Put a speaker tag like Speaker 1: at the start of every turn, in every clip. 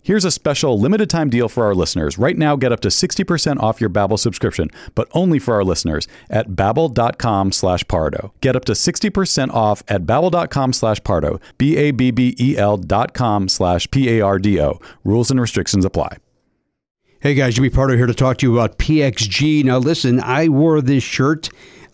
Speaker 1: Here's a special limited time deal for our listeners. Right now, get up to 60% off your Babbel subscription, but only for our listeners at babbel.com slash pardo. Get up to 60% off at babbel.com slash pardo, B-A-B-B-E-L E dot com slash P-A-R-D-O. Rules and restrictions apply.
Speaker 2: Hey guys, Jimmy Pardo here to talk to you about PXG. Now, listen, I wore this shirt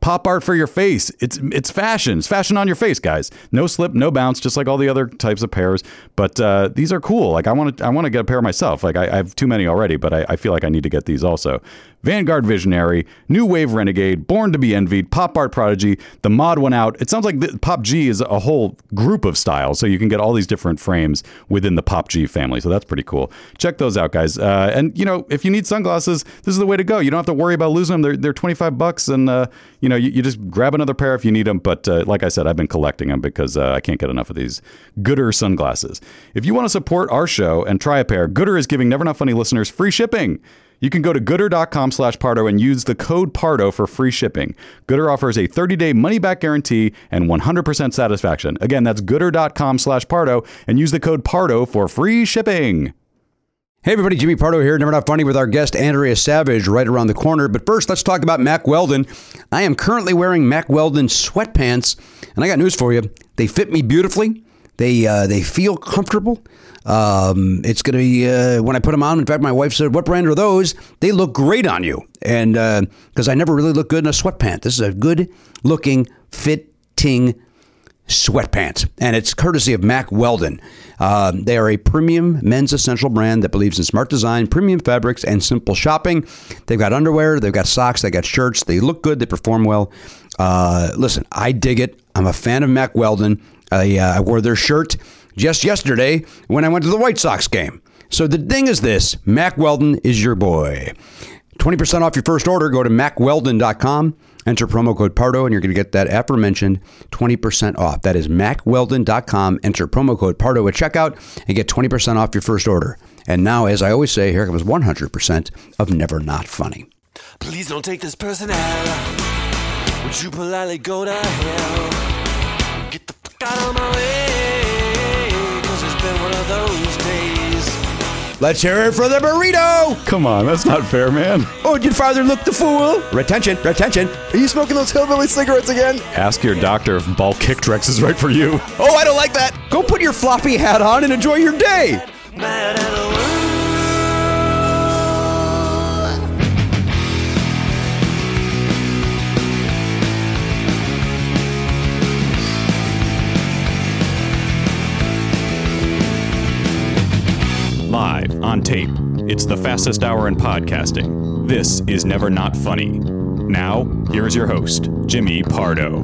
Speaker 1: pop art for your face. It's it's fashion. It's fashion on your face, guys. No slip, no bounce, just like all the other types of pairs. But uh, these are cool. Like I want to I want to get a pair myself. Like I, I have too many already, but I, I feel like I need to get these also. Vanguard Visionary, New Wave Renegade, Born to Be Envied, Pop Art Prodigy, the mod one out. It sounds like the, Pop G is a whole group of styles, so you can get all these different frames within the Pop G family. So that's pretty cool. Check those out, guys. Uh, and you know, if you need sunglasses, this is the way to go. You don't have to worry about losing them. They're, they're 25 bucks, and uh, you know, you, you, just grab another pair if you need them. But uh, like I said, I've been collecting them because uh, I can't get enough of these Gooder sunglasses. If you want to support our show and try a pair, Gooder is giving Never Not Funny listeners free shipping. You can go to gooder.com slash Pardo and use the code Pardo for free shipping. Gooder offers a 30-day money-back guarantee and 100% satisfaction. Again, that's gooder.com slash Pardo and use the code Pardo for free shipping.
Speaker 2: Hey everybody, Jimmy Pardo here. Never Not Funny with our guest Andrea Savage right around the corner. But first, let's talk about Mac Weldon. I am currently wearing Mac Weldon sweatpants, and I got news for you. They fit me beautifully. They uh, they feel comfortable. Um, it's going to be uh, when I put them on. In fact, my wife said, "What brand are those? They look great on you." And because uh, I never really look good in a sweatpant, this is a good looking fitting sweatpants, and it's courtesy of Mac Weldon. Um, they are a premium men's essential brand that believes in smart design, premium fabrics, and simple shopping. They've got underwear, they've got socks, they got shirts. They look good, they perform well. Uh, listen, I dig it. I'm a fan of Mac Weldon. I, uh, I wore their shirt just yesterday when I went to the White Sox game. So the thing is this Mac Weldon is your boy. 20% off your first order. Go to macweldon.com. Enter promo code Pardo, and you're going to get that aforementioned 20% off. That is macweldon.com. Enter promo code Pardo at checkout and get 20% off your first order. And now, as I always say, here comes 100% of Never Not Funny.
Speaker 3: Please don't take this person out. Would you politely go to hell? Get the fuck out of my way. Cause it's been one of those days.
Speaker 4: Let's hear it for the burrito.
Speaker 1: Come on, that's not fair, man.
Speaker 4: Oh, did father look the fool? Retention, retention. Are you smoking those hillbilly cigarettes again?
Speaker 1: Ask your doctor if ball kick Drex is right for you.
Speaker 4: Oh, I don't like that. Go put your floppy hat on and enjoy your day.
Speaker 3: mad at the world.
Speaker 1: Live on tape. It's the fastest hour in podcasting. This is Never Not Funny. Now, here is your host, Jimmy Pardo.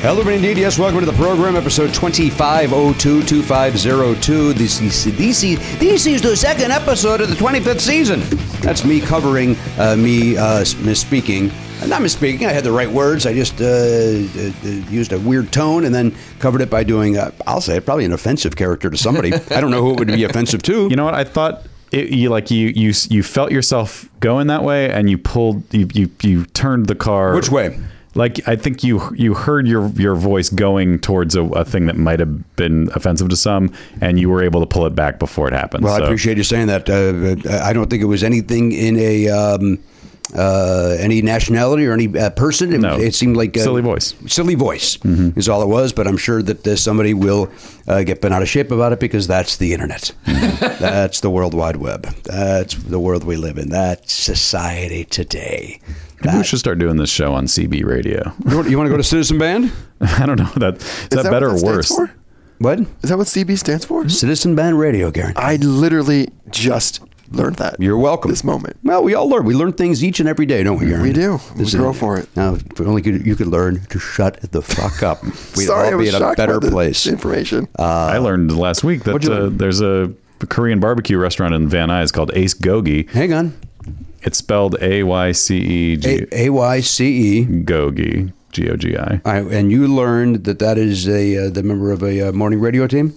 Speaker 2: Hello, everybody, indeed. Yes, welcome to the program, episode 2502 2502. This is, this, is, this is the second episode of the 25th season. That's me covering uh, me uh, s- misspeaking. Uh, Not misspeaking, I had the right words. I just uh, uh, uh, used a weird tone and then covered it by doing, uh, I'll say it, probably an offensive character to somebody. I don't know who it would be offensive to.
Speaker 1: You know what? I thought it, you like you you you felt yourself going that way, and you pulled you you you turned the car.
Speaker 2: Which way?
Speaker 1: Like I think you you heard your your voice going towards a, a thing that might have been offensive to some, and you were able to pull it back before it happened.
Speaker 2: Well,
Speaker 1: So-
Speaker 2: I appreciate you saying that. Uh, uh, I don't think it was anything in a um, uh, any nationality or any uh, person. It,
Speaker 1: No.
Speaker 2: it seemed like
Speaker 1: Silly voice. Mm-hmm.
Speaker 2: Silly voice is all it was. But I'm sure that uh, somebody will uh, get bent out of shape about it because that's the internet.
Speaker 1: Mm-hmm.
Speaker 2: that's the World Wide Web. That's the world we live in. That's society today.
Speaker 1: Maybe we should start doing this show on CB radio.
Speaker 2: You want, to go to Citizen Band?
Speaker 1: I don't know that is, that,
Speaker 5: that
Speaker 1: better
Speaker 5: what
Speaker 1: or
Speaker 5: that stands
Speaker 1: worse?
Speaker 5: for?
Speaker 2: What?
Speaker 5: Is that what CB stands for?
Speaker 2: Citizen Band Radio, Garen.
Speaker 5: I literally just learned that.
Speaker 2: You're welcome.
Speaker 5: This moment.
Speaker 2: Well, we all learn. We learn things each and every day, don't we, Aaron?
Speaker 5: We do. We
Speaker 2: This is-
Speaker 5: grow for it.
Speaker 2: Now, if only could, you could learn to shut the fuck up, we'd
Speaker 5: Sorry, I
Speaker 2: all
Speaker 5: was
Speaker 2: be in a
Speaker 5: shocked
Speaker 2: better
Speaker 5: by the
Speaker 2: place. Uh,
Speaker 5: Information.
Speaker 1: I learned last week that
Speaker 2: you
Speaker 1: uh,
Speaker 2: learn?
Speaker 1: there's a Korean barbecue restaurant in Van Nuys called Ace Gogi.
Speaker 2: Hang on.
Speaker 1: It's spelled A Y C E G
Speaker 2: A Y C E.
Speaker 1: Gogi G O G I.
Speaker 2: And you learned that that is a uh, the member of a uh, morning radio team.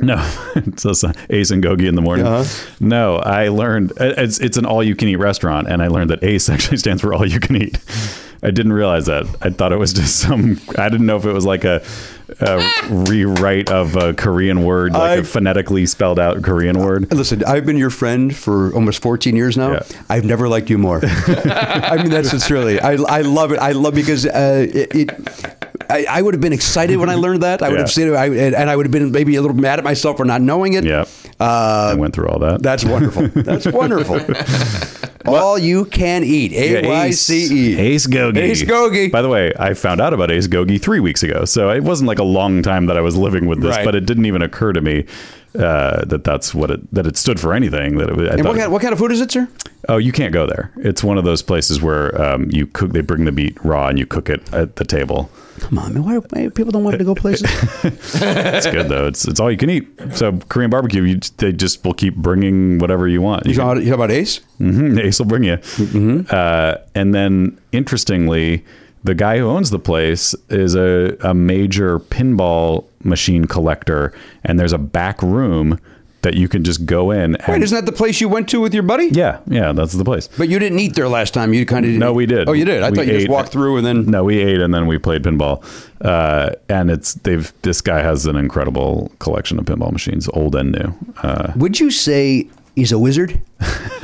Speaker 1: No, it's us, uh, Ace and Gogi in the morning.
Speaker 2: Uh-huh.
Speaker 1: No, I learned uh, it's it's an all you can eat restaurant, and I learned that Ace actually stands for all you can eat. I didn't realize that. I thought it was just some. I didn't know if it was like a, a rewrite of a Korean word, like a
Speaker 2: I-
Speaker 1: phonetically spelled out Korean word.
Speaker 2: Listen, I've been your friend for almost 14 years now.
Speaker 1: Yeah.
Speaker 2: I've never liked you more. I mean, that's sincerely. I, I love it. I love because uh, it. it I, I would have been excited when I learned that. I would
Speaker 1: Yeah.
Speaker 2: have seen it, I, and and I would have been maybe a little mad at myself for not knowing it. Uh,
Speaker 1: Yep. I went through all that.
Speaker 2: That's wonderful. That's wonderful. All you can eat. A
Speaker 1: Yeah,
Speaker 2: Y
Speaker 1: Ace-
Speaker 2: C E.
Speaker 1: Ace Gogi.
Speaker 2: Ace Gogi.
Speaker 1: By the way, I found out about Ace Gogi three weeks ago, so it wasn't like a long time that I was living with this,
Speaker 2: Right.
Speaker 1: but it didn't even occur to me uh, that that's what it that it stood for anything. That it, was- I
Speaker 2: And
Speaker 1: thought
Speaker 2: what
Speaker 1: it-
Speaker 2: kind, what kind of food is it, sir?
Speaker 1: oh, you can't go there. It's one of those places where um, you cook. They bring the meat raw and you cook it at the table.
Speaker 2: Come on, man. Why, why people don't want to go places?
Speaker 1: It's good though. It's it's all you can eat. So Korean barbecue, you, they just will keep bringing whatever you want. You
Speaker 2: You
Speaker 1: can-
Speaker 2: know, you know about Ace?
Speaker 1: Mm-hmm, Ace will bring you.
Speaker 2: Mm-hmm.
Speaker 1: Uh, and then, interestingly, the guy who owns the place is a, a major pinball machine collector, and there's a back room that you can just go in. And,
Speaker 2: Wait, isn't that the place you went to with your buddy?
Speaker 1: yeah, yeah, that's the place.
Speaker 2: But you didn't eat there last time. You kind of
Speaker 1: No, we did.
Speaker 2: Oh, you did. I
Speaker 1: We
Speaker 2: thought you just
Speaker 1: ate-
Speaker 2: walked through and then.
Speaker 1: No, we ate and then we played pinball. Uh, and it's they've this guy has an incredible collection of pinball machines, old and new. Uh,
Speaker 2: Would you say he's a wizard?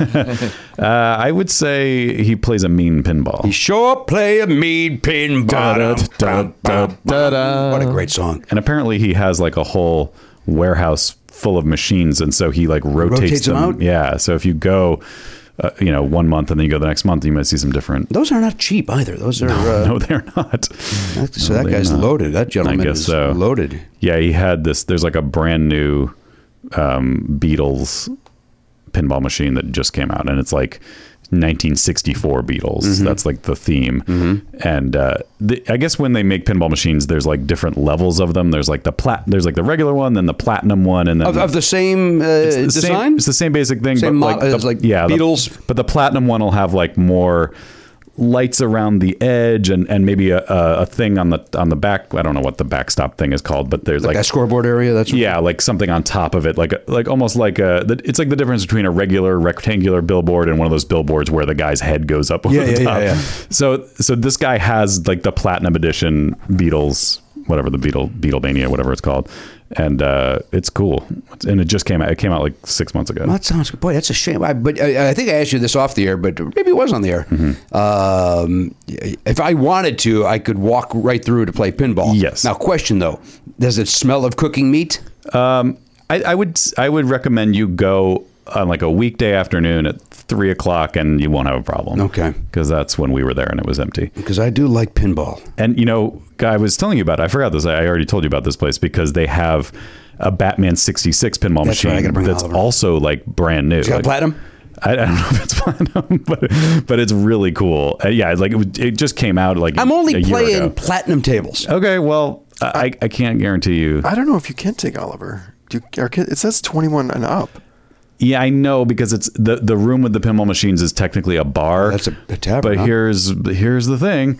Speaker 1: Uh, I would say he plays a mean pinball.
Speaker 2: Sure, play a mead pin.
Speaker 1: Da-da-da-da-da.
Speaker 2: What a great song.
Speaker 1: and apparently he has like a whole warehouse full of machines and so he like rotates,
Speaker 2: Rotates them out?
Speaker 1: yeah so if you go uh, you know one month and then you go the next month you might see some different
Speaker 2: Those are not cheap either. Those are. uh,
Speaker 1: no they're not
Speaker 2: So
Speaker 1: No,
Speaker 2: that
Speaker 1: they're
Speaker 2: guy's
Speaker 1: not.
Speaker 2: loaded. That gentleman
Speaker 1: guess
Speaker 2: is
Speaker 1: so.
Speaker 2: loaded.
Speaker 1: yeah he had this there's like a brand new um beatles pinball machine that just came out and it's like 1964 Beatles.
Speaker 2: Mm-hmm.
Speaker 1: That's like the theme. And uh, the, I guess when they make pinball machines, there's like different levels of them. There's like the plat, there's like the regular one, then the platinum one, and then
Speaker 2: Of, of the same uh,
Speaker 1: the same-
Speaker 2: design?
Speaker 1: it's the same basic thing,
Speaker 2: Same
Speaker 1: but
Speaker 2: mo-
Speaker 1: like, the,
Speaker 2: as like
Speaker 1: yeah, the-
Speaker 2: Beatles.
Speaker 1: but the platinum one will have like more lights around the edge and, and maybe a, a, a thing on the on the back. I don't know what the backstop thing is called, but there's like,
Speaker 2: that scoreboard area. That's what-
Speaker 1: yeah, like something on top of it, like like almost like a. the- It's like the difference between a regular rectangular billboard and one of those billboards where the guy's head goes up. Over
Speaker 2: Yeah,
Speaker 1: the
Speaker 2: yeah, yeah,
Speaker 1: top.
Speaker 2: yeah.
Speaker 1: So so this guy has like the platinum edition Beatles, whatever the Beatle Beatlemania, whatever it's called, and uh, it's cool. And it just came out. It came out like six months ago.
Speaker 2: That sounds good. Boy, that's a shame. I, but I, I think I asked you this off the air, but maybe it was on the air.
Speaker 1: Mm-hmm.
Speaker 2: Um, if I wanted to, I could walk right through to play pinball.
Speaker 1: Yes.
Speaker 2: Now, question though, does it smell of cooking meat?
Speaker 1: Um, I, I would I would recommend you go on like a weekday afternoon at three o'clock, and you won't have a problem.
Speaker 2: Okay.
Speaker 1: because that's when we were there and it was empty.
Speaker 2: Because I do like pinball.
Speaker 1: And you know, I was telling you about. It. I forgot this. I already told you about this place because they have a Batman '66 pinball
Speaker 2: That's right, I
Speaker 1: machine
Speaker 2: gotta bring
Speaker 1: that's
Speaker 2: Oliver.
Speaker 1: also like brand new.
Speaker 2: got
Speaker 1: Like,
Speaker 2: platinum?
Speaker 1: I, I don't know if it's platinum, but but it's really cool. Uh, yeah, like it, was- it just came out like
Speaker 2: I'm
Speaker 1: a
Speaker 2: only
Speaker 1: year
Speaker 2: playing
Speaker 1: ago.
Speaker 2: platinum tables.
Speaker 1: Okay, well, I I can't guarantee you.
Speaker 5: I don't know if you can take Oliver. Do you, our kid, it says 21 and up.
Speaker 1: Yeah, I know because it's the the room with the pinball machines is technically a bar.
Speaker 2: That's a- a tavern,
Speaker 1: But
Speaker 2: huh?
Speaker 1: here's here's the thing.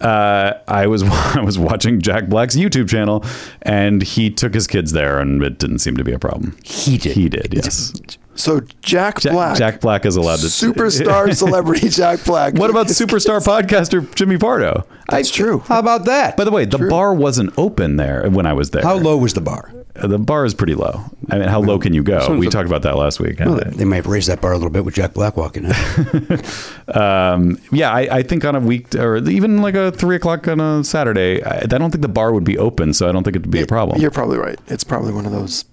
Speaker 1: Uh, I was I was watching Jack Black's YouTube channel, and he took his kids there, and it didn't seem to be a problem.
Speaker 2: He did.
Speaker 1: He did. Yes.
Speaker 5: So Jack,
Speaker 1: Jack
Speaker 5: Black,
Speaker 1: Jack Black is allowed to.
Speaker 5: superstar celebrity Jack Black.
Speaker 1: What about superstar podcaster Jimmy Pardo?
Speaker 5: That's true.
Speaker 2: How about that?
Speaker 1: By the way, the bar wasn't open there when I was there.
Speaker 2: How low was the bar?
Speaker 1: The bar is pretty low. I mean, how low can you go? We talked about that last week.
Speaker 2: They might have raised that bar a little bit with Jack Black walking in.
Speaker 1: Um, yeah, I, I think on a week or even like a three o'clock on a Saturday, I, I don't think the bar would be open, so I don't think it'd be a problem.
Speaker 5: You're probably right. It's probably one of those.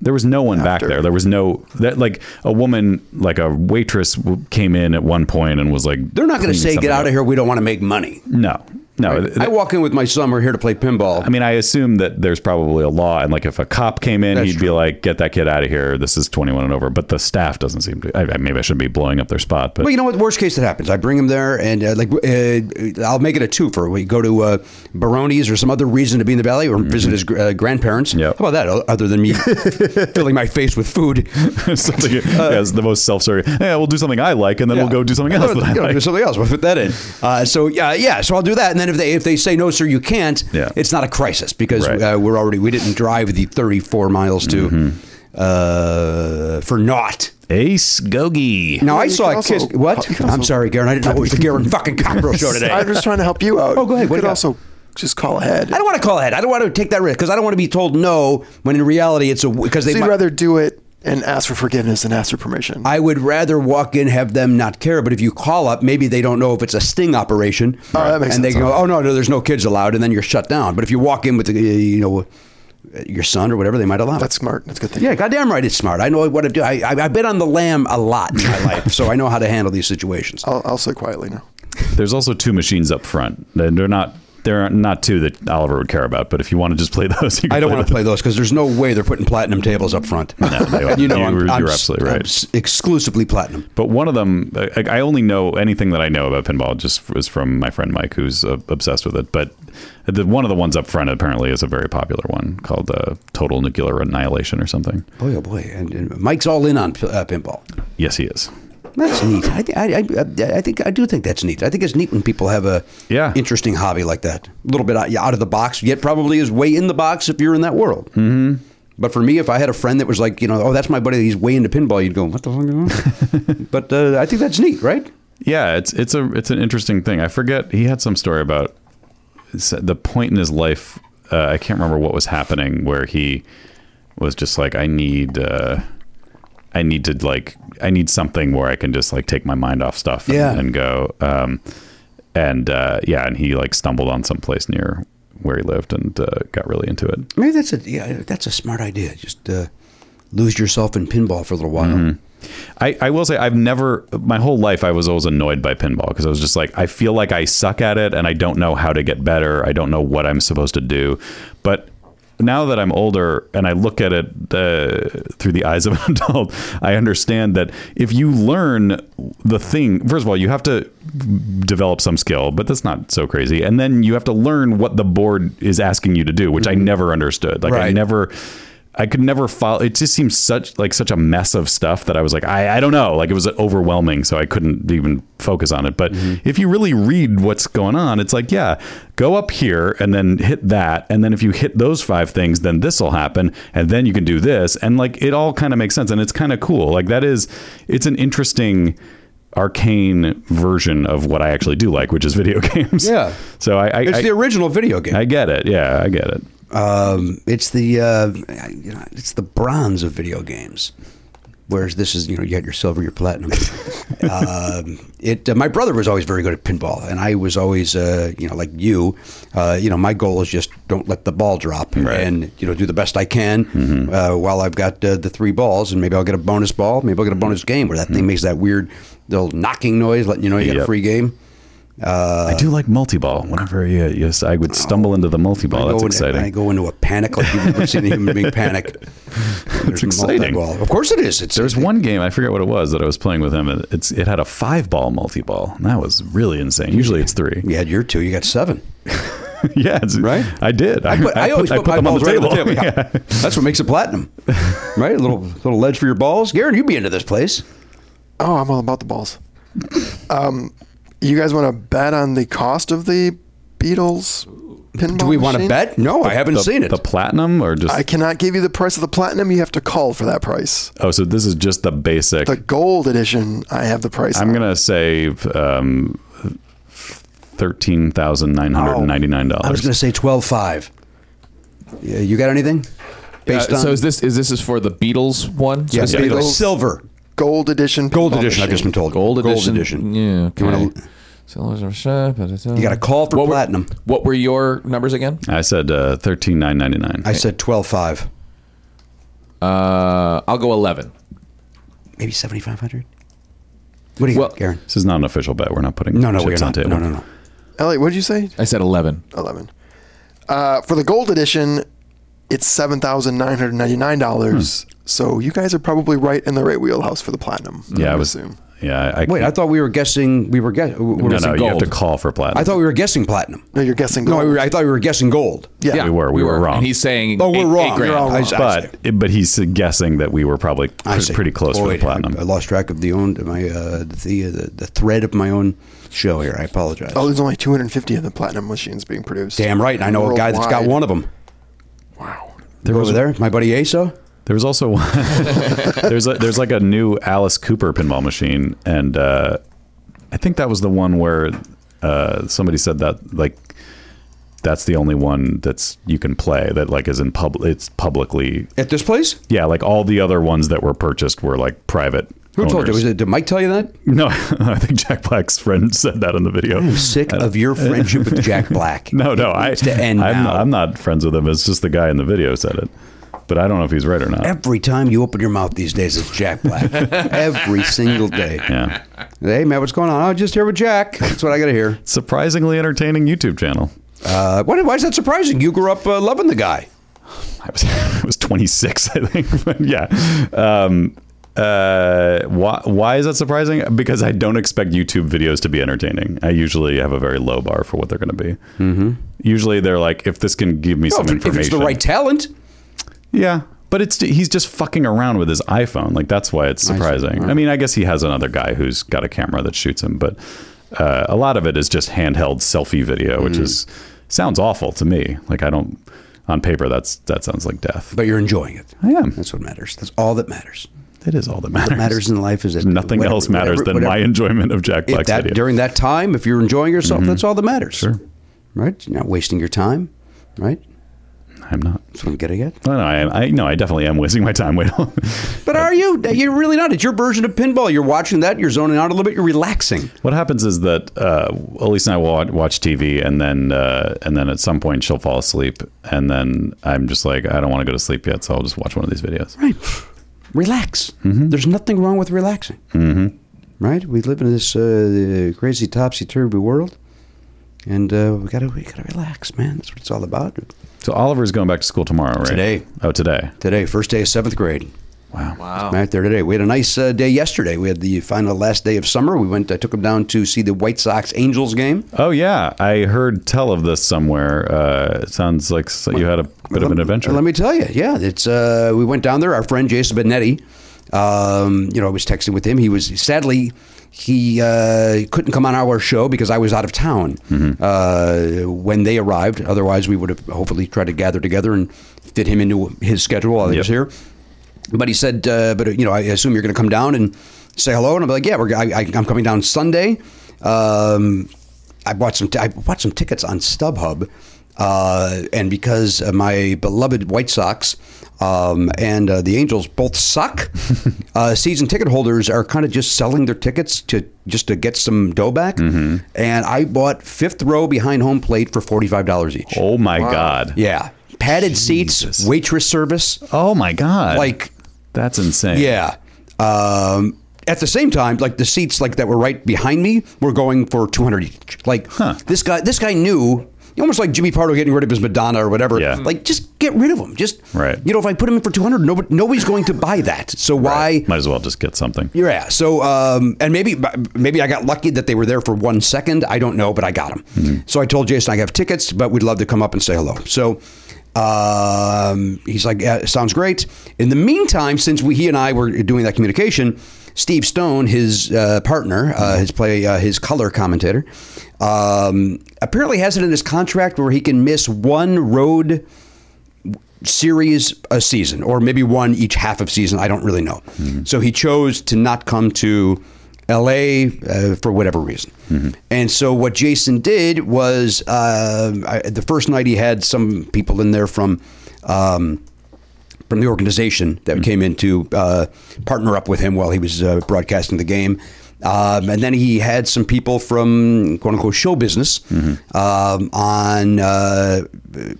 Speaker 1: There was no one back
Speaker 5: After.
Speaker 1: there. There was no that like a woman, like a waitress, w- came in at one point and was like,
Speaker 2: They're not going
Speaker 1: cleaning
Speaker 2: to say,
Speaker 1: something
Speaker 2: get out
Speaker 1: up."
Speaker 2: of here. We don't want to make money.
Speaker 1: No, no. th-
Speaker 2: I walk in with my son. We're here to play pinball.
Speaker 1: I mean, I assume that there's probably a law, and like if a cop came in,
Speaker 2: That's
Speaker 1: he'd be
Speaker 2: true.
Speaker 1: like, "Get that kid out of here. This is 21 and over." But the staff doesn't seem to. I, I- maybe I shouldn't be blowing up their spot, but
Speaker 2: Well, you know what? Worst case that happens, I bring him there, and uh, like uh, I'll make it a twofer. We go to uh, Baroni's or some other reason to be in the valley, or
Speaker 1: Mm-hmm.
Speaker 2: visit his gr- uh, grandparents.
Speaker 1: Yep.
Speaker 2: How about that? o- Other than me filling my face with food,
Speaker 1: something
Speaker 2: Uh,
Speaker 1: yeah, it's the most self-serving. Yeah, we'll do something I like, and then we'll go do something else
Speaker 2: You
Speaker 1: that I
Speaker 2: know,
Speaker 1: like.
Speaker 2: do something else. We'll fit that in. Uh, so yeah, yeah. So I'll do that, and then if they if they say no, sir, you can't.
Speaker 1: Yeah.
Speaker 2: It's not a crisis because
Speaker 1: Right. Mm-hmm.
Speaker 2: uh, we're already we didn't drive the 34 miles to uh, for naught.
Speaker 1: Ace Gogi.
Speaker 2: Now I
Speaker 5: you
Speaker 2: saw
Speaker 5: can
Speaker 2: a
Speaker 5: also-
Speaker 2: kiss. What?
Speaker 5: you can
Speaker 2: I'm
Speaker 5: also-
Speaker 2: sorry, Garen. I didn't know it was the Garen fucking Cockroach show today.
Speaker 5: I'm just trying to help you out.
Speaker 2: Oh, go ahead.
Speaker 5: You
Speaker 2: What do
Speaker 5: could
Speaker 2: you got?
Speaker 5: also just call ahead.
Speaker 2: I don't want to call ahead. I don't want to take that risk because I don't want to be told no when in reality it's a because they.
Speaker 5: so you'd
Speaker 2: might-
Speaker 5: rather do it and ask for forgiveness than ask for permission.
Speaker 2: I would rather walk in, have them not care, but if you call up, maybe they don't know if it's a sting operation,
Speaker 5: Oh, that makes
Speaker 2: and they
Speaker 5: sense.
Speaker 2: go, "Oh no, no, there's no kids allowed," and then you're shut down. But if you walk in with, the, uh, you know, your son or whatever, they might allow. it.
Speaker 5: That's smart. That's a good thing.
Speaker 2: yeah, goddamn right, it's smart. I know what to do. I, I I've been on the lamb a lot in my life, so I know how to handle these situations.
Speaker 5: I'll, I'll sit quietly now.
Speaker 1: There's also two machines up front. They're they're not. There are not two that Oliver would care about, but if you want to just play those, you can
Speaker 2: I don't
Speaker 1: play
Speaker 2: want to
Speaker 1: those.
Speaker 2: play those because there's no way they're putting platinum tables up front.
Speaker 1: they-
Speaker 2: And you know,
Speaker 1: you
Speaker 2: I'm,
Speaker 1: were-
Speaker 2: I'm
Speaker 1: you're
Speaker 2: s-
Speaker 1: absolutely
Speaker 2: I'm
Speaker 1: right.
Speaker 2: s- exclusively platinum.
Speaker 1: But one of them, I, I only know anything that I know about pinball just is from my friend Mike, who's uh, obsessed with it. But the, one of the ones up front apparently is a very popular one called uh, Total Nuclear Annihilation or something.
Speaker 2: Boy, oh boy! And, and Mike's all in on p- uh, pinball.
Speaker 1: Yes, he is.
Speaker 2: That's neat. I, thi- I, I, I think I do think that's neat. I think it's neat when people have a
Speaker 1: Yeah.
Speaker 2: interesting hobby like that. A little bit out, yeah, out of the box, yet probably is way in the box if you're in that world. Mm-hmm. But for me, if I had a friend that was like, you know, oh, that's my buddy, he's way into pinball, you'd go, what the fuck? Is on? but uh, I think that's neat, right?
Speaker 1: Yeah, it's it's a it's an interesting thing. I forget he had some story about s- the point in his life. Uh, I can't remember what was happening where he was just like, I need, uh, I need to like, I need something where I can just like take my mind off stuff and,
Speaker 2: Yeah.
Speaker 1: and go. Um, and uh, yeah, and he like stumbled on some place near where he lived and uh, got really into it.
Speaker 2: Maybe that's a yeah, that's a smart idea. Just uh, lose yourself in pinball for a little while.
Speaker 1: Mm-hmm. I, I will say I've never my whole life I was always annoyed by pinball because I was just like I feel like I suck at it and I don't know how to get better. I don't know what I'm supposed to do. But now that I'm older and I look at it uh, through the eyes of an adult, I understand that if you learn the thing, first of all, you have to develop some skill, but that's not so crazy. And then you have to learn what the board is asking you to do, which I never understood. Like I
Speaker 2: Right.
Speaker 1: never I could never follow. It just seems such like such a mess of stuff that I was like, I, I don't know. Like it was overwhelming, so I couldn't even focus on it. But
Speaker 2: Mm-hmm.
Speaker 1: if you really read what's going on, it's like, yeah, go up here and then hit that, and then if you hit those five things, then this will happen, and then you can do this, and like it all kind of makes sense, and it's kind of cool. Like that is, it's an interesting arcane version of what I actually do like, which is video games.
Speaker 2: Yeah.
Speaker 1: So I, I,
Speaker 2: It's
Speaker 1: I,
Speaker 2: the original video game.
Speaker 1: I get it. Yeah, I get it.
Speaker 2: um, it's the uh, you know, it's the bronze of video games. Whereas this is, you know, you got your silver, your platinum. um, it. Uh, my brother was always very good at pinball, and I was always, uh, you know, like you, uh, you know, my goal is just don't let the ball drop,
Speaker 1: Right. Mm-hmm.
Speaker 2: and you know, do the best I can uh, while I've got uh, the three balls, and maybe I'll get a bonus ball, maybe I'll get a bonus game where that thing makes that weird little knocking noise, letting you know you got a
Speaker 1: Mm-hmm. Yep.
Speaker 2: free game.
Speaker 1: I do like multi-ball. Whenever you, yes, I would stumble into the multi-ball.
Speaker 2: I
Speaker 1: That's
Speaker 2: go in-
Speaker 1: exciting.
Speaker 2: I go into a panic like you've never seen a human being panic. It's
Speaker 1: exciting.
Speaker 2: Of course it is. It's
Speaker 1: There's one game I forget what it was that I was playing with him. and It's it had a five-ball multi-ball, and that was really insane. Usually it's three.
Speaker 2: You had your two. You got seven.
Speaker 1: yeah, it's,
Speaker 2: Right?
Speaker 1: I did.
Speaker 2: I, put, I, always put, my
Speaker 1: them
Speaker 2: balls right on the table.
Speaker 1: Yeah.
Speaker 2: Yeah. That's what makes it platinum, right? A little little ledge for your balls. Garen, you'd be into this place.
Speaker 5: Oh, I'm all about the balls. Um, you guys want to bet on the cost of the Beatles pinball?
Speaker 2: Do we want to
Speaker 5: Oh, machine?
Speaker 2: bet? No, Oh, I haven't
Speaker 1: The,
Speaker 2: seen it.
Speaker 1: the platinum or just
Speaker 5: I cannot give you the price of the platinum. You have to call for that price.
Speaker 1: oh, so this is just the basic.
Speaker 5: The gold edition, I have the price.
Speaker 1: I'm
Speaker 5: on.
Speaker 1: gonna save um, thirteen thousand nine hundred and ninety-nine
Speaker 2: I was
Speaker 1: dollars.
Speaker 2: going to say twelve five. Yeah, you got anything? Based
Speaker 6: Uh,
Speaker 2: on
Speaker 6: so is this is this is for the Beatles one?
Speaker 2: yeah,
Speaker 6: specifically?
Speaker 2: Beatles. silver
Speaker 5: gold edition.
Speaker 2: gold
Speaker 5: pinball
Speaker 2: edition? I've
Speaker 5: machine.
Speaker 2: just been told
Speaker 6: Gold edition.
Speaker 2: Gold edition.
Speaker 6: Yeah.
Speaker 2: You wanna-
Speaker 6: Okay. So those are shot, but it's-
Speaker 2: You got a call for
Speaker 6: What were-
Speaker 2: platinum.
Speaker 6: What were your numbers again?
Speaker 1: I said uh, thirteen nine ninety-nine.
Speaker 2: I said twelve five.
Speaker 6: Uh, I'll go eleven.
Speaker 2: Maybe seventy five hundred. What do you
Speaker 6: Well-
Speaker 2: got, Garen?
Speaker 1: This is not an official bet. We're not putting
Speaker 2: No, no,
Speaker 1: chips
Speaker 2: we're
Speaker 1: on
Speaker 2: not.
Speaker 1: table.
Speaker 2: No, no, no.
Speaker 5: Elliot, what did you say?
Speaker 6: I said eleven.
Speaker 5: 11. Uh, for the gold edition, it's
Speaker 2: Hmm.
Speaker 5: $7,999. So you guys are probably right in the right wheelhouse for the platinum.
Speaker 1: Yeah, I
Speaker 5: would
Speaker 1: was.
Speaker 5: assume.
Speaker 1: Yeah, I.
Speaker 2: Wait, I thought we were guessing. We were guessing.
Speaker 1: no, no, you have
Speaker 6: gold.
Speaker 1: to call for platinum.
Speaker 2: I thought we were guessing platinum.
Speaker 5: No, you're guessing
Speaker 2: No,
Speaker 5: gold.
Speaker 2: I, I thought we were guessing gold.
Speaker 5: yeah.
Speaker 1: we were. We, were, wrong.
Speaker 6: And he's saying,
Speaker 2: Oh, we're
Speaker 6: eight-
Speaker 2: wrong.
Speaker 6: eight grand.
Speaker 2: You're all wrong. I-
Speaker 1: but but he's guessing that we were probably
Speaker 2: I
Speaker 1: pre-
Speaker 2: see.
Speaker 1: pretty close for
Speaker 2: Boy,
Speaker 1: the platinum.
Speaker 2: I, I lost track of the own my uh, the, the the thread of my own show here. I apologize.
Speaker 5: Oh, there's only 250 of the platinum machines being produced.
Speaker 2: damn right. I know a guy that's got
Speaker 5: Worldwide.
Speaker 2: one of them.
Speaker 5: Wow.
Speaker 1: there
Speaker 2: Over
Speaker 1: was
Speaker 2: there, my buddy Aso.
Speaker 1: there was also one. there's a, there's like a new Alice Cooper pinball machine, and uh, I think that was the one where uh, somebody said that like that's the only one that's you can play that like is in pub. It's publicly
Speaker 2: At this place?
Speaker 1: yeah. Like all the other ones that were purchased were like private.
Speaker 2: Who told you? Was it, did Mike tell you that?
Speaker 1: No, I think Jack Black's friend said that in the video.
Speaker 2: Sick of your friendship with Jack Black.
Speaker 1: Uh, No, no, I,
Speaker 2: It's to end
Speaker 1: I'm,
Speaker 2: now.
Speaker 1: I'm not friends with him. It's just the guy in the video said it, but I don't know if he's right or not.
Speaker 2: Every time you open your mouth these days, it's Jack Black. Every single day.
Speaker 1: Yeah,
Speaker 2: Hey, man, what's going on? I'm just here with Jack. That's what I got to hear.
Speaker 1: surprisingly entertaining YouTube channel.
Speaker 2: Uh, why, why is that surprising? You grew up uh, loving the guy.
Speaker 1: I was I was 26, I think. But yeah. Um, uh, why why is that surprising? Because I don't expect YouTube videos to be entertaining. I usually have a very low bar for what they're going to be. Mm-hmm. Usually they're like, if this can give me some
Speaker 2: Well, if, it- if
Speaker 1: information,
Speaker 2: it's the right talent.
Speaker 1: Yeah, but it's he's just fucking around with his iPhone. Like that's why it's surprising. I, mean, I guess he has another guy who's got a camera that shoots him, but uh, a lot of it is just handheld selfie video,
Speaker 2: Mm.
Speaker 1: which is sounds awful to me. Like I don't on paper that's that sounds like death.
Speaker 2: but you're enjoying it.
Speaker 1: I am.
Speaker 2: That's what matters. That's all that matters.
Speaker 1: It is all that matters.
Speaker 2: What matters in life is that
Speaker 1: Nothing
Speaker 2: whatever-
Speaker 1: else matters
Speaker 2: whatever-
Speaker 1: than
Speaker 2: whatever-
Speaker 1: my enjoyment of Jack
Speaker 2: if
Speaker 1: Black's
Speaker 2: that
Speaker 1: video.
Speaker 2: during that time. If you're enjoying yourself, that's all that matters. Mm-hmm. Sure. Right? You're not wasting your time. Right?
Speaker 1: I'm not.
Speaker 2: That's what I'm getting at.
Speaker 1: No, no, I, I no, I definitely am wasting my time. Wait,
Speaker 2: But are you? You're really not. It's your version of pinball. You're watching that. You're zoning out a little bit. You're relaxing.
Speaker 1: What happens is that uh, Elise and I will wa- watch TV, and then uh, and then at some point she'll fall asleep, and then I'm just like, I don't want to go to sleep yet, so I'll just watch one of these videos.
Speaker 2: Right. Relax. There's nothing wrong with relaxing. Mm-hmm. Right? We live in this uh, crazy topsy turvy world, and uh, we gotta we gotta relax, man. That's what it's all about.
Speaker 1: So Oliver's going back to school tomorrow, right?
Speaker 2: Today.
Speaker 1: Oh, today.
Speaker 2: Today, first day of seventh grade.
Speaker 6: Wow.
Speaker 2: Matt there today. We had a nice uh, day yesterday. We had the final last day of summer. We went. I took him down to see the White Sox Angels game.
Speaker 1: Oh yeah, I heard tell of this somewhere. Uh, it sounds like s- you had a bit of an adventure.
Speaker 2: Let me tell you, yeah, it's uh, we went down there. Our friend Jason Benetti, um, you know, I was texting with him. He was sadly he uh, couldn't come on our show because I was out of town
Speaker 1: Mm-hmm.
Speaker 2: uh, when they arrived. Otherwise, we would have hopefully tried to gather together and fit him into his schedule while he was
Speaker 1: Yep.
Speaker 2: here. But he said, uh, but you know, I assume you're going to come down and say hello. And I'm like, yeah, we're, I, I, I'm coming down Sunday. Um, I bought some, t- I bought some tickets on StubHub, uh, and because uh, my beloved White Sox um, and uh, the Angels both suck, uh, season ticket holders are kind of just selling their tickets to just to get some dough back.
Speaker 1: Mm-hmm.
Speaker 2: And I bought fifth row behind home plate for forty five dollars each.
Speaker 1: oh my god.
Speaker 2: Yeah, padded
Speaker 1: Jesus.
Speaker 2: seats, waitress service,
Speaker 1: Oh my god.
Speaker 2: like
Speaker 1: that's insane.
Speaker 2: yeah. Um, at the same time, like the seats like that were right behind me were going for two hundred each. Like
Speaker 1: Huh.
Speaker 2: this guy, this guy knew. Almost like Jimmy Pardo getting rid of his Madonna or whatever.
Speaker 1: Yeah.
Speaker 2: Like, just get rid of him. Just
Speaker 1: Right.
Speaker 2: You know, if I put him in for two hundred, nobody, nobody's going to buy that. So why?
Speaker 1: Might as well just get something.
Speaker 2: Yeah. So, um, and maybe maybe I got lucky that they were there for one second. I don't know, but I got them. So I told Jason I have tickets, but we'd love to come up and say hello. So um, he's like, yeah, sounds great. In the meantime, since we, he and I were doing that communication, Steve Stone, his uh, partner, uh, his play, uh, his color commentator, um, apparently has it in his contract where he can miss one road series a season, or maybe one each half of season. I don't really know. So he chose to not come to L.A. Uh, for whatever reason. And so what Jason did was uh, I, the first night he had some people in there from. Um, from the organization that came in to uh, partner up with him while he was uh, broadcasting the game. Um, and then he had some people from quote unquote show business um, on, uh,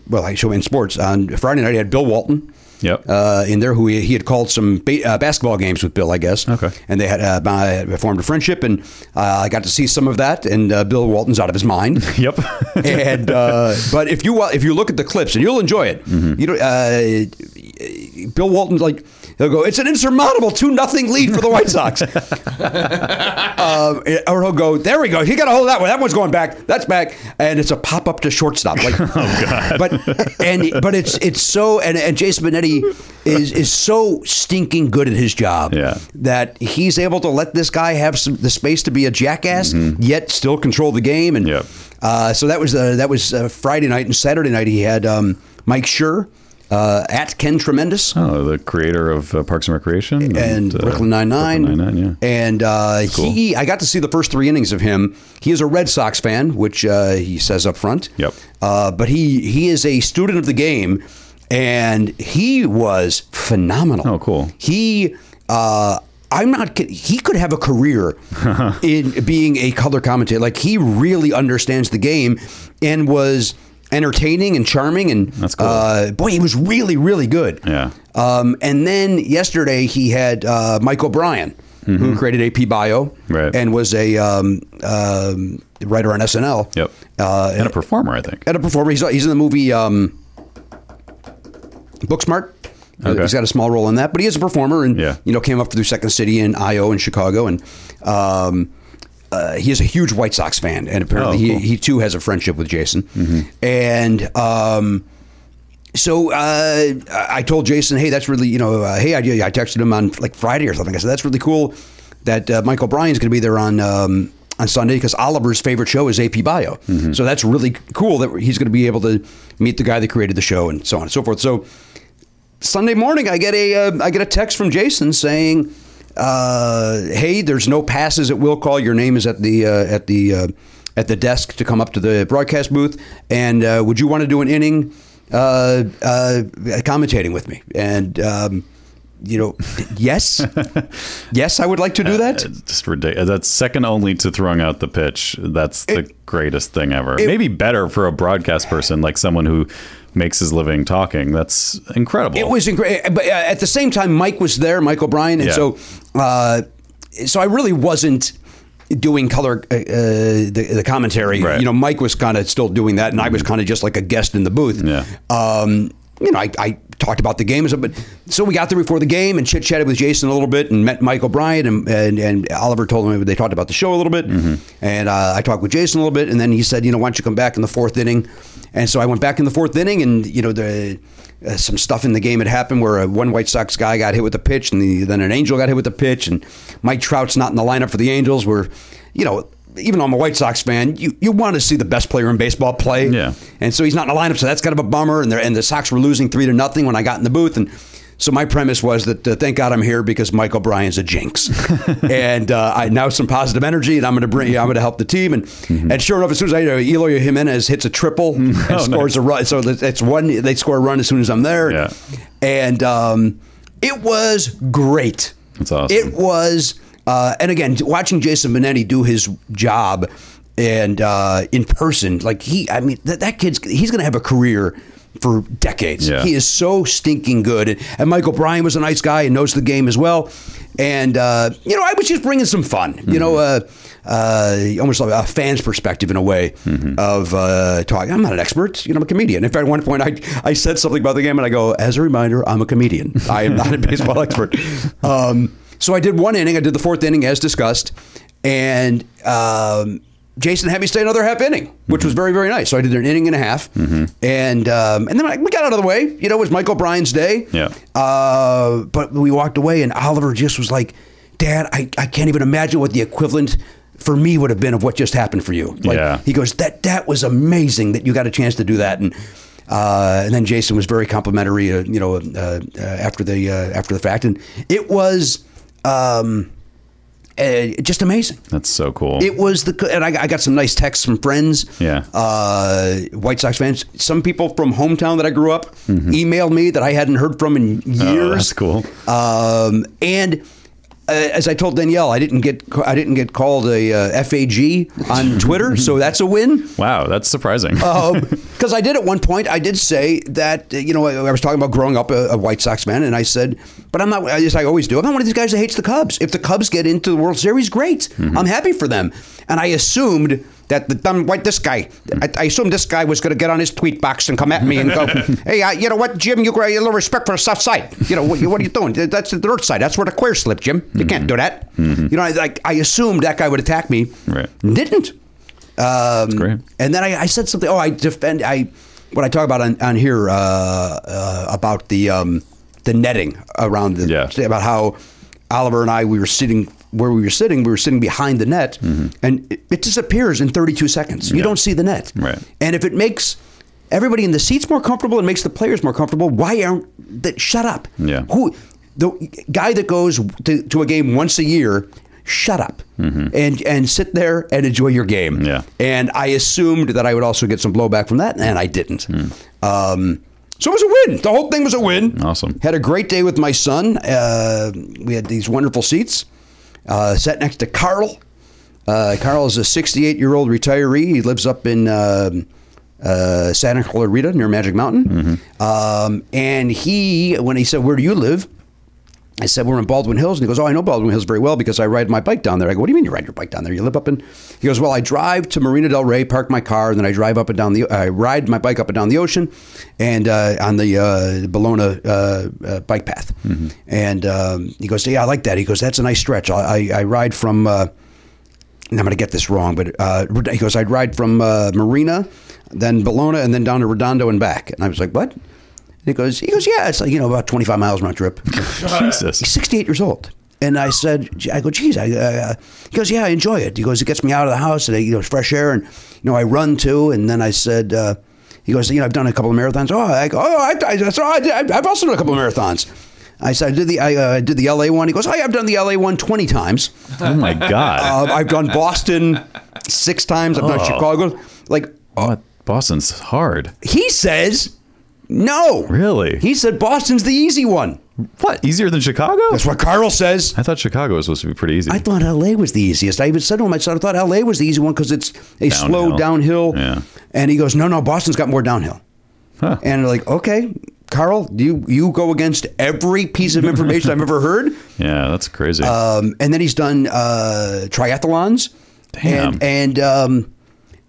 Speaker 2: well, like show in sports. On Friday night, he had Bill Walton.
Speaker 1: Yep.
Speaker 2: Uh, in there, who he, he had called some ba- uh, basketball games with Bill, I guess.
Speaker 1: Okay.
Speaker 2: And they had uh, bi- formed a friendship, and uh, I got to see some of that. And uh, Bill Walton's out of his mind.
Speaker 1: Yep.
Speaker 2: and uh, but if you if you look at the clips and you'll enjoy it,
Speaker 1: Mm-hmm.
Speaker 2: you know, uh, Bill Walton like he'll go, it's an insurmountable two nothing lead for the White Sox, um, or he'll go, there we go, he got a hold of that one, that one's going back, that's back, and it's a pop up to shortstop, like,
Speaker 1: Oh,
Speaker 2: but and but it's it's so and, and Jason Benetti is is so stinking good at his job
Speaker 1: Yeah.
Speaker 2: that he's able to let this guy have some, the space to be a jackass, yet still control the game. And
Speaker 1: Mm-hmm. Yep.
Speaker 2: uh, so that was uh, that was uh, Friday night and Saturday night. He had um, Mike Schur uh, at Ken Tremendous.
Speaker 1: oh, the creator of uh, Parks and Recreation
Speaker 2: And
Speaker 1: uh,
Speaker 2: Brooklyn Nine Nine,
Speaker 1: Brooklyn Nine-Nine, yeah.
Speaker 2: and uh, he, I got to see the first three innings of him. He is a Red Sox fan, which uh, he says up front.
Speaker 1: Yep.
Speaker 2: Uh, but he he is a student of the game, and he was phenomenal.
Speaker 1: Oh, cool.
Speaker 2: He, uh, I'm not. kid- He could have a career in being a color commentator. Like he really understands the game, and was entertaining and charming. And
Speaker 1: That's cool.
Speaker 2: uh, boy, he was really really good.
Speaker 1: Yeah.
Speaker 2: Um, and then yesterday he had uh, Mike O'Brien, who created AP Bio,
Speaker 1: Mm-hmm. Right.
Speaker 2: and was a um, um, writer on SNL.
Speaker 1: Yep.
Speaker 2: Uh,
Speaker 1: and a performer, I think.
Speaker 2: at a performer. He's, he's in the movie um, Booksmart.
Speaker 1: Okay.
Speaker 2: He's got a small role in that, but he is a performer and
Speaker 1: Yeah.
Speaker 2: you know came up through Second City and IO in Chicago, and um, uh, he is a huge White Sox fan, and apparently
Speaker 1: Oh, cool. Mm-hmm.
Speaker 2: he, he too has a friendship with Jason, and. Um, so uh, I told Jason, hey, that's really, you know, uh, hey, I, I texted him on like Friday or something. I said, that's really cool that uh, Michael Bryan's going to be there on um, on Sunday because Oliver's favorite show is AP Bio.
Speaker 1: Mm-hmm.
Speaker 2: So that's really cool that he's going to be able to meet the guy that created the show and so on and so forth. So Sunday morning, I get a uh, I get a text from Jason saying, uh, "Hey, there's no passes at will call. Your name is at the uh, at the uh, at the desk to come up to the broadcast booth. And uh, would you want to do an inning uh, uh, commentating with me?" And um, you know, yes, yes, I would like to do that.
Speaker 1: It's just ridiculous. That's second only to throwing out the pitch. That's the greatest thing ever. Maybe better for a broadcast person, like someone who makes his living talking. That's incredible.
Speaker 2: It was incredible, but uh, at the same time, Mike was there, Mike O'Brien, and
Speaker 1: Yeah.
Speaker 2: so, uh, so I really wasn't doing color uh, uh, the, the commentary.
Speaker 1: Right.
Speaker 2: You know, Mike was kind of still doing that, and I was kind of just like a guest in the booth.
Speaker 1: Yeah.
Speaker 2: Um, you know, I, I talked about the game. and stuff, But so we got there before the game and chit chatted with Jason a little bit and met Michael Bryant and, and, and Oliver told him they talked about the show a little bit. And uh, I talked with Jason a little bit. And then he said, you know, why don't you come back in the fourth inning? And so I went back in the fourth inning and, you know, the. Uh, some stuff in the game had happened where uh, one White Sox guy got hit with a pitch, and the, then an Angel got hit with a pitch, and Mike Trout's not in the lineup for the Angels. Where, you know, even though I'm a White Sox fan, you, you want to see the best player in baseball play.
Speaker 1: Yeah.
Speaker 2: And so he's not in the lineup, so that's kind of a bummer. And, they're- and the Sox were losing three to nothing when I got in the booth. And so my premise was that uh, thank God I'm here because Mike O'Brien's a jinx, and uh, I now some positive energy, and I'm going to bring, I'm going to help the team. And
Speaker 1: Mm-hmm.
Speaker 2: and sure enough, as soon as I, you know, Eloy Jimenez hits a triple and
Speaker 1: Oh,
Speaker 2: scores a run, so it's one they score a run as soon as I'm there.
Speaker 1: Yeah.
Speaker 2: And um, it was great.
Speaker 1: That's awesome.
Speaker 2: It was, uh, and again, watching Jason Benetti do his job and uh, in person, like he, I mean, that, that kid's he's going to have a career for decades.
Speaker 1: Yeah.
Speaker 2: He is so stinking good. And, and Michael Bryan was a nice guy and knows the game as well. And uh, you know, I was just bringing some fun. You know, uh, uh, almost like a fan's perspective in a way of uh, talking. I'm not an expert. You know, I'm a comedian. In fact, at one point, I I said something about the game, and I go, as a reminder, I'm a comedian. I am not a baseball expert. Um, so I did one inning. I did the fourth inning as discussed, and. Um, Jason had me stay another half inning, which
Speaker 1: Mm-hmm.
Speaker 2: was very, very nice. So I did an inning and a half, and um, and then I, we got out of the way. You know, it was Michael Bryan's day.
Speaker 1: Yeah.
Speaker 2: Uh, but we walked away, and Oliver just was like, "Dad, I, I can't even imagine what the equivalent for me would have been of what just happened for you." Like,
Speaker 1: Yeah.
Speaker 2: He goes, "That that was amazing that you got a chance to do that." And uh, and then Jason was very complimentary, uh, you know, uh, uh, after the uh, after the fact, and it was. Um, uh, just amazing.
Speaker 1: That's so cool.
Speaker 2: It was the and I, I got some nice texts from friends.
Speaker 1: Yeah.
Speaker 2: uh, White Sox fans. Some people from hometown that I grew up emailed me that I hadn't heard from in years.
Speaker 1: Mm-hmm. oh, that's cool.
Speaker 2: Um, and uh, as I told Danielle, I didn't get ca- I didn't get called a uh, FAG on Twitter, so that's a win.
Speaker 1: Wow, that's surprising.
Speaker 2: Oh, Because Um, I did at one point, I did say that uh, you know I, I was talking about growing up a, a White Sox fan, and I said, but I'm not. I just I always do. I'm not one of these guys that hates the Cubs. If the Cubs get into the World Series, great. I'm happy for them. And I assumed that the dumb white this guy. I, I assumed this guy was going to get on his tweet box and come at me and go, hey, uh, you know what, Jim, you got a little respect for the South Side. You know what, what are you doing? That's the North Side. That's where the queer slip, Jim. You can't do that. You know, I, like I assumed that guy would attack me.
Speaker 1: Right.
Speaker 2: Didn't. Um,
Speaker 1: great.
Speaker 2: And then I, I said something. Oh, I defend. I what I talk about on, on here uh, uh, about the um, the netting around the
Speaker 1: Yeah.
Speaker 2: about how Oliver and I we were sitting where we were sitting. We were sitting behind the net,
Speaker 1: Mm-hmm.
Speaker 2: and it, it disappears in 32 seconds. You don't see the net.
Speaker 1: Right.
Speaker 2: And if it makes everybody in the seats more comfortable and makes the players more comfortable, why aren't that? Shut up.
Speaker 1: Yeah.
Speaker 2: Who the guy that goes to, to a game once a year? Shut up and and sit there and enjoy your game.
Speaker 1: Yeah.
Speaker 2: And I assumed that I would also get some blowback from that, and I didn't. Um, so it was a win. The whole thing was a win.
Speaker 1: Awesome.
Speaker 2: Had a great day with my son. Uh, we had these wonderful seats. Uh, sat next to Carl. Uh, Carl is a 68 year old retiree. He lives up in um uh, Santa Clarita near Magic Mountain. Um, and he, when he said, Where do you live? I said, we're in Baldwin Hills. And he goes, oh, I know Baldwin Hills very well because I ride my bike down there. I go, what do you mean you ride your bike down there? You live up in... He goes, well, I drive to Marina Del Rey, park my car, and then I drive up and down the... I ride my bike up and down the ocean and uh, on the uh, Bologna uh, uh, bike path. And um, he goes, yeah, I like that. He goes, that's a nice stretch. I, I, I ride from... Uh, and I'm going to get this wrong, but uh, he goes, I'd ride from uh, Marina, then Bologna, and then down to Redondo and back. And I was like, what? And he goes, he goes, yeah, it's like, you know, about 25 miles round trip. He's
Speaker 1: Jesus.
Speaker 2: 68 years old. And I said, I go, geez. I, uh, he goes, yeah, I enjoy it. He goes, it gets me out of the house and, I, you know, it's fresh air. And, you know, I run too. And then I said, uh, he goes, you know, I've done a couple of marathons. Oh, I go, oh, I, I, so I did, I, I've also done a couple of marathons. I said, I did the, I, uh, did the LA one. He goes, oh, yeah, I've done the LA one 20 times.
Speaker 1: Oh my God.
Speaker 2: Uh, I've done Boston six times. I've done
Speaker 1: Oh.
Speaker 2: Chicago. Like,
Speaker 1: What? Boston's hard.
Speaker 2: he says, no.
Speaker 1: Really?
Speaker 2: He said, Boston's the easy one.
Speaker 1: What? Easier than Chicago?
Speaker 2: That's what Carl says.
Speaker 1: I thought Chicago was supposed to be pretty easy.
Speaker 2: I thought LA was the easiest. I even said to him, I said, I thought LA was the easy one because it's a slow downhill.
Speaker 1: Yeah.
Speaker 2: And he goes, no, no, Boston's got more downhill.
Speaker 1: Huh.
Speaker 2: And they're like, okay, Carl, you, you go against every piece of information I've ever heard.
Speaker 1: yeah, that's crazy.
Speaker 2: Um, and then he's done uh, triathlons.
Speaker 1: Damn.
Speaker 2: And, and, um,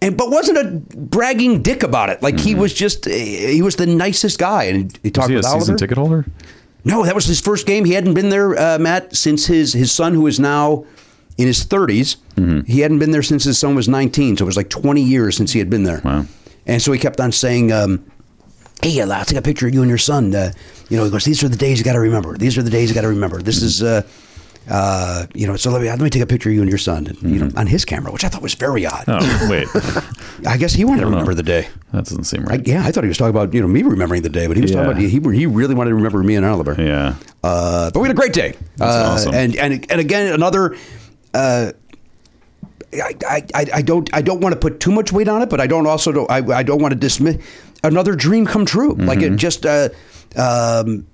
Speaker 2: and but wasn't a bragging dick about it. Like he was just he was the nicest guy, and he
Speaker 1: Is
Speaker 2: talked
Speaker 1: Mm-hmm. he a
Speaker 2: with
Speaker 1: season
Speaker 2: Oliver.
Speaker 1: ticket holder?
Speaker 2: No, that was his first game. He hadn't been there, uh, Matt, since his his son, who is now in his 30s.
Speaker 1: Mm-hmm.
Speaker 2: He hadn't been there since his son was 19, so it was like 20 years since he had been there.
Speaker 1: Wow.
Speaker 2: And so he kept on saying, um, "Hey, I'll I'll take a picture of you and your son." Uh, you know, he goes, "These are the days you got to remember. These are the days you got to remember. This
Speaker 1: Mm-hmm.
Speaker 2: is." Uh, uh, you know, so let me let me take a picture of you and your son, and, you know,
Speaker 1: Mm-hmm.
Speaker 2: on his camera, which I thought was very odd.
Speaker 1: Oh, wait.
Speaker 2: I guess he wanted to remember the day.
Speaker 1: that doesn't seem
Speaker 2: I,
Speaker 1: right.
Speaker 2: yeah, I thought he was talking about you know me remembering the day, but he was
Speaker 1: Yeah.
Speaker 2: talking about he, he really wanted to remember me and Oliver.
Speaker 1: yeah.
Speaker 2: Uh, but we had a great day. uh,
Speaker 1: awesome.
Speaker 2: And and and again, another. Uh, I, I, I I don't I don't want to put too much weight on it, but I don't also don't, I, I don't want to dismiss another dream come true. Like
Speaker 1: Mm-hmm.
Speaker 2: it just, uh, um,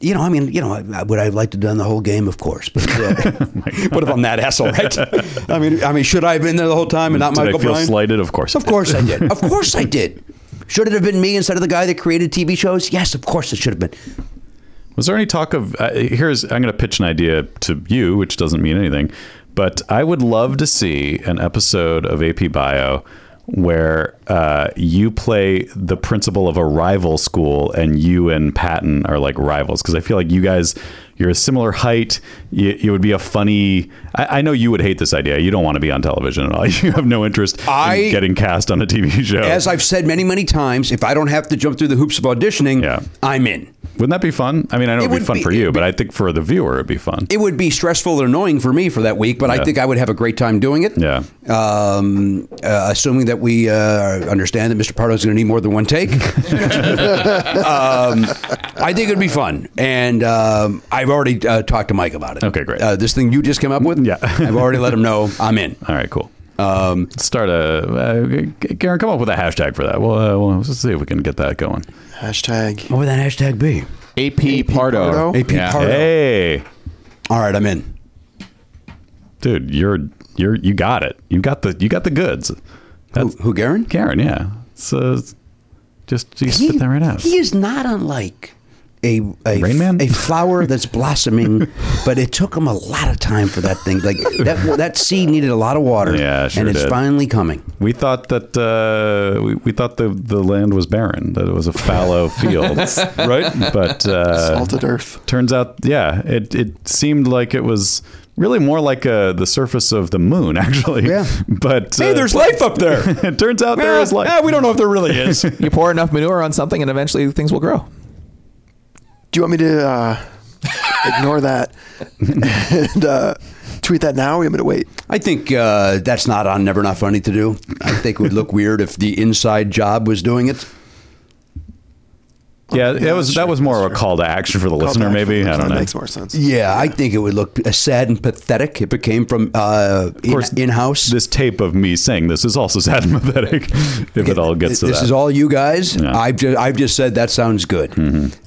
Speaker 2: you know, I mean, you know, I, I- would I have liked to have done the whole game? Of course, but uh,
Speaker 1: Oh
Speaker 2: what if I'm that asshole, right? I mean, I mean, should I have been there the whole time and not
Speaker 1: Did
Speaker 2: Michael
Speaker 1: I feel
Speaker 2: Bryan?
Speaker 1: slighted? Of course. I
Speaker 2: Of course I did. Of course I did. Should it have been me instead of the guy that created TV shows? Yes, of course it should have been.
Speaker 1: Was there any talk of uh, here's I'm going to pitch an idea to you which doesn't mean anything, but I would love to see an episode of AP Bio where uh, you play the principal of a rival school and you and Patton are like rivals because I feel like you guys you're a similar height. You, it would be a funny. I, I know you would hate this idea. You don't want to be on television at all. You have no interest
Speaker 2: I-
Speaker 1: in getting cast on a TV show.
Speaker 2: As I've said many, many times, if I don't have to jump through the hoops of auditioning,
Speaker 1: Yeah.
Speaker 2: I'm in.
Speaker 1: Wouldn't that be fun? I mean, I know
Speaker 2: It
Speaker 1: it would be
Speaker 2: would
Speaker 1: fun
Speaker 2: be-
Speaker 1: for
Speaker 2: it
Speaker 1: you,
Speaker 2: would
Speaker 1: but I think for the viewer it'd be fun.
Speaker 2: It would be stressful and annoying for me for that week, but I
Speaker 1: Yeah.
Speaker 2: think I would have a great time doing it.
Speaker 1: Yeah.
Speaker 2: Um, uh, assuming that we uh, understand that Mr. Pardo is going to need more than one take. um, I think it'd be fun, and um, I've already uh, talked to Mike about it.
Speaker 1: Okay, great.
Speaker 2: Uh, this thing you just came up with,
Speaker 1: Yeah.
Speaker 2: I've already let him know I'm in.
Speaker 1: All right, cool. Um, Start a uh, G- Garen. Come up with a hashtag for that. We'll, uh, we'll let's see if we can get that going.
Speaker 5: Hashtag.
Speaker 2: What would that hashtag be?
Speaker 6: AP, Pardo.
Speaker 5: Pardo?
Speaker 2: AP
Speaker 6: Yeah.
Speaker 2: Pardo.
Speaker 1: Hey,
Speaker 2: All right, I'm in.
Speaker 1: dude, you're you're you got it. You got the you got the goods.
Speaker 2: Who,
Speaker 1: That's
Speaker 2: who, Garen?
Speaker 1: Garen. Yeah. So just you spit that right out.
Speaker 2: He is not unlike a a,
Speaker 1: Rain Man?
Speaker 2: a flower that's blossoming, but it took him a lot of time for that thing. Like that that seed needed a lot of water.
Speaker 1: Yeah, sure
Speaker 2: and it's
Speaker 1: did.
Speaker 2: finally coming.
Speaker 1: We thought that uh, we, we thought the the land was barren. That it was a fallow field, right? But uh,
Speaker 5: Salted earth.
Speaker 1: turns out yeah it it seemed like it was really more like uh, the surface of the moon actually
Speaker 2: Yeah.
Speaker 1: but uh,
Speaker 2: Hey, there's life up there.
Speaker 1: it turns out there is life
Speaker 2: we don't know if there really is.
Speaker 6: You pour enough manure on something, and eventually things will grow.
Speaker 5: Do you want me to uh, ignore that and uh, tweet that now? Or you want me to wait?
Speaker 2: I think uh, that's not on Never Not Funny to do. I think it would look weird if the inside job was doing it.
Speaker 1: yeah that was that was more of a call to action for the listener
Speaker 5: Call back.
Speaker 1: maybe i don't
Speaker 5: That
Speaker 1: know
Speaker 5: Makes more sense.
Speaker 2: Yeah, I think it would look uh, sad and pathetic if it came from uh,
Speaker 1: course,
Speaker 2: in house.
Speaker 1: this tape of me saying this is also sad and pathetic if it all gets to
Speaker 2: this
Speaker 1: that
Speaker 2: is all you guys.
Speaker 1: Yeah.
Speaker 2: I've just, I've just said that sounds good.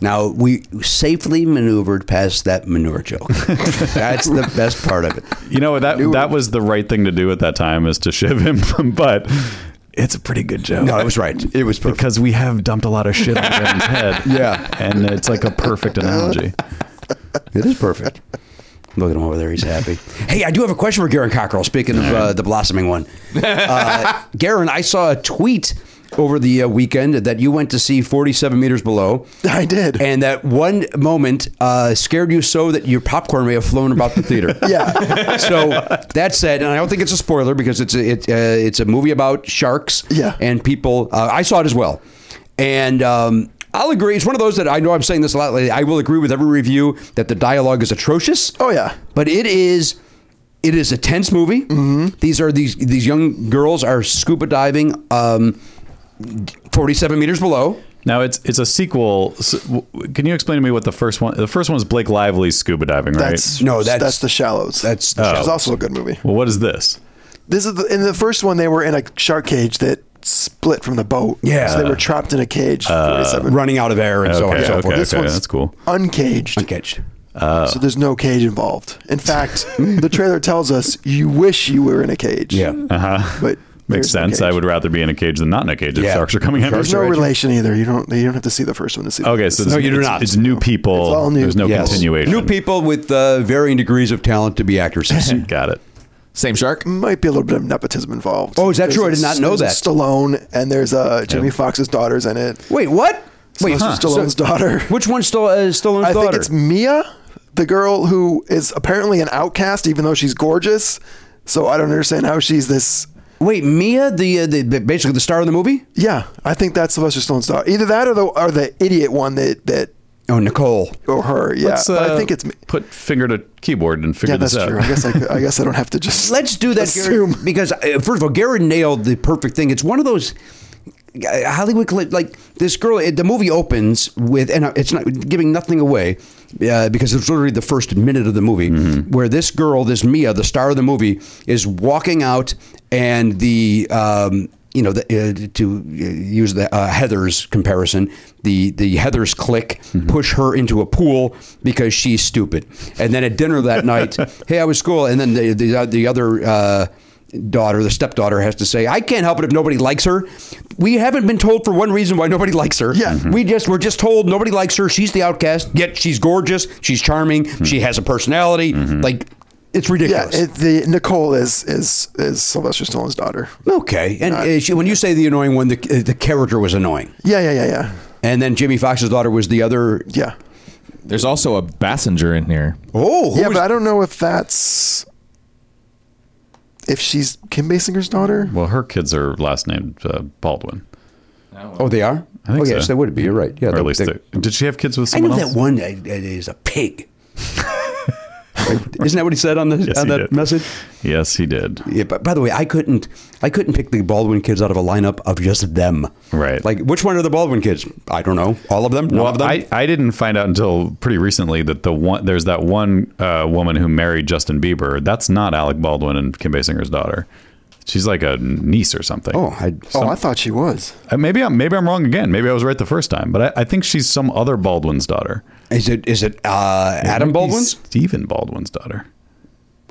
Speaker 2: Now we safely maneuvered past that manure joke. That's the best part of it.
Speaker 1: you know that that was the right thing to do at that time is to shiv him but it's a pretty good joke
Speaker 2: No, it was right. It was perfect.
Speaker 1: because we have dumped a lot of shit on Ben's head.
Speaker 2: Yeah.
Speaker 1: And it's like a perfect analogy.
Speaker 2: It is perfect. Look at him over there. He's happy. Hey, I do have a question for Garen Cockrell. Speaking of uh, the blossoming one, uh, Garen, I saw a tweet over the uh, weekend that you went to see 47 meters below.
Speaker 5: I did.
Speaker 2: And that one moment uh, scared you so that your popcorn may have flown about the theater.
Speaker 5: Yeah.
Speaker 2: So that said, and I don't think it's a spoiler because it's a, it, uh, it's a movie about sharks.
Speaker 5: Yeah.
Speaker 2: And people, uh, I saw it as well, and. Um, I'll agree. It's one of those that I know I'm saying this a lot lately. I will agree with every review that the dialogue is atrocious.
Speaker 5: Oh, yeah.
Speaker 2: But it is it is a tense movie.
Speaker 5: Mm-hmm.
Speaker 2: These are these these young girls are scuba diving um 47 meters below.
Speaker 1: Now it's it's a sequel. S- w- Can you explain to me what the first one? The first one is Blake Lively's scuba diving, right? Oh.
Speaker 5: That's
Speaker 2: No,
Speaker 5: no.
Speaker 2: that's-
Speaker 5: That's that's the shallows.
Speaker 2: that's The
Speaker 5: the
Speaker 2: Shallows.
Speaker 5: It's also a good movie.
Speaker 1: well, what is this?
Speaker 5: This is the, in the first one. They were in a shark cage that split from the boat.
Speaker 2: Yeah.
Speaker 5: So they were trapped in a cage. for
Speaker 1: Uh,
Speaker 5: 47.
Speaker 2: Running out of air and so on and
Speaker 1: okay,
Speaker 2: so
Speaker 1: okay,
Speaker 2: forth.
Speaker 5: This
Speaker 1: okay,
Speaker 5: one's-
Speaker 1: that's cool.
Speaker 5: Uncaged.
Speaker 2: Uncaged.
Speaker 5: So there's no cage involved. In fact, the trailer tells us you wish you were in a cage.
Speaker 2: Yeah.
Speaker 1: Uh-huh.
Speaker 5: But
Speaker 1: Makes
Speaker 5: there's no
Speaker 1: sense.
Speaker 5: cage.
Speaker 1: I would rather be in a cage than not in a cage if
Speaker 2: Yeah.
Speaker 1: sharks are coming after
Speaker 5: There's
Speaker 1: us.
Speaker 5: no relation either. You don't. You don't have to see the first one to see. The
Speaker 1: Okay, so
Speaker 5: this
Speaker 1: this-
Speaker 2: you do
Speaker 1: it's,
Speaker 2: not.
Speaker 1: It's new people.
Speaker 5: It's all new
Speaker 1: There's no
Speaker 5: people.
Speaker 1: continuation.
Speaker 2: New people with uh, varying degrees of talent to be actresses.
Speaker 1: Got it.
Speaker 6: Same shark.
Speaker 5: might be a little bit of nepotism involved.
Speaker 2: Oh, is that
Speaker 5: There's
Speaker 2: true? I
Speaker 5: a-
Speaker 2: did not know
Speaker 5: there's a
Speaker 2: that.
Speaker 5: Stallone and there's uh, Jimmy Fox's daughter's in it.
Speaker 2: Wait, what? Wait,
Speaker 5: Sylvester Stallone's daughter.
Speaker 2: Which one's still uh, Stallone's
Speaker 5: I
Speaker 2: daughter?
Speaker 5: think it's Mia, the girl who is apparently an outcast, even though she's gorgeous. So I don't understand how she's this.
Speaker 2: Wait, Mia, the, uh, the the- basically the star of the movie?
Speaker 5: Yeah, I think that's Sylvester Stallone's daughter. Either that or the or the idiot one that that
Speaker 2: Oh, Nicole.
Speaker 5: or her. Yeah,
Speaker 1: Let's,
Speaker 5: but
Speaker 1: uh,
Speaker 5: I think it's. Mi-
Speaker 1: put finger to keyboard and figure
Speaker 5: Yeah,
Speaker 1: this
Speaker 5: that's
Speaker 1: out.
Speaker 5: true. I guess I, could- I guess I don't have to just.
Speaker 2: Let's do that,
Speaker 5: Assume.
Speaker 2: Garrett, because uh, first of all, Garrett nailed the perfect thing. It's one of those uh, Hollywood colli- like this girl. it- The movie opens with, and uh, it's not giving nothing away uh, because it's literally the first minute of the movie where this girl, this Mia, the star of the movie, is walking out, and the um, you know, the, uh, to uh, use the uh, Heather's comparison, the the Heather's clique push her into a pool because she's stupid. And then at dinner that night, hey, I was cool. And then the the, the other uh, daughter, the stepdaughter, has to say, I can't help it if nobody likes her. We haven't been told for one reason why nobody likes her.
Speaker 5: Yeah. Mhm.
Speaker 2: we just we're just told nobody likes her. She's the outcast. Yet she's gorgeous. She's charming. She has a personality. Like it's
Speaker 5: yeah,
Speaker 2: ridiculous.
Speaker 5: it, the Nicole is is is Sylvester Stallone's daughter.
Speaker 2: okay, and uh, she, when you say the annoying one, the, uh, the character was annoying.
Speaker 5: Yeah, yeah, yeah, yeah,
Speaker 2: And then Jimmy Fox's daughter was the other.
Speaker 5: yeah.
Speaker 6: There's also a Bassinger in here.
Speaker 2: Oh, who
Speaker 5: yeah,
Speaker 2: was-
Speaker 5: but I don't know if that's if she's Kim Basinger's daughter.
Speaker 1: Well, her kids are last named uh, Baldwin.
Speaker 2: oh, they are.
Speaker 1: I think
Speaker 2: oh, yes,
Speaker 1: so.
Speaker 2: they would be. You're right. Yeah,
Speaker 1: Or
Speaker 2: they-
Speaker 1: at least
Speaker 2: they-
Speaker 1: they- did she have kids with
Speaker 2: I know
Speaker 1: someone else?
Speaker 2: that one that that is a pig. Isn't that what he said on the
Speaker 1: Yes,
Speaker 2: on
Speaker 1: he
Speaker 2: that
Speaker 1: did.
Speaker 2: message?
Speaker 1: Yes, he did.
Speaker 2: Yeah, but by the way, I couldn't I couldn't pick the Baldwin kids out of a lineup of just them.
Speaker 1: Right.
Speaker 2: Like which one are the Baldwin kids? I don't know. All of them? None of
Speaker 1: Well,
Speaker 2: them?
Speaker 1: I, I didn't find out until pretty recently that the one there's that one uh, woman who married Justin Bieber. That's not Alec Baldwin and Kim Basinger's daughter. She's like a niece or something.
Speaker 2: oh, I
Speaker 5: oh, I thought she was.
Speaker 1: Uh, maybe I'm maybe I'm wrong again. Maybe I was right the first time, but I, I think she's some other Baldwin's daughter.
Speaker 2: is it is it uh, Adam
Speaker 1: Maybe
Speaker 2: Baldwin's?
Speaker 1: Stephen Baldwin's daughter.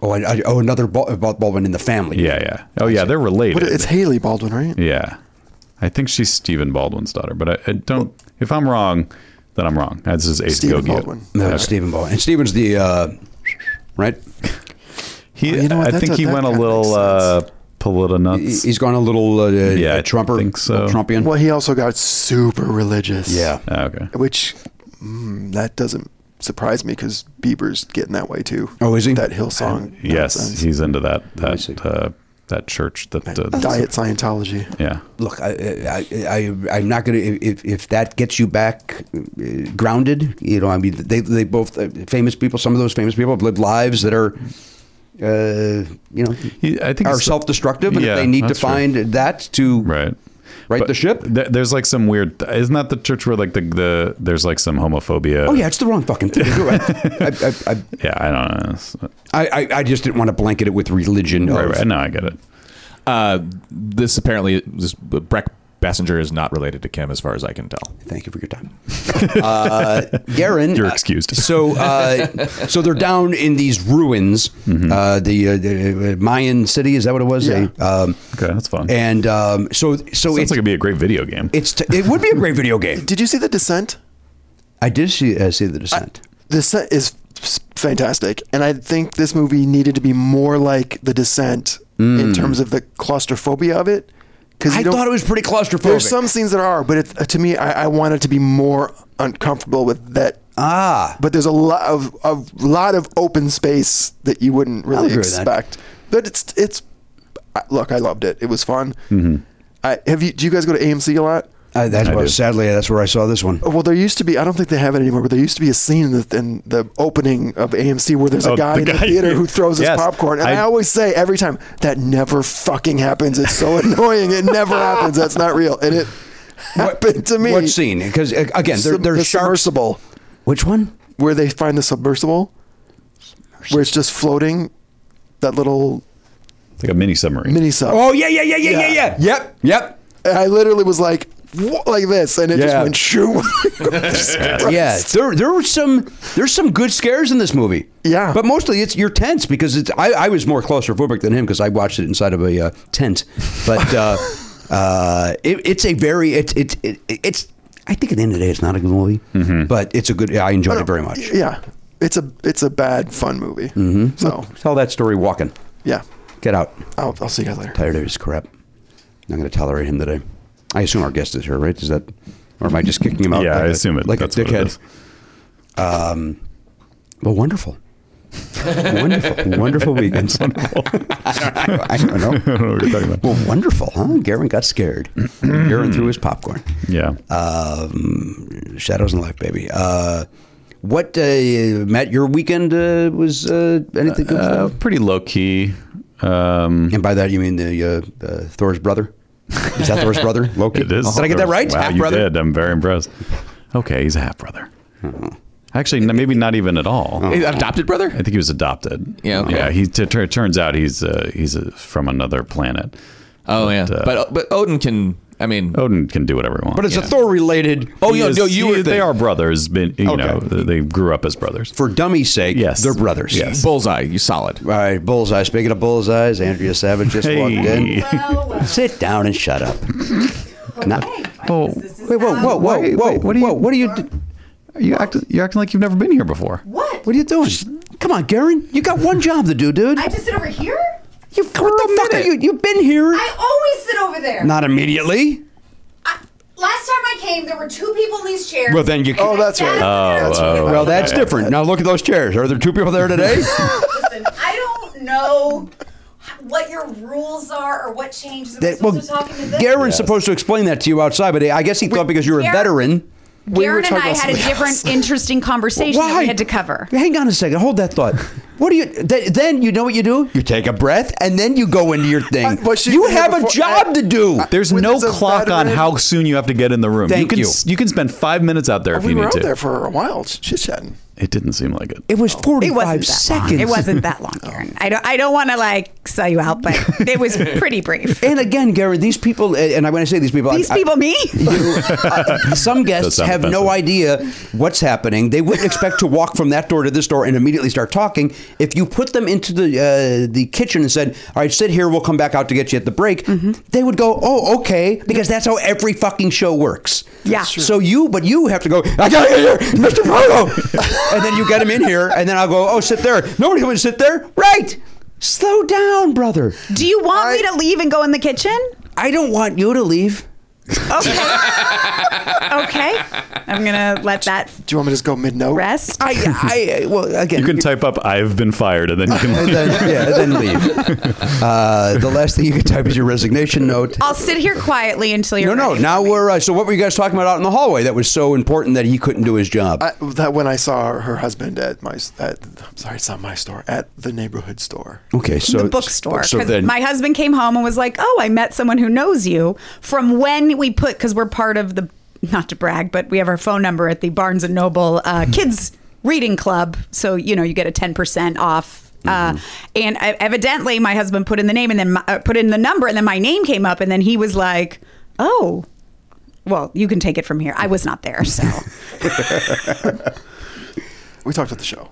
Speaker 2: Oh, I, I, oh, another Bal- Baldwin in the family.
Speaker 1: Yeah, yeah. Oh, yeah, they're related.
Speaker 5: But it's Haley Baldwin, right?
Speaker 1: yeah, I think she's Stephen Baldwin's daughter. But I, I don't. If I'm wrong, then I'm wrong. That's his Ace
Speaker 5: Stephen
Speaker 1: Gogia.
Speaker 5: Baldwin.
Speaker 2: No, it's Stephen Baldwin. And Stephen's the uh, right.
Speaker 1: He,
Speaker 5: Oh, you know what?
Speaker 1: I
Speaker 5: That's
Speaker 1: think
Speaker 5: a-
Speaker 1: he
Speaker 5: that
Speaker 1: went a
Speaker 5: kinda
Speaker 1: little
Speaker 5: makes
Speaker 1: uh, politinuts.
Speaker 2: He's gone a little uh,
Speaker 1: Yeah,
Speaker 2: uh,
Speaker 1: I
Speaker 2: Trumper,
Speaker 1: think so.
Speaker 2: little Trumpian.
Speaker 5: Well, he also got super religious.
Speaker 2: Yeah.
Speaker 1: Ah, okay.
Speaker 5: Which mm, that doesn't surprise me because Bieber's getting that way too.
Speaker 2: Oh, is he?
Speaker 5: That Hillsong.
Speaker 1: Yes,
Speaker 5: nonsense.
Speaker 1: he's into that
Speaker 2: see.
Speaker 1: that uh, that church that uh,
Speaker 5: Diet Scientology.
Speaker 1: Yeah.
Speaker 2: Look, I, I, I, I'm not going to. If, if that gets you back uh, grounded, you know, I mean, they, they both uh, famous people. Some of those famous people have lived lives that are, uh, you know,
Speaker 1: He- I think
Speaker 2: are
Speaker 1: it's-
Speaker 2: self-destructive, and
Speaker 1: Yeah,
Speaker 2: if they need to
Speaker 1: that's true.
Speaker 2: find that to
Speaker 1: Right.
Speaker 2: right the ship.
Speaker 1: There, there's like some weird. Isn't that the church where like the, the there's like some homophobia?
Speaker 2: Oh yeah, it's the wrong fucking thing. You're right. I, I, I,
Speaker 1: Yeah, I don't know. It's- uh,
Speaker 2: I, I- I just didn't want to blanket it with religion. Oh,
Speaker 1: Right,
Speaker 2: of-
Speaker 1: right. No, I get it.
Speaker 6: Uh, this apparently this Breck Bassinger is not related to Kim, as far as I can tell.
Speaker 2: Thank you for your time, uh, Garen.
Speaker 1: You're
Speaker 2: uh,
Speaker 1: excused.
Speaker 2: so, uh, so they're down in these ruins. Uh, the, uh, the uh, Mayan city is that what it was?
Speaker 5: Yeah.
Speaker 2: They, um,
Speaker 1: Okay, that's fun.
Speaker 2: and um, so, so
Speaker 1: Sounds
Speaker 2: it's,
Speaker 1: like it'd be a great video game.
Speaker 2: it's t- it would be a great video game.
Speaker 5: Did you see The Descent?
Speaker 2: I did see uh, see the descent.
Speaker 5: The Descent is s- fantastic. And I think this movie needed to be more like The Descent in terms of the claustrophobia of it. Because
Speaker 2: Mm. I thought it was pretty claustrophobic.
Speaker 5: There's some scenes that are, but it, to me, I, I want it to be more uncomfortable with that.
Speaker 2: ah,
Speaker 5: But there's a lot of a lot of open space that you wouldn't really
Speaker 2: agree with that.
Speaker 5: expect. But it's it's I- look, I loved it. It was fun.
Speaker 2: Mm-hmm.
Speaker 5: I, have you? Do you guys go to AMC a lot?
Speaker 2: I, uh, that's
Speaker 1: I
Speaker 2: where,
Speaker 1: do.
Speaker 2: sadly that's where I saw this one.
Speaker 5: Well, there used to be. I don't think they have it anymore. But there used to be a scene in the, in the opening of AMC where there's a
Speaker 1: Oh,
Speaker 5: guy
Speaker 1: the
Speaker 5: in
Speaker 1: guy-
Speaker 5: the theater who throws
Speaker 1: Yes.
Speaker 5: his popcorn, and I,
Speaker 1: I-
Speaker 5: always say every time that never fucking happens. It's so annoying. It never happens. That's not real, and it happened to me.
Speaker 2: What scene? Because again, they're,
Speaker 5: Sub-
Speaker 2: they're
Speaker 5: the
Speaker 2: sharks.
Speaker 5: submersible
Speaker 2: Which one?
Speaker 5: where they find the submersible, where it's just floating that little
Speaker 1: It's like a mini submarine.
Speaker 5: mini sub
Speaker 2: Oh yeah, yeah, yeah, yeah, yeah,
Speaker 5: Yeah.
Speaker 2: yeah. Yep, yep.
Speaker 5: and i literally was like what? like this and it just
Speaker 2: Yeah.
Speaker 5: went shoo
Speaker 2: Yeah, there there were some there's some good scares in this movie.
Speaker 5: Yeah.
Speaker 2: but mostly it's you're tense because it's I, I was more claustrophobic than him because I watched it inside of a uh, tent, but uh, uh, it, it's a very it's it's it, it's I think at the end of the day it's not a good movie, but it's a good I enjoyed it very much.
Speaker 5: yeah it's a it's a bad fun movie mm-hmm. so
Speaker 2: Tell that story walking.
Speaker 5: yeah
Speaker 2: Get out.
Speaker 5: I'll, I'll see you guys later.
Speaker 2: Tired of his crap. Not going to tolerate him today. I assume our guest is here, right? Is that, or am I just kicking him out?
Speaker 1: Yeah,
Speaker 2: like
Speaker 1: I
Speaker 2: a-
Speaker 1: assume it.
Speaker 2: Like
Speaker 1: that's
Speaker 2: a
Speaker 1: what it
Speaker 2: dickhead. Um,
Speaker 1: is.
Speaker 2: Well, wonderful. wonderful, wonderful weekends. wonderful. I don't
Speaker 1: I
Speaker 2: know.
Speaker 1: don't know what you're talking about.
Speaker 2: Well, wonderful, huh? Garen got scared. Garen threw his popcorn.
Speaker 1: Yeah.
Speaker 2: Uh, Um, shadows and life, baby. Uh, what, uh, Matt? Your weekend uh, was uh, anything? good?
Speaker 1: Uh, pretty low key. Um,
Speaker 2: and by that you mean the uh, uh, Thor's brother? Is that Thor's brother? Loki.
Speaker 1: it is.
Speaker 2: Did I get that right?
Speaker 1: Wow,
Speaker 2: Half
Speaker 1: you
Speaker 2: brother.
Speaker 1: did. I'm very impressed. Okay, he's a half brother.
Speaker 2: Hmm.
Speaker 1: Actually, no, maybe not even at all.
Speaker 6: Hey, adopted brother?
Speaker 1: I think he was adopted.
Speaker 6: Yeah, okay.
Speaker 1: Yeah. He t- tur- turns out he's uh, he's uh, from another planet.
Speaker 6: Oh yeah,
Speaker 1: uh, Oh,
Speaker 6: but but Odin can. I mean,
Speaker 1: Odin can do whatever he wants.
Speaker 2: But it's a
Speaker 6: Yeah.
Speaker 2: Thor-related.
Speaker 6: Oh,
Speaker 1: He
Speaker 6: yeah,
Speaker 1: is-
Speaker 6: no,
Speaker 1: he-
Speaker 6: you were
Speaker 1: E they
Speaker 6: thinking-
Speaker 1: are brothers. Been, you
Speaker 2: Okay.
Speaker 1: know, they grew up as brothers.
Speaker 2: for dummy's sake.
Speaker 1: Yes.
Speaker 2: they're brothers.
Speaker 1: Yes.
Speaker 6: bullseye. You solid.
Speaker 2: All right, bullseye. Speaking of bullseyes, Andrea Savage just walked in.
Speaker 1: Hey.
Speaker 2: Sit down and shut up. Not-
Speaker 1: Oh,
Speaker 2: Wait, whoa, whoa, whoa,
Speaker 1: Wait,
Speaker 2: whoa!
Speaker 1: wait, what are
Speaker 2: what are you?
Speaker 1: you-
Speaker 2: what are you? d-
Speaker 1: you acting you're acting like you've never been here before.
Speaker 7: What?
Speaker 2: What are you doing? Come on, Garen. You got one job to do, dude.
Speaker 7: I just sit over here?
Speaker 2: you, what the fuck are you? You've been here.
Speaker 7: I always sit over there.
Speaker 2: Not immediately.
Speaker 7: I- last time I came, there were two people in these chairs.
Speaker 2: Well, then you.
Speaker 5: Oh, that's right.
Speaker 7: Oh,
Speaker 5: that's
Speaker 1: oh,
Speaker 5: right.
Speaker 2: well, that's different. Now look at those chairs. Are there two people there today?
Speaker 7: Listen, I don't know what your rules are or what changes. Am I
Speaker 2: that, well,
Speaker 7: supposed to talking to this?
Speaker 2: Garen's supposed to explain that to you outside, but I guess he thought because you're a
Speaker 7: Garen-
Speaker 2: veteran.
Speaker 5: were
Speaker 8: Garen and
Speaker 5: talking
Speaker 8: I
Speaker 5: about
Speaker 8: had a
Speaker 5: something
Speaker 8: different, interesting conversation that
Speaker 2: Why?
Speaker 8: we had to cover.
Speaker 2: Hang on a second. Hold that thought. What do you? Th- then you know what you do. You take a breath and then you go into your thing.
Speaker 5: I- but Uh, she-
Speaker 2: you have a
Speaker 5: before-
Speaker 2: job
Speaker 5: I-
Speaker 2: to do.
Speaker 1: There's
Speaker 5: When
Speaker 1: no
Speaker 5: it's a
Speaker 1: clock on
Speaker 5: veteran-
Speaker 1: how soon you have to get in the room. you
Speaker 2: Thank
Speaker 1: can
Speaker 2: you.
Speaker 1: s- you can spend five minutes
Speaker 8: Oh,
Speaker 1: out there if
Speaker 5: we
Speaker 1: you
Speaker 5: were
Speaker 1: need
Speaker 5: out
Speaker 1: to.
Speaker 5: there for a while, chit chatting.
Speaker 1: It didn't seem like it.
Speaker 2: it was
Speaker 8: It
Speaker 2: 45
Speaker 8: wasn't that
Speaker 2: seconds.
Speaker 8: long. It wasn't that long, Garen. I don't. I don't want to like sell you out, but it was pretty brief.
Speaker 2: And again, Gary, these people, and I- when I say these people, I-
Speaker 8: These
Speaker 2: I-
Speaker 8: people, me.
Speaker 2: you- I- some guests
Speaker 1: sound
Speaker 2: have
Speaker 1: offensive.
Speaker 2: no idea what's happening. They wouldn't expect to walk from that door to this door and immediately start talking. If you put them into the uh, the kitchen and said, "All right, sit here. We'll come back out to get you at the break," they would go, "Oh, okay," because that's how every fucking show works.
Speaker 8: Yeah. That's true.
Speaker 2: So you, but you have to go. I gotta get here, Mr. Proto, and then you get him in here, and then I'll go. Oh, sit there. Nobody's going to sit there, right? Slow down, brother.
Speaker 8: Do you want me to leave and go in the kitchen?
Speaker 2: I don't want you to leave.
Speaker 8: Okay. okay. I'm gonna let that
Speaker 5: Do you want me to just go mid note?
Speaker 8: rest.
Speaker 2: I, I, well, again,
Speaker 1: You can type up "I've been fired" and then you
Speaker 2: and
Speaker 1: can.
Speaker 2: then, yeah, and then leave. Uh, the last thing you can type is your resignation note.
Speaker 8: I'll sit here quietly until
Speaker 2: No,
Speaker 8: you're.
Speaker 2: no.
Speaker 8: ready.
Speaker 2: Now we're uh, so. What were you guys talking about out in the hallway? That was so important that he couldn't do his job.
Speaker 8: Uh,
Speaker 5: I, that when I saw her husband at my at I'm sorry, it's not my store at the neighborhood store.
Speaker 2: okay, so
Speaker 8: the bookstore.
Speaker 2: So
Speaker 8: 'Cause
Speaker 2: then,
Speaker 8: my husband came home and was like, "Oh, I met someone who knows you from when we put because we're part of the not to brag, but we have our phone number at the Barnes and Noble uh,
Speaker 2: Hmm.
Speaker 8: Kids Reading Club, so you know you get a ten percent off." Uh,
Speaker 2: Mm-hmm.
Speaker 8: and I, evidently, my husband put in the name and then my, uh, put in the number, and then my name came up, and then he was like, "Oh, well, you can take it from here." I was not there, so
Speaker 5: We talked at the show,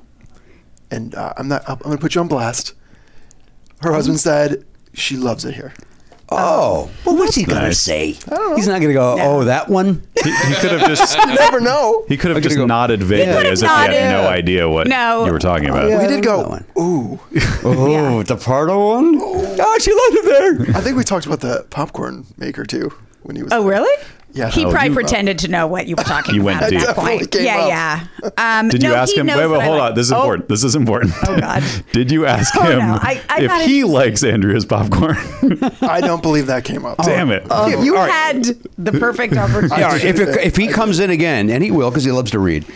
Speaker 5: and uh, I'm not. I'm going to put you on blast. Her husband said she loves it here.
Speaker 2: oh, well, what's he gonna
Speaker 1: nice.
Speaker 2: say? He's not gonna go.
Speaker 8: No.
Speaker 2: Oh, that one.
Speaker 1: he, he could have just.
Speaker 5: You never know.
Speaker 1: He could have
Speaker 2: I'm
Speaker 1: just
Speaker 2: gonna go-
Speaker 1: nodded vaguely
Speaker 8: could
Speaker 1: as if
Speaker 8: have
Speaker 1: he had
Speaker 8: nodded.
Speaker 1: no idea what
Speaker 8: No. Oh,
Speaker 1: you were talking about.
Speaker 2: yeah.
Speaker 5: we
Speaker 2: that
Speaker 5: did go.
Speaker 2: one.
Speaker 5: Ooh.
Speaker 2: Oh, the Pardo one. Oh, she loved it there.
Speaker 5: I think we talked about the popcorn maker too when he was.
Speaker 8: Oh,
Speaker 5: there.
Speaker 8: really?
Speaker 5: Yeah.
Speaker 8: He
Speaker 5: Oh,
Speaker 8: probably
Speaker 5: you-
Speaker 8: pretended to know what you were talking
Speaker 1: You went
Speaker 8: about
Speaker 1: deep.
Speaker 8: at that
Speaker 5: Definitely
Speaker 8: point.
Speaker 5: came
Speaker 8: Yeah,
Speaker 5: up.
Speaker 8: yeah. Um,
Speaker 1: Did you
Speaker 8: no,
Speaker 1: ask
Speaker 8: he
Speaker 1: him?
Speaker 8: knows
Speaker 1: Wait, wait,
Speaker 8: that I
Speaker 1: hold
Speaker 8: like-
Speaker 1: on. This is
Speaker 8: Oh,
Speaker 1: important. This is important.
Speaker 8: Oh, God.
Speaker 1: Did you ask
Speaker 8: Oh,
Speaker 1: him
Speaker 8: no. I- I'm
Speaker 1: if
Speaker 8: not
Speaker 1: he
Speaker 8: interested.
Speaker 1: likes Andrea's popcorn?
Speaker 5: I don't believe that came up.
Speaker 1: Damn it!
Speaker 8: If you
Speaker 2: All right.
Speaker 8: had the perfect opportunity.
Speaker 2: Yeah, all right, if, it, if he comes in again, and he will, because he loves to read.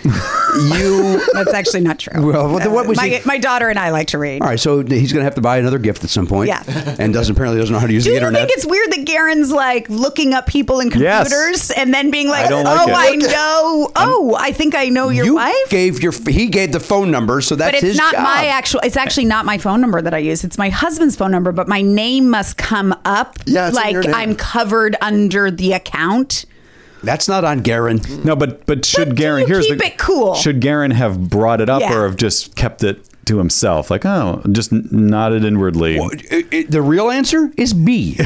Speaker 2: You
Speaker 8: That's actually not true.
Speaker 2: Well, what- what was
Speaker 8: my,
Speaker 2: he-
Speaker 8: my daughter and I like to read.
Speaker 2: All right, so he's going to have to buy another gift at some point.
Speaker 8: Yeah.
Speaker 2: And doesn't apparently doesn't know how to use
Speaker 8: Do
Speaker 2: the
Speaker 8: you
Speaker 2: internet.
Speaker 8: think it's weird that Garen's like looking up people in
Speaker 1: Yes.
Speaker 8: computers and then being like,
Speaker 1: don't like
Speaker 8: "Oh,
Speaker 1: it."
Speaker 8: I know. Oh, I think I know your
Speaker 2: you
Speaker 8: wife."
Speaker 2: gave your he gave the phone number, so that's
Speaker 8: but it's
Speaker 2: his
Speaker 8: not
Speaker 2: job.
Speaker 8: my actual. It's actually not my phone number that I use. It's my husband's phone number, but my name must come up.
Speaker 5: Yeah, it's in
Speaker 8: like
Speaker 5: your name.
Speaker 8: I'm covered under the account.
Speaker 2: That's not on Garen.
Speaker 1: No, but but should
Speaker 8: But do
Speaker 1: Garen
Speaker 8: you
Speaker 1: here's
Speaker 8: keep
Speaker 1: the,
Speaker 8: it cool?
Speaker 1: Should Garen have brought it up
Speaker 8: Yeah.
Speaker 1: or have just kept it to himself? Like, oh, just n- nodded inwardly.
Speaker 2: It- it- the real answer is B.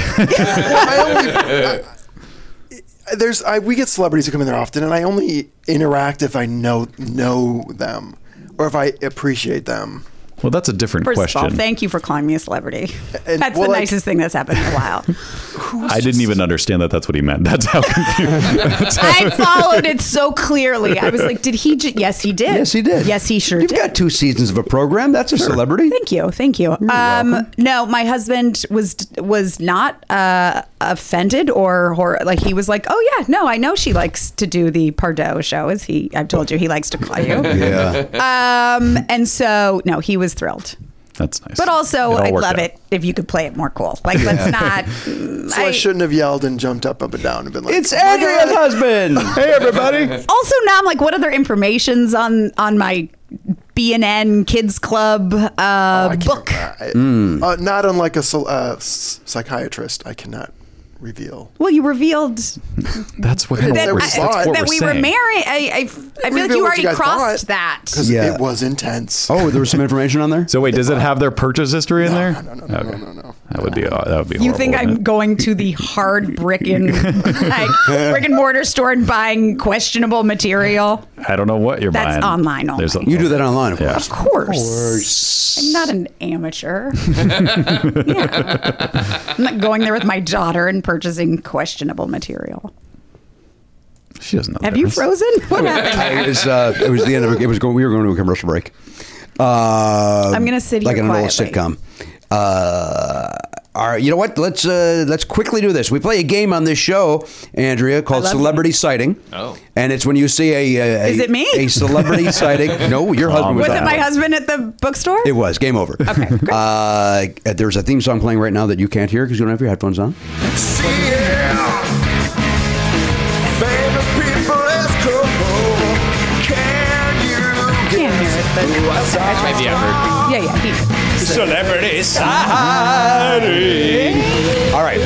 Speaker 5: There's I, we get celebrities who come in there often, and I only interact if I know know them or if I appreciate them.
Speaker 1: Well, that's a different
Speaker 8: First
Speaker 1: question.
Speaker 8: of all, thank you for calling me a celebrity.
Speaker 5: And-
Speaker 8: that's
Speaker 5: well,
Speaker 8: the
Speaker 5: like-
Speaker 8: nicest thing that's happened in a while.
Speaker 1: I didn't even understand that that's what he meant. That's how confused.
Speaker 8: I followed it so clearly. I was like, did he? J-? Yes, he did.
Speaker 2: Yes, he did.
Speaker 8: Yes, he sure
Speaker 2: You've
Speaker 8: did.
Speaker 2: got two seasons of a program. That's a celebrity.
Speaker 8: Thank you, thank you. um, no, my husband was was not uh, offended or hor- like he was like, oh yeah, no, I know she likes to do the Pardo show. As he, I've told you, he likes to call you.
Speaker 2: Yeah.
Speaker 8: Um, and so no, he was thrilled.
Speaker 1: that's nice.
Speaker 8: But also,
Speaker 1: It all
Speaker 8: I'd
Speaker 1: worked
Speaker 8: love
Speaker 1: out.
Speaker 8: it if you could play it more cool. Like, let's not.
Speaker 5: So I,
Speaker 8: I-
Speaker 5: shouldn't have yelled and jumped up, up and down and been like,
Speaker 2: It's Andrea's husband.
Speaker 1: Hey, everybody.
Speaker 8: also now I'm like, what other information's on on my BNN Kids Club uh, book?
Speaker 5: I-
Speaker 2: Hmm.
Speaker 5: uh, not unlike a psy- uh, s- psychiatrist. I cannot reveal.
Speaker 8: Well, you revealed
Speaker 1: That's what, kind of
Speaker 8: that,
Speaker 1: what we're,
Speaker 8: I-
Speaker 1: that's what
Speaker 8: that
Speaker 1: we're
Speaker 8: we
Speaker 1: saying.
Speaker 8: were married. I, I, I feel like
Speaker 5: Reveal
Speaker 8: you
Speaker 5: what
Speaker 8: already
Speaker 5: guys
Speaker 8: crossed
Speaker 5: thought,
Speaker 8: that.
Speaker 5: 'cause
Speaker 2: Yeah.
Speaker 5: it was intense.
Speaker 2: Oh, there was some information on there.
Speaker 1: So wait, does it have their purchase history in there?
Speaker 5: no, no, no, no, no, no.
Speaker 1: That would be that would be.
Speaker 8: You
Speaker 1: horrible,
Speaker 8: think
Speaker 1: wouldn't
Speaker 8: I'm
Speaker 1: it?
Speaker 8: going to the hard brick and like, brick and mortar store and buying questionable material?
Speaker 1: I don't know what you're
Speaker 8: That's
Speaker 1: buying.
Speaker 8: online only.
Speaker 1: There's a-
Speaker 2: You do that online, of course.
Speaker 8: Of course. I'm not an amateur. Yeah. I'm not going there with my daughter and purchasing questionable material.
Speaker 1: She doesn't know. the
Speaker 8: Have you
Speaker 1: difference.
Speaker 8: frozen? What happened there?
Speaker 2: It was, uh, it was the end of it was going. We were going to a commercial break. Uh,
Speaker 8: I'm gonna sit
Speaker 2: like
Speaker 8: here
Speaker 2: in an old
Speaker 8: quietly.
Speaker 2: sitcom. Uh, all right, you know what? Let's uh, let's quickly do this. We play a game on this show, Andrea, called
Speaker 8: love
Speaker 2: Celebrity Sighting.
Speaker 6: Oh.
Speaker 2: and it's when you see a, a
Speaker 8: Is it me?
Speaker 2: a celebrity sighting. No, your husband was,
Speaker 8: Was
Speaker 2: on
Speaker 8: it my
Speaker 2: one.
Speaker 8: husband at the bookstore?
Speaker 2: It was game over. Okay, uh, there's a theme song playing right now that you can't hear because you don't have your headphones on.
Speaker 3: Famous people as cool. Can you
Speaker 8: Yeah,
Speaker 6: Tried the effort.
Speaker 8: yeah, yeah. he-
Speaker 6: Celebrity sighting.
Speaker 2: All right.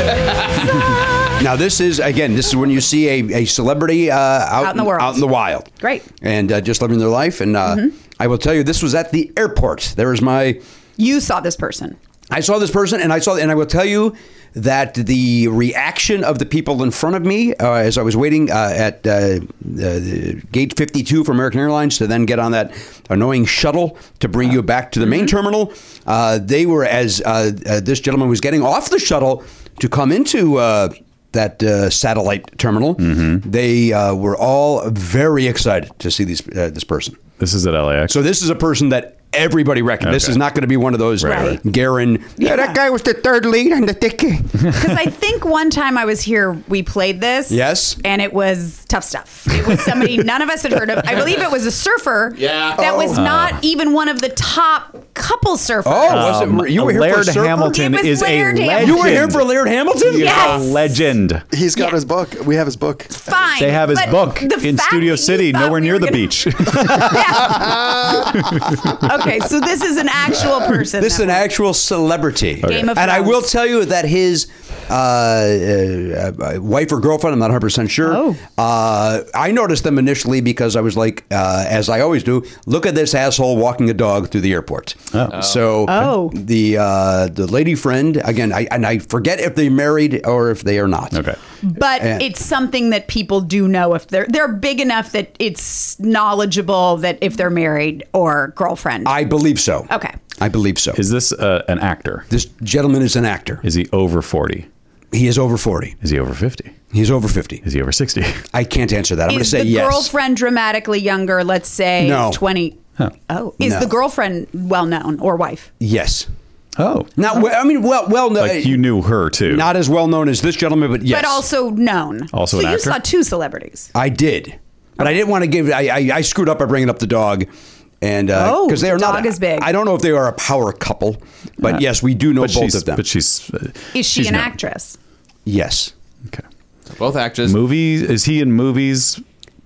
Speaker 2: now this is again. This is when you see a, a celebrity uh, out,
Speaker 8: Out in the world.
Speaker 2: out in the wild,
Speaker 8: Great. Mm-hmm.
Speaker 2: and uh, just living their life. And uh, I will tell you, this was at the airport. There was my.
Speaker 8: You saw this person.
Speaker 2: I saw this person, and I saw, and I will tell you that the reaction of the people in front of me, uh, as I was waiting uh, at uh, uh, the gate fifty-two for American Airlines to then get on that annoying shuttle to bring you back to the main terminal, uh, they were as uh, uh, this gentleman was getting off the shuttle to come into. Uh, that uh, satellite terminal. They uh, were all very excited to see these, uh, this person.
Speaker 1: This is at LAX.
Speaker 2: So this is a person that everybody recognizes. This
Speaker 1: Okay.
Speaker 2: is not going to be one of those
Speaker 1: Right,
Speaker 8: right.
Speaker 2: Garin. Yeah, that guy was the third lead on the ticket.
Speaker 8: Because I think one time I was here, we played this.
Speaker 2: Yes.
Speaker 8: And it was tough stuff. It was somebody none of us had heard of. I believe it was a surfer.
Speaker 6: Yeah.
Speaker 8: That was
Speaker 1: Oh.
Speaker 8: not
Speaker 1: Uh.
Speaker 8: even one of the top couple surfers.
Speaker 2: Oh,
Speaker 1: Um,
Speaker 2: was it? You were here
Speaker 1: Laird
Speaker 2: for Serper?
Speaker 1: Hamilton
Speaker 8: It was
Speaker 1: is
Speaker 8: Laird
Speaker 1: a legend.
Speaker 8: Hamilton.
Speaker 2: You were here for Laird Hamilton.
Speaker 1: He is
Speaker 8: Yeah. Yes.
Speaker 1: a legend.
Speaker 5: He's got
Speaker 8: Yeah.
Speaker 5: his book. We have his book.
Speaker 8: Fine.
Speaker 1: They have his
Speaker 8: but
Speaker 1: book
Speaker 8: the
Speaker 1: in
Speaker 8: fact
Speaker 1: Studio
Speaker 8: that you
Speaker 1: City,
Speaker 8: thought
Speaker 1: nowhere
Speaker 8: we
Speaker 1: near the
Speaker 8: were gonna-
Speaker 1: beach.
Speaker 8: Yeah. okay, so this is an actual person.
Speaker 2: This is an
Speaker 8: that-
Speaker 2: actual celebrity.
Speaker 8: Game of
Speaker 2: and I
Speaker 8: Thrones.
Speaker 2: will tell you that his uh, uh, uh, wife or girlfriend, I'm not 100% sure.
Speaker 8: Oh.
Speaker 2: Uh, I noticed them initially because I was like, uh, as I always do, look at this asshole walking a dog through the airport. So
Speaker 8: Oh.
Speaker 2: the uh, the lady friend, again, I, and I forget if they married or if they are not.
Speaker 1: okay.
Speaker 8: But
Speaker 2: And-
Speaker 8: it's something that people do know if they're they're big enough that it's knowledgeable that if they're married or girlfriend.
Speaker 2: I believe so.
Speaker 8: Okay.
Speaker 2: I believe so.
Speaker 1: Is this uh, an actor?
Speaker 2: this gentleman is an actor.
Speaker 1: Is he over 40?
Speaker 2: He is over 40.
Speaker 1: Is he over 50?
Speaker 2: He's over 50.
Speaker 1: Is he over 60?
Speaker 2: I can't answer that. I'm going to
Speaker 8: is
Speaker 2: say
Speaker 8: the
Speaker 2: yes.
Speaker 8: girlfriend dramatically younger? Let's say
Speaker 2: No.
Speaker 8: twenty. Oh, is
Speaker 2: No.
Speaker 8: the girlfriend well known or wife?
Speaker 2: Yes.
Speaker 1: Oh.
Speaker 2: Not well, I mean, well, well, no, eh,
Speaker 1: Like you knew her too.
Speaker 2: not as well known as this gentleman, but yes,
Speaker 8: But also known.
Speaker 1: Also
Speaker 8: so
Speaker 1: an
Speaker 8: you
Speaker 1: actor?
Speaker 8: saw two celebrities.
Speaker 2: I did. But I didn't want to give. I, I, I screwed up by bringing up the dog, and
Speaker 8: Oh,
Speaker 2: because they
Speaker 8: the
Speaker 2: are not.
Speaker 8: dog is big.
Speaker 2: I don't know if they are a power couple, but
Speaker 1: Yeah.
Speaker 2: yes, we do know
Speaker 1: but
Speaker 2: both
Speaker 1: she's,
Speaker 2: of them.
Speaker 1: But she's. uh,
Speaker 8: Is she
Speaker 1: she's
Speaker 8: an
Speaker 1: known.
Speaker 8: actress?
Speaker 2: yes,
Speaker 1: Okay.
Speaker 6: Both actors.
Speaker 1: Movies? Is he in movies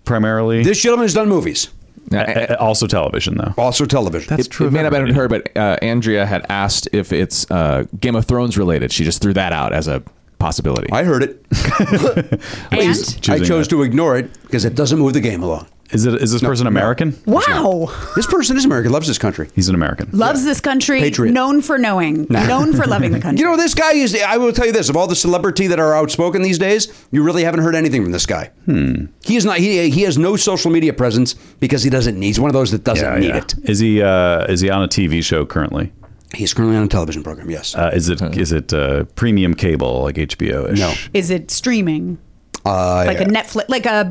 Speaker 1: primarily?
Speaker 2: this gentleman has done movies,
Speaker 1: A- a- also television though.
Speaker 2: also television.
Speaker 1: That's
Speaker 6: It-
Speaker 1: true.
Speaker 6: It
Speaker 1: of
Speaker 6: may not have been
Speaker 1: everybody.
Speaker 6: her, but uh, Andrea had asked if it's uh, Game of Thrones related. She just threw that out as a possibility.
Speaker 2: I heard it.
Speaker 8: And
Speaker 1: Choosing
Speaker 2: I chose
Speaker 1: that.
Speaker 2: to ignore it because it doesn't move the game along.
Speaker 1: Is it is this person American?
Speaker 8: Wow.
Speaker 2: This person is American, loves this country.
Speaker 1: He's an American.
Speaker 8: Loves this country.
Speaker 2: Patriot.
Speaker 8: Known for knowing. Known for loving the country.
Speaker 2: You know, this guy is, I will tell you this, of all the celebrity that are outspoken these days, you really haven't heard anything from this guy. Hmm. He is not, he, he has no social media presence because he doesn't need, he's one of those that doesn't need it.
Speaker 1: Is he uh, is he on a TV show currently?
Speaker 2: He's currently on a television program, yes.
Speaker 1: Uh, is it is it uh, premium cable like HBO ish?
Speaker 2: No.
Speaker 8: Is it streaming?
Speaker 2: Uh,
Speaker 8: like a Netflix, like a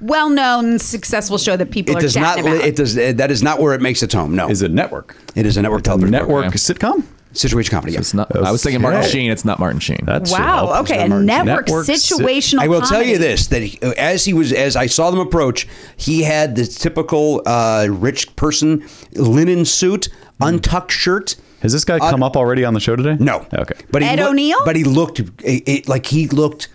Speaker 8: well-known, successful show that people
Speaker 2: it
Speaker 8: are
Speaker 2: does not,
Speaker 8: chatting
Speaker 2: li-
Speaker 8: about.
Speaker 2: it does, that is not where it makes its home, no.
Speaker 1: Is it network?
Speaker 2: It is a network television
Speaker 1: Network
Speaker 2: program.
Speaker 1: sitcom?
Speaker 2: Situation comedy, yes.
Speaker 6: It's not. I was thinking Martin
Speaker 1: Okay.
Speaker 6: Sheen. It's not Martin Sheen.
Speaker 1: That's
Speaker 8: wow. Okay. A network,
Speaker 1: Network sit-
Speaker 8: situational.
Speaker 2: I will tell you
Speaker 8: comedy.
Speaker 2: this: that he- as he was, as I saw them approach, he had the typical uh, rich person linen suit, untucked shirt.
Speaker 1: Has this guy come up already on the show today?
Speaker 2: Uh, No,
Speaker 1: Okay.
Speaker 2: but he
Speaker 8: Ed
Speaker 2: looked-
Speaker 8: O'Neill?
Speaker 2: But he looked it, it- like he looked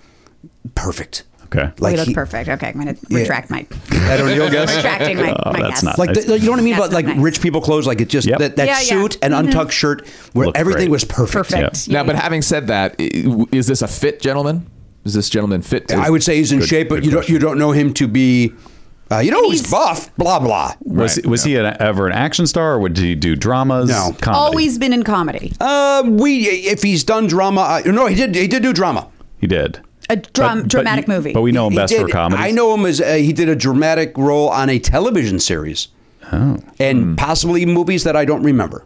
Speaker 2: perfect.
Speaker 1: Okay.
Speaker 8: We
Speaker 2: Like
Speaker 8: look
Speaker 2: he-
Speaker 8: Oh, perfect. Okay, I'm going to retract my
Speaker 2: Ed O'Neill guess.
Speaker 8: retracting my, my
Speaker 1: Uh, that's
Speaker 8: guess.
Speaker 1: not
Speaker 2: Like the, you know what I mean?
Speaker 8: That's
Speaker 2: But like
Speaker 8: not nice.
Speaker 2: rich people clothes, like it just
Speaker 1: Yep.
Speaker 2: that, that
Speaker 8: Yeah, yeah.
Speaker 2: suit and untucked shirt, where
Speaker 1: Looked
Speaker 2: everything
Speaker 1: great.
Speaker 2: was perfect.
Speaker 8: perfect.
Speaker 6: Now, but having said that, i- is this a fit gentleman? Is this gentleman fit?
Speaker 2: I would say he's in
Speaker 1: Good-
Speaker 2: shape, but
Speaker 1: good
Speaker 2: you don't
Speaker 1: question.
Speaker 2: you don't know him to be. Uh, you know
Speaker 8: And
Speaker 2: he's,
Speaker 8: he's-
Speaker 2: buff, blah blah.
Speaker 1: Was
Speaker 6: Right,
Speaker 1: was he an, ever an action star? Or would he do dramas?
Speaker 2: No.
Speaker 1: Comedy?
Speaker 8: always been in comedy.
Speaker 2: Um, we if he's done drama, I, no, he did he did do drama.
Speaker 1: he did.
Speaker 8: A dram-
Speaker 1: But- but
Speaker 8: dramatic
Speaker 1: you-
Speaker 8: movie.
Speaker 1: But we know him
Speaker 2: He
Speaker 1: best
Speaker 2: did-
Speaker 1: for comedy.
Speaker 2: I know him as uh, he did a dramatic role on a television series,
Speaker 1: Oh.
Speaker 2: and
Speaker 1: Hmm.
Speaker 2: possibly movies that I don't remember.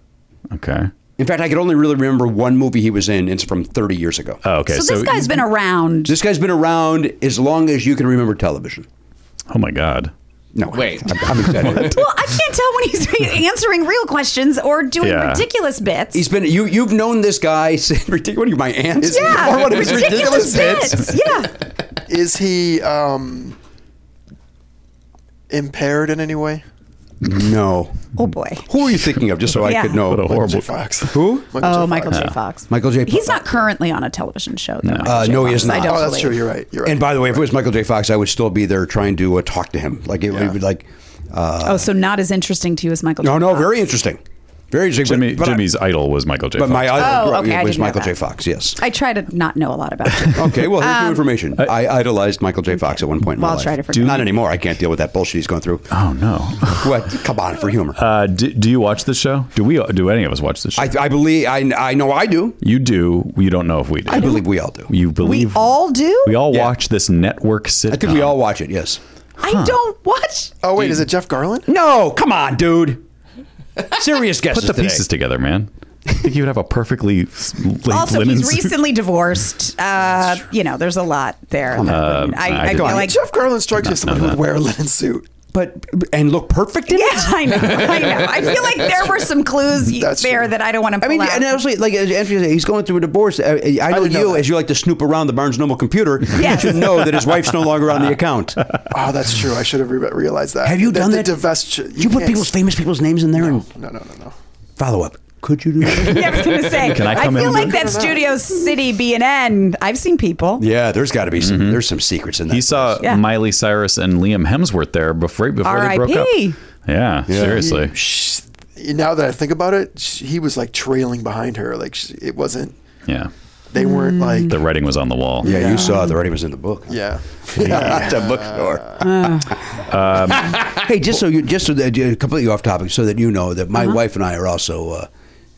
Speaker 1: Okay.
Speaker 2: In fact, I could only really remember one movie he was in. It's from 30 years ago.
Speaker 1: Oh, okay.
Speaker 8: so, this guy's been around.
Speaker 2: This guy's been around as long as you can remember television.
Speaker 1: Oh my God.
Speaker 2: No,
Speaker 6: Wait.
Speaker 2: I'm, I'm exaggerating.
Speaker 8: well, I can't tell when he's answering real questions or doing
Speaker 1: Yeah.
Speaker 8: ridiculous bits.
Speaker 2: He's been you. You've known this guy since ridiculous. What are you, my aunt?
Speaker 8: yeah,
Speaker 5: Or one of his ridiculous
Speaker 8: bits. yeah.
Speaker 5: Is he um, impaired in any way?
Speaker 2: No.
Speaker 8: Oh boy.
Speaker 2: Who are you thinking of? Just so I
Speaker 8: Yeah.
Speaker 2: could know.
Speaker 1: What a horrible.
Speaker 5: Fox.
Speaker 2: Who?
Speaker 8: Oh, Michael J. Fox.
Speaker 2: Michael J. Fox.
Speaker 8: He's not currently on a television show, though. Michael
Speaker 2: Uh,
Speaker 8: J.
Speaker 2: no, he
Speaker 8: Fox,
Speaker 2: is
Speaker 8: I
Speaker 2: not.
Speaker 8: don't
Speaker 5: Oh, that's
Speaker 8: believe.
Speaker 5: true. You're right. You're right.
Speaker 2: And by the way, if it was Michael J. Fox, I would still be there trying to uh, talk to him. Like it, would be like, uh,
Speaker 8: Oh, so not as interesting to you as Michael.
Speaker 2: no,
Speaker 8: J.
Speaker 2: no,
Speaker 8: Fox.
Speaker 2: very interesting, very interesting.
Speaker 1: Jimmy,
Speaker 2: but, but I-
Speaker 1: Jimmy's idol was Michael J.
Speaker 2: but
Speaker 1: Fox.
Speaker 2: my
Speaker 8: Oh,
Speaker 2: idol
Speaker 8: okay, I
Speaker 2: was
Speaker 8: didn't know
Speaker 2: Michael J.
Speaker 8: that.
Speaker 2: Fox. Yes.
Speaker 8: I try to not know a lot about you.
Speaker 2: Okay, well, here's new information. I idolized Michael J. Fox at one point in my
Speaker 8: Um, Well, I'll
Speaker 2: life.
Speaker 8: try to forget.
Speaker 2: Not anymore. I can't deal with that bullshit he's going through.
Speaker 1: oh no.
Speaker 2: What? Come on, for humor.
Speaker 1: Uh, do, do you watch this show? Do we? Do any of us watch this show?
Speaker 2: I, I believe. I, I know I do.
Speaker 1: you do. You don't know if we do.
Speaker 2: I believe we all do.
Speaker 1: You believe
Speaker 8: we all do.
Speaker 1: We all
Speaker 2: Yeah.
Speaker 1: watch this network sitcom.
Speaker 2: I think we all watch it. Yes.
Speaker 8: I don't watch.
Speaker 5: oh wait, is it Jeff Garland?
Speaker 2: No, come on, dude. Serious guesses
Speaker 1: put the
Speaker 2: today.
Speaker 1: pieces together, man. I think you would have a perfectly s- laid
Speaker 8: Also,
Speaker 1: linen
Speaker 8: he's
Speaker 1: suit.
Speaker 8: recently divorced. Uh, you know, there's a lot there. that wouldn't- I,
Speaker 1: I
Speaker 8: I,
Speaker 1: didn't-
Speaker 8: feel like.
Speaker 5: Jeff Garland strikes me as someone who would wear a linen suit.
Speaker 2: but and look perfect in
Speaker 8: Yeah,
Speaker 2: it.
Speaker 8: I know. I know. I feel like there were some clues y-
Speaker 5: That's
Speaker 8: there
Speaker 5: true.
Speaker 8: that I don't want to.
Speaker 2: I mean, and also, like as Andrew said, he's going through a divorce. I, I know
Speaker 5: didn't know
Speaker 2: you,
Speaker 5: that.
Speaker 2: as you like to snoop around the Barnes Noble computer,
Speaker 8: Yes.
Speaker 2: you should know that his wife's no longer on the account.
Speaker 5: Oh, that's true. I should have re- realized that.
Speaker 2: Have you
Speaker 5: The-
Speaker 2: done
Speaker 5: the
Speaker 2: that?
Speaker 5: Divestiture.
Speaker 2: You, put
Speaker 5: can't-
Speaker 2: people's famous people's names in there and
Speaker 5: No, no, no, no.
Speaker 2: follow up. Could you do that?
Speaker 8: yeah, I was gonna say.
Speaker 1: Can I come
Speaker 8: feel
Speaker 1: in?
Speaker 8: like that Studio City B and N. I've seen people.
Speaker 2: yeah, there's got to be some. There's some secrets in that.
Speaker 1: Mm-hmm. He saw
Speaker 8: Yeah.
Speaker 1: Miley Cyrus and Liam Hemsworth there before before they broke up.
Speaker 8: R.I.P..
Speaker 1: Yeah, seriously.
Speaker 2: Mm.
Speaker 5: Sh- Now that I think about it, sh- he was like trailing behind her. Like sh- it wasn't.
Speaker 1: Yeah,
Speaker 5: They
Speaker 8: Mm.
Speaker 5: weren't like.
Speaker 1: the writing was on the wall.
Speaker 2: Yeah, you saw it. The writing was in the book.
Speaker 5: yeah.
Speaker 2: At the bookstore.
Speaker 1: Uh,
Speaker 2: Um, hey, just so you, just so that you're completely off topic, so that you know that
Speaker 1: Uh-huh.
Speaker 2: my wife and I are also uh,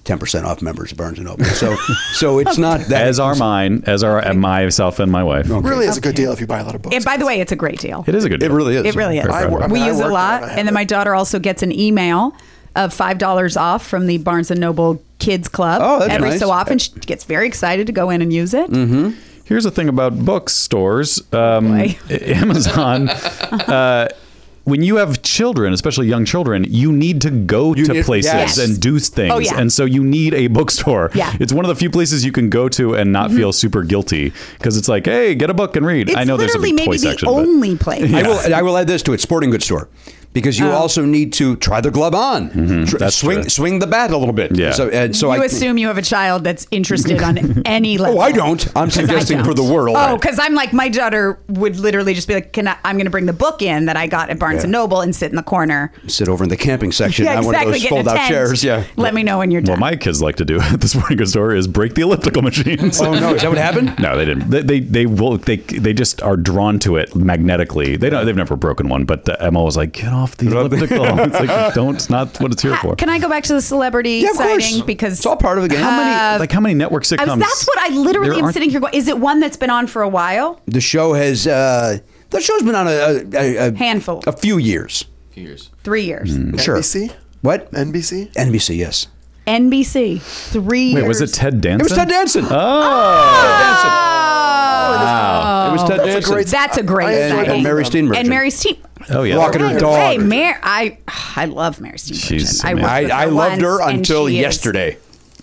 Speaker 2: ten percent off members of Barnes and Noble. So, so it's not that
Speaker 1: As are mine, as are myself and my wife.
Speaker 5: Really is a good deal if you buy a lot of books.
Speaker 8: And by the way, it's a great deal.
Speaker 1: It is a good.
Speaker 2: It
Speaker 1: deal.
Speaker 2: really is.
Speaker 8: It really is.
Speaker 1: Very proud of
Speaker 5: I-
Speaker 1: it.
Speaker 5: mean,
Speaker 8: we use it a
Speaker 5: worked
Speaker 8: lot,
Speaker 5: there, I
Speaker 8: and then
Speaker 5: had
Speaker 8: my
Speaker 5: it.
Speaker 8: daughter also gets an email of five dollars off from the Barnes and Noble Kids Club
Speaker 2: Oh, that's
Speaker 8: every
Speaker 2: nice.
Speaker 8: so often. She gets very excited to go in and use it.
Speaker 1: Here's the thing about bookstores, um,
Speaker 8: boy.
Speaker 1: Amazon. uh, when you have children, especially young children, you need to go to
Speaker 2: need-
Speaker 1: places
Speaker 2: Yes.
Speaker 1: and do things,
Speaker 8: Oh, yeah.
Speaker 1: and so you need a bookstore.
Speaker 8: Yeah. Mm-hmm.
Speaker 1: it's one of the few places you can go to and not feel super guilty because it's like, hey, get a book and read.
Speaker 8: It's
Speaker 1: I know there's a
Speaker 8: literally
Speaker 1: big toy
Speaker 8: maybe the
Speaker 1: section, but
Speaker 8: only place.
Speaker 2: I will. I will add this to it: sporting goods store, because you also need to try the glove on, Tr-
Speaker 1: Oh. Mm-hmm. that's
Speaker 2: swing
Speaker 1: true.
Speaker 2: swing the bat a little bit.
Speaker 1: Yeah.
Speaker 2: So, and so
Speaker 8: you
Speaker 2: I
Speaker 8: assume you have a child that's interested on any level.
Speaker 2: Oh, I don't. I'm
Speaker 8: 'Cause I
Speaker 2: suggesting for the world.
Speaker 8: Oh, because I'm like my daughter would literally just be like, "Can I, I'm going to bring the book in that I got at Barnes and Noble and sit in the corner."
Speaker 2: sit over in the camping section
Speaker 8: yeah,
Speaker 2: on
Speaker 8: exactly.
Speaker 2: one of those
Speaker 8: get in a
Speaker 2: fold out
Speaker 8: tent.
Speaker 2: chairs. Yeah.
Speaker 8: Let me know when you're
Speaker 1: What
Speaker 8: done.
Speaker 1: my kids like to do at this morning store is break the elliptical machines.
Speaker 2: Oh no! Is that what happened?
Speaker 1: No, they didn't. They they they will. They they just are drawn to it magnetically. They don't. They've never broken one. But uh, Emma was like, "Get off the elliptical." it's like, don't. It's not what it's here for.
Speaker 8: Can I go back to the celebrity
Speaker 2: Yeah, of
Speaker 8: sighting?
Speaker 2: course.
Speaker 8: Because
Speaker 2: It's all part of the game. How many-
Speaker 8: Uh,
Speaker 1: like how many network
Speaker 8: I
Speaker 1: sitcoms?
Speaker 8: was, that's what I literally
Speaker 1: There
Speaker 8: am
Speaker 1: aren't-
Speaker 8: sitting here going. Is it one that's been on for a while?
Speaker 2: The show has uh, the show's been on a, a, a
Speaker 8: Handful.
Speaker 2: a few years.
Speaker 6: Years.
Speaker 8: Three years.
Speaker 2: Sure.
Speaker 5: NBC?
Speaker 2: What?
Speaker 5: NBC?
Speaker 2: NBC. Yes.
Speaker 8: NBC. Three
Speaker 1: Wait,
Speaker 8: years.
Speaker 1: was it Ted Danson?
Speaker 2: It was Ted Danson.
Speaker 1: Oh.
Speaker 2: Oh,
Speaker 1: Wow.
Speaker 2: It was Ted
Speaker 5: That's a
Speaker 2: Danson.
Speaker 5: great-
Speaker 8: That's a great
Speaker 5: I- I-
Speaker 8: sighting.
Speaker 2: and Mary Steenburgen.
Speaker 8: And Mary Steen.
Speaker 1: Oh yeah.
Speaker 2: Walking her
Speaker 5: Right.
Speaker 2: dog.
Speaker 8: Hey, Mary, I I love Mary Steenburgen.
Speaker 1: She's
Speaker 8: I,
Speaker 1: amazing.
Speaker 8: worked
Speaker 2: I,
Speaker 8: with her
Speaker 2: I loved her
Speaker 8: once, and
Speaker 2: until
Speaker 8: she is-
Speaker 2: yesterday.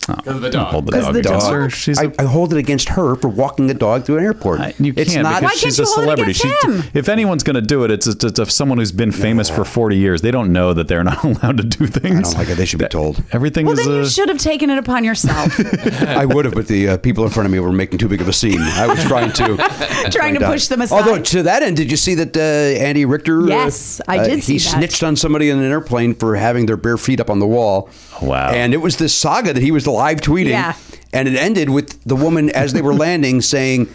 Speaker 6: Because of the dog.
Speaker 1: Oh, Hold the
Speaker 8: 'Cause
Speaker 1: dog
Speaker 8: the
Speaker 1: against
Speaker 8: dog-
Speaker 1: her. She's
Speaker 2: I,
Speaker 1: a-
Speaker 2: I hold it against her for walking the dog through an airport.
Speaker 1: I- you
Speaker 2: it's
Speaker 1: can't
Speaker 2: not.
Speaker 1: because
Speaker 8: can't
Speaker 1: she's
Speaker 8: you
Speaker 1: a
Speaker 8: hold it
Speaker 1: celebrity.
Speaker 8: against him?
Speaker 1: if anyone's going to do it, it's, it's, it's someone who's been famous for 40 years. They don't know that they're not allowed to do things.
Speaker 2: I don't like it. They should be told.
Speaker 1: Everything
Speaker 8: Well,
Speaker 1: is uh,
Speaker 8: then
Speaker 1: a,
Speaker 8: you should have taken it upon yourself,
Speaker 2: I would have, but the uh, people in front of me were making too big of a scene. I was trying to.
Speaker 8: trying to push them aside.
Speaker 2: Although to that end, did you see that uh, Andy Richter? uh,
Speaker 8: Yes, I did see
Speaker 2: he
Speaker 8: that.
Speaker 2: snitched on somebody in an airplane for having their bare feet up on the wall.
Speaker 1: Oh, Wow.
Speaker 2: And it was this saga that he was live tweeting.
Speaker 8: Yeah.
Speaker 2: And it ended with the woman as they were landing saying,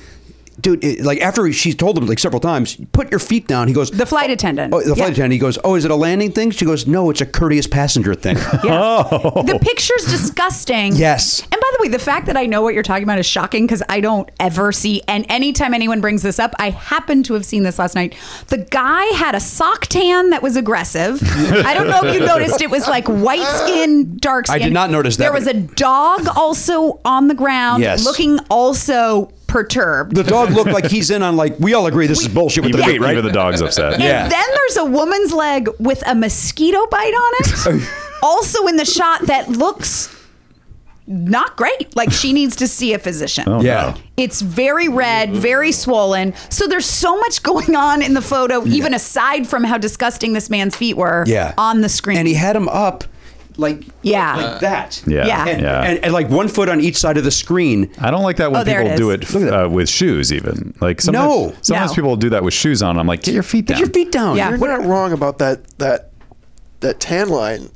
Speaker 2: "Dude, it, like after she told him like several times, put your feet down." He goes,
Speaker 8: the flight attendant.
Speaker 2: Oh, the flight
Speaker 8: Yeah.
Speaker 2: attendant. He goes, "Oh, is it a landing thing?" She goes, "No, it's a courteous passenger thing."
Speaker 8: The picture's disgusting.
Speaker 2: Yes.
Speaker 8: And by the way, the fact that I know what you're talking about is shocking because I don't ever see. And anytime anyone brings this up, I happen to have seen this last night. The guy had a sock tan that was aggressive. I don't know if you noticed. It was like white skin, dark
Speaker 2: I
Speaker 8: skin.
Speaker 2: did not notice that,
Speaker 8: There
Speaker 2: but-
Speaker 8: was a dog also on the ground,
Speaker 2: Yes.
Speaker 8: looking also perturbed.
Speaker 2: the dog looked like he's in on like we all agree this is bullshit with
Speaker 1: even,
Speaker 2: the
Speaker 1: the,
Speaker 2: feet, right?
Speaker 1: even the dog's upset.
Speaker 2: Yeah.
Speaker 8: And then there's a woman's leg with a mosquito bite on it. also in the shot that looks not great. Like she needs to see a physician.
Speaker 1: Oh,
Speaker 2: Yeah.
Speaker 1: no.
Speaker 8: It's very red, very swollen. So there's so much going on in the photo, even aside from how disgusting this man's feet were
Speaker 2: Yeah.
Speaker 8: on the screen.
Speaker 2: and he had him up like
Speaker 8: Yeah. Uh,
Speaker 2: like that
Speaker 1: Yeah.
Speaker 8: Yeah.
Speaker 2: and,
Speaker 1: yeah.
Speaker 2: and, and like one foot on each side of the screen
Speaker 1: I don't like that when
Speaker 8: Oh, there
Speaker 1: people
Speaker 8: it
Speaker 1: do
Speaker 8: is.
Speaker 1: it
Speaker 2: Look at that.
Speaker 1: uh, with shoes, even. Like sometimes,
Speaker 2: No.
Speaker 1: sometimes
Speaker 8: No.
Speaker 1: people do that with shoes on. I'm like, get your feet down.
Speaker 2: put your feet down
Speaker 8: Yeah.
Speaker 5: You're not wrong about that that that tan line.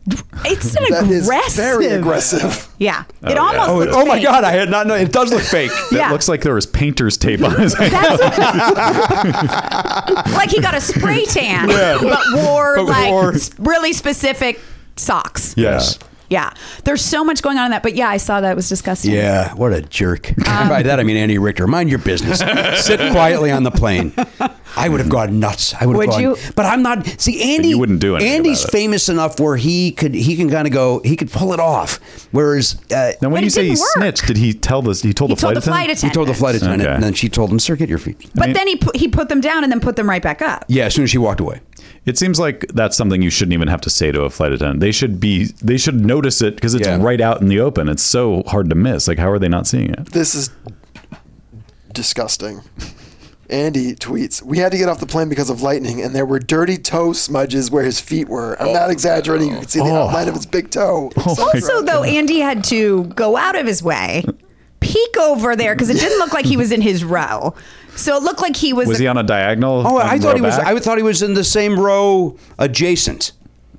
Speaker 8: it's an
Speaker 5: That is
Speaker 8: aggressive.
Speaker 5: very aggressive.
Speaker 8: Yeah. it
Speaker 1: yeah.
Speaker 8: almost
Speaker 1: Oh,
Speaker 8: looks
Speaker 2: oh my
Speaker 8: fake.
Speaker 2: god I had not known it does look fake
Speaker 1: That
Speaker 8: Yeah.
Speaker 1: looks like there was painter's tape on his hand.
Speaker 8: like he got a spray tan, but wore
Speaker 2: But
Speaker 8: like
Speaker 2: wore-
Speaker 8: s- really specific socks.
Speaker 2: yes
Speaker 8: Yeah. There's so much going on in that. But yeah, I saw that. It was disgusting.
Speaker 2: yeah what a jerk by that I mean Andy Richter mind your business sit quietly on the plane I would have gone nuts I would have
Speaker 8: Would
Speaker 2: gone
Speaker 8: you?
Speaker 2: but I'm not see Andy
Speaker 1: you wouldn't do anything
Speaker 2: Andy's
Speaker 1: about it.
Speaker 2: famous enough where he could he can kind of go he could pull it off whereas uh,
Speaker 1: Now, when
Speaker 8: But
Speaker 1: you
Speaker 8: it
Speaker 1: say he
Speaker 8: didn't work.
Speaker 1: snitched, did he tell this? He told
Speaker 8: He
Speaker 1: the
Speaker 8: told
Speaker 1: flight
Speaker 8: the flight
Speaker 1: attendant.
Speaker 8: attendant.
Speaker 2: he told the flight attendant
Speaker 1: Okay.
Speaker 2: and then she told him sir get your feet
Speaker 8: But
Speaker 1: mean-
Speaker 8: then he put, he put them down and then put them right back up.
Speaker 2: yeah as soon as she walked away
Speaker 1: It seems like that's something you shouldn't even have to say to a flight attendant. They should be. They should notice it because it's
Speaker 2: Yeah.
Speaker 1: right out in the open. It's so hard to miss. Like, how are they not seeing it?
Speaker 5: This is disgusting. Andy tweets, We had to get off the plane because of lightning, and there were dirty toe smudges where his feet were. I'm not exaggerating. You could see the
Speaker 2: Oh.
Speaker 5: outline of his big toe.
Speaker 8: Also, though, Andy had to go out of his way, peek over there because it didn't look like he was in his row. So it looked like he was,
Speaker 1: Was he on a diagonal?
Speaker 2: Oh,
Speaker 1: on
Speaker 2: I thought
Speaker 1: row
Speaker 2: he was.
Speaker 1: back?
Speaker 2: I thought he was in the same row adjacent.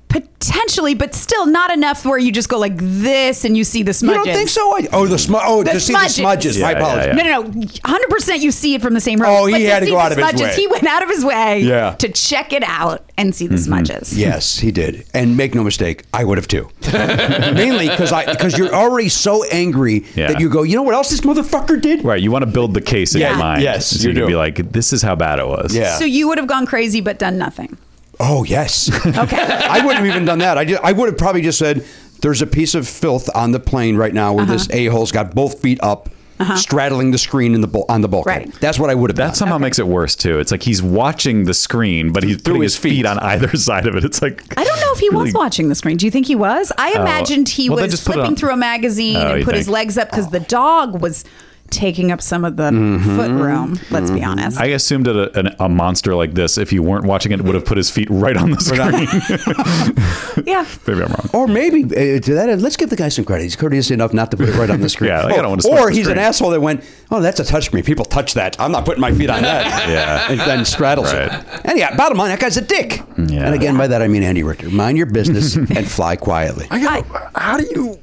Speaker 8: potentially, but still not enough where you just go like this and you see the smudges.
Speaker 2: You don't think so? I, oh, the smud. Oh,
Speaker 8: The
Speaker 2: to see the
Speaker 8: smudges.
Speaker 2: smudges. My
Speaker 1: Yeah, yeah,
Speaker 2: apologies.
Speaker 1: yeah.
Speaker 8: No, no, no. 100% you see it from the same row.
Speaker 2: Oh, he
Speaker 8: But
Speaker 2: had to
Speaker 8: see
Speaker 2: go
Speaker 8: the
Speaker 2: out of his
Speaker 8: smudges,
Speaker 2: way.
Speaker 8: He went out of his way
Speaker 2: Yeah.
Speaker 8: to check it out and see the
Speaker 1: Mm-hmm.
Speaker 8: smudges.
Speaker 2: Yes, he did. And make no mistake, I would have too. Mainly because I because you're already so angry
Speaker 1: Yeah.
Speaker 2: that you go. You know what else this motherfucker did?
Speaker 1: Right, you want to build the case in
Speaker 2: Yeah,
Speaker 1: your mind.
Speaker 2: yes,
Speaker 1: so you,
Speaker 2: you
Speaker 1: can
Speaker 2: do.
Speaker 1: be like, "This is how bad it was."
Speaker 2: Yeah.
Speaker 8: So you would have gone crazy but done nothing.
Speaker 2: Oh yes.
Speaker 8: Okay.
Speaker 2: I wouldn't have even done that. I, just, I would have probably just said, "There's a piece of filth on the plane right now
Speaker 8: Uh-huh.
Speaker 2: where this a hole's got both feet up, straddling the screen in the bul- on the bulkhead."
Speaker 8: Right.
Speaker 2: That's what I would have
Speaker 1: That
Speaker 2: done.
Speaker 1: somehow makes it worse too. It's like he's watching the screen, but he's putting his,
Speaker 2: his
Speaker 1: feet.
Speaker 2: feet.
Speaker 1: on either side of it. It's like
Speaker 8: I don't know if he
Speaker 1: really- Oh.
Speaker 8: was watching the screen. Do you think he was? I imagined he
Speaker 1: well, then
Speaker 8: was
Speaker 1: just put it
Speaker 8: flipping
Speaker 1: on-
Speaker 8: through a magazine
Speaker 1: Oh,
Speaker 8: and
Speaker 1: you
Speaker 8: put his
Speaker 1: think?
Speaker 8: legs up because the dog was taking up some of the foot room. Let's be honest.
Speaker 1: Mm-hmm. I assumed that a, an, a monster like this, if you weren't watching it, would have put his feet right on the screen.
Speaker 8: yeah.
Speaker 1: Maybe I'm wrong.
Speaker 2: Or maybe uh, to that end, let's give the guy some credit. He's courteous enough not to put it right on the screen.
Speaker 1: Yeah, like, I don't wanna
Speaker 2: oh,
Speaker 1: smash
Speaker 2: or
Speaker 1: the
Speaker 2: he's an
Speaker 1: screen.
Speaker 2: asshole that went, oh, that's a touchscreen. People touch that. I'm not putting my feet on that.
Speaker 1: Yeah.
Speaker 2: And then straddles
Speaker 1: Right.
Speaker 2: it. And yeah, bottom line, that guy's a dick.
Speaker 1: Yeah.
Speaker 2: And again, by that I mean Andy Richter. Mind your business and fly quietly.
Speaker 5: I got. How do you?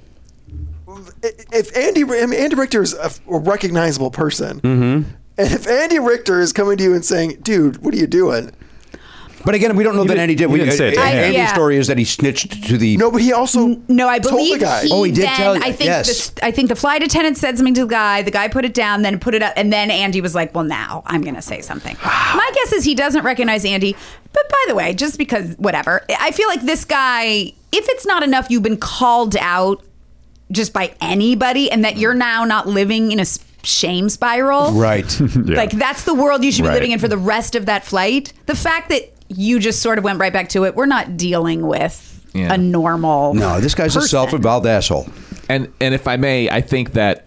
Speaker 5: If Andy, I mean, Andy Richter is a, f- a recognizable person, mm-hmm. and if Andy Richter is coming to you and saying, "Dude, what are you doing?"
Speaker 2: But again, we don't know that
Speaker 1: didn't-
Speaker 2: Andy did.
Speaker 1: you
Speaker 2: We-
Speaker 1: didn't say it to
Speaker 2: uh,
Speaker 1: him.
Speaker 2: Andy's
Speaker 8: Yeah.
Speaker 2: story is that he snitched to the.
Speaker 5: No, but he also
Speaker 8: No, I
Speaker 5: told
Speaker 8: believe
Speaker 5: the guy.
Speaker 2: Oh, he did
Speaker 8: then,
Speaker 2: tell you-
Speaker 8: I think
Speaker 2: yes.
Speaker 8: this, I think the flight attendant said something to the guy. The guy put it down, then put it up, and then Andy was like, "Well, now I'm going to say something." My guess is he doesn't recognize Andy. But by the way, just because whatever, I feel like this guy. If it's not enough, you've been called out just by anybody, and that you're now not living in a s- shame spiral.
Speaker 2: Right.
Speaker 8: Like that's the world you should
Speaker 1: Right.
Speaker 8: be living in for the rest of that flight. The fact that you just sort of went right back to it. We're not dealing with
Speaker 6: Yeah.
Speaker 8: a normal.
Speaker 2: No, this guy's a
Speaker 8: person.
Speaker 2: self-involved asshole.
Speaker 6: And and if I may, I think that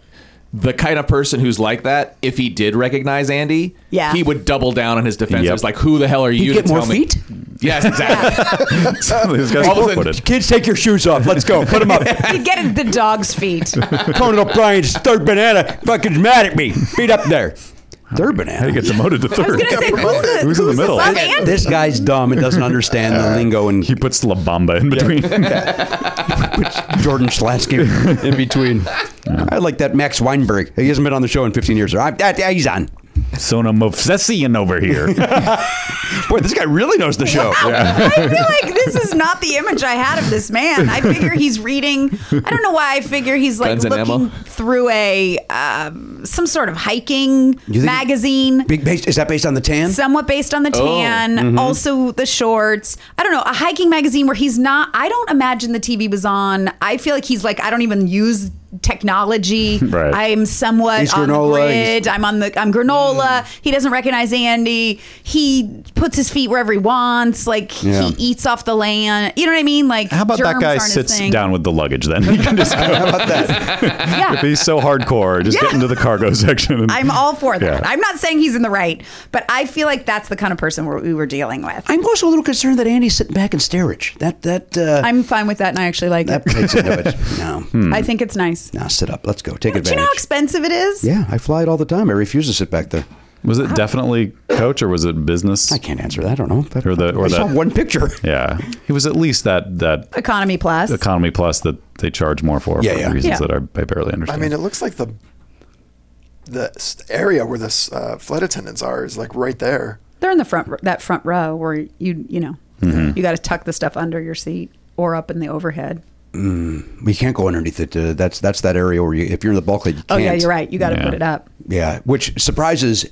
Speaker 6: the kind of person who's like that, if he did recognize Andy,
Speaker 8: Yeah.
Speaker 6: he would double down on his defenses.
Speaker 1: Yep.
Speaker 6: Like, who the hell are you?
Speaker 2: get
Speaker 6: to
Speaker 2: more
Speaker 6: tell me-
Speaker 2: feet?
Speaker 6: Yes, exactly.
Speaker 1: this guy's
Speaker 6: All of a sudden,
Speaker 1: four-footed.
Speaker 2: Kids, take your shoes off. Let's go. Put them up.
Speaker 8: He'd get at the dog's feet.
Speaker 2: Conan O'Brien's third banana fucking mad at me. Beat up there. Third
Speaker 1: How do you
Speaker 2: banana.
Speaker 1: get promoted to third?
Speaker 8: I was gonna say, who's the,
Speaker 1: Who's in the middle?
Speaker 8: above Andy?
Speaker 2: This guy's dumb and doesn't understand the lingo and
Speaker 1: He puts La Bamba in between.
Speaker 2: Jordan Schlansky in between. I like that Max Weinberg. He hasn't been on the show in 15 years. I, I, I- he's on.
Speaker 1: Sona Mofsesian over here.
Speaker 2: Boy, this guy really knows the show.
Speaker 8: I feel like this is not the image I had of this man. I figure he's reading. I don't know why. I figure he's like
Speaker 6: Guns and
Speaker 8: looking
Speaker 6: ammo?
Speaker 8: through a um, some sort of hiking
Speaker 2: think-
Speaker 8: magazine.
Speaker 2: Big base, is that based on the tan?
Speaker 8: Somewhat based on the tan, also the shorts. I don't know, a hiking magazine where he's not, I don't imagine the TV was on. I feel like he's like, I don't even use technology.
Speaker 1: Right.
Speaker 8: I'm somewhat
Speaker 2: He's
Speaker 8: on
Speaker 2: granola,
Speaker 8: the
Speaker 2: he's-
Speaker 8: grid. I'm on the, I'm granola. He doesn't recognize Andy. He puts his feet wherever he wants. Like
Speaker 2: Yeah.
Speaker 8: he eats off the land. You know what I mean? Like,
Speaker 1: How about that
Speaker 8: germs
Speaker 1: guy
Speaker 8: aren't his
Speaker 1: sits
Speaker 8: thing.
Speaker 1: down with the luggage then? He can just go.
Speaker 2: How about that?
Speaker 8: Yeah.
Speaker 1: If he's so hardcore, just get
Speaker 8: Yeah.
Speaker 1: into the cargo section. and-
Speaker 8: I'm all for that.
Speaker 1: Yeah.
Speaker 8: I'm not saying he's in the right, but I feel like that's the kind of person we're, we were dealing with.
Speaker 2: I'm also a little concerned that Andy's sitting back in steerage. That that uh,
Speaker 8: I'm fine with that, and I actually like
Speaker 2: that
Speaker 8: it.
Speaker 2: makes it no, it's- no.
Speaker 8: I think it's nice.
Speaker 2: Now sit up. Let's go. Take
Speaker 8: Do you
Speaker 2: advantage.
Speaker 8: know how expensive it is?
Speaker 2: yeah, I fly it all the time. I refuse to sit back there.
Speaker 1: Was it definitely coach or was it business?
Speaker 2: I can't answer that. I don't know.
Speaker 1: Or the- or
Speaker 2: I
Speaker 1: the-
Speaker 2: saw one picture.
Speaker 1: Yeah, he was at least that that
Speaker 8: Economy plus.
Speaker 1: economy plus that they charge more for
Speaker 2: Yeah,
Speaker 1: for
Speaker 2: yeah.
Speaker 1: reasons
Speaker 8: Yeah.
Speaker 1: that I, I barely
Speaker 5: I
Speaker 1: understand.
Speaker 5: mean, it looks like the the s- area where the s- uh, flight attendants are is like right there.
Speaker 8: They're in the front r- that front row where you you know
Speaker 2: Mm-hmm.
Speaker 8: you got to tuck the stuff under your seat or up in the overhead.
Speaker 2: We can't go underneath it. Uh, that's that's that area where you, if you're in the bulkhead, you
Speaker 8: Oh
Speaker 2: can't.
Speaker 8: yeah, you're right. You got to
Speaker 1: Yeah.
Speaker 8: put it up.
Speaker 2: Yeah, which surprises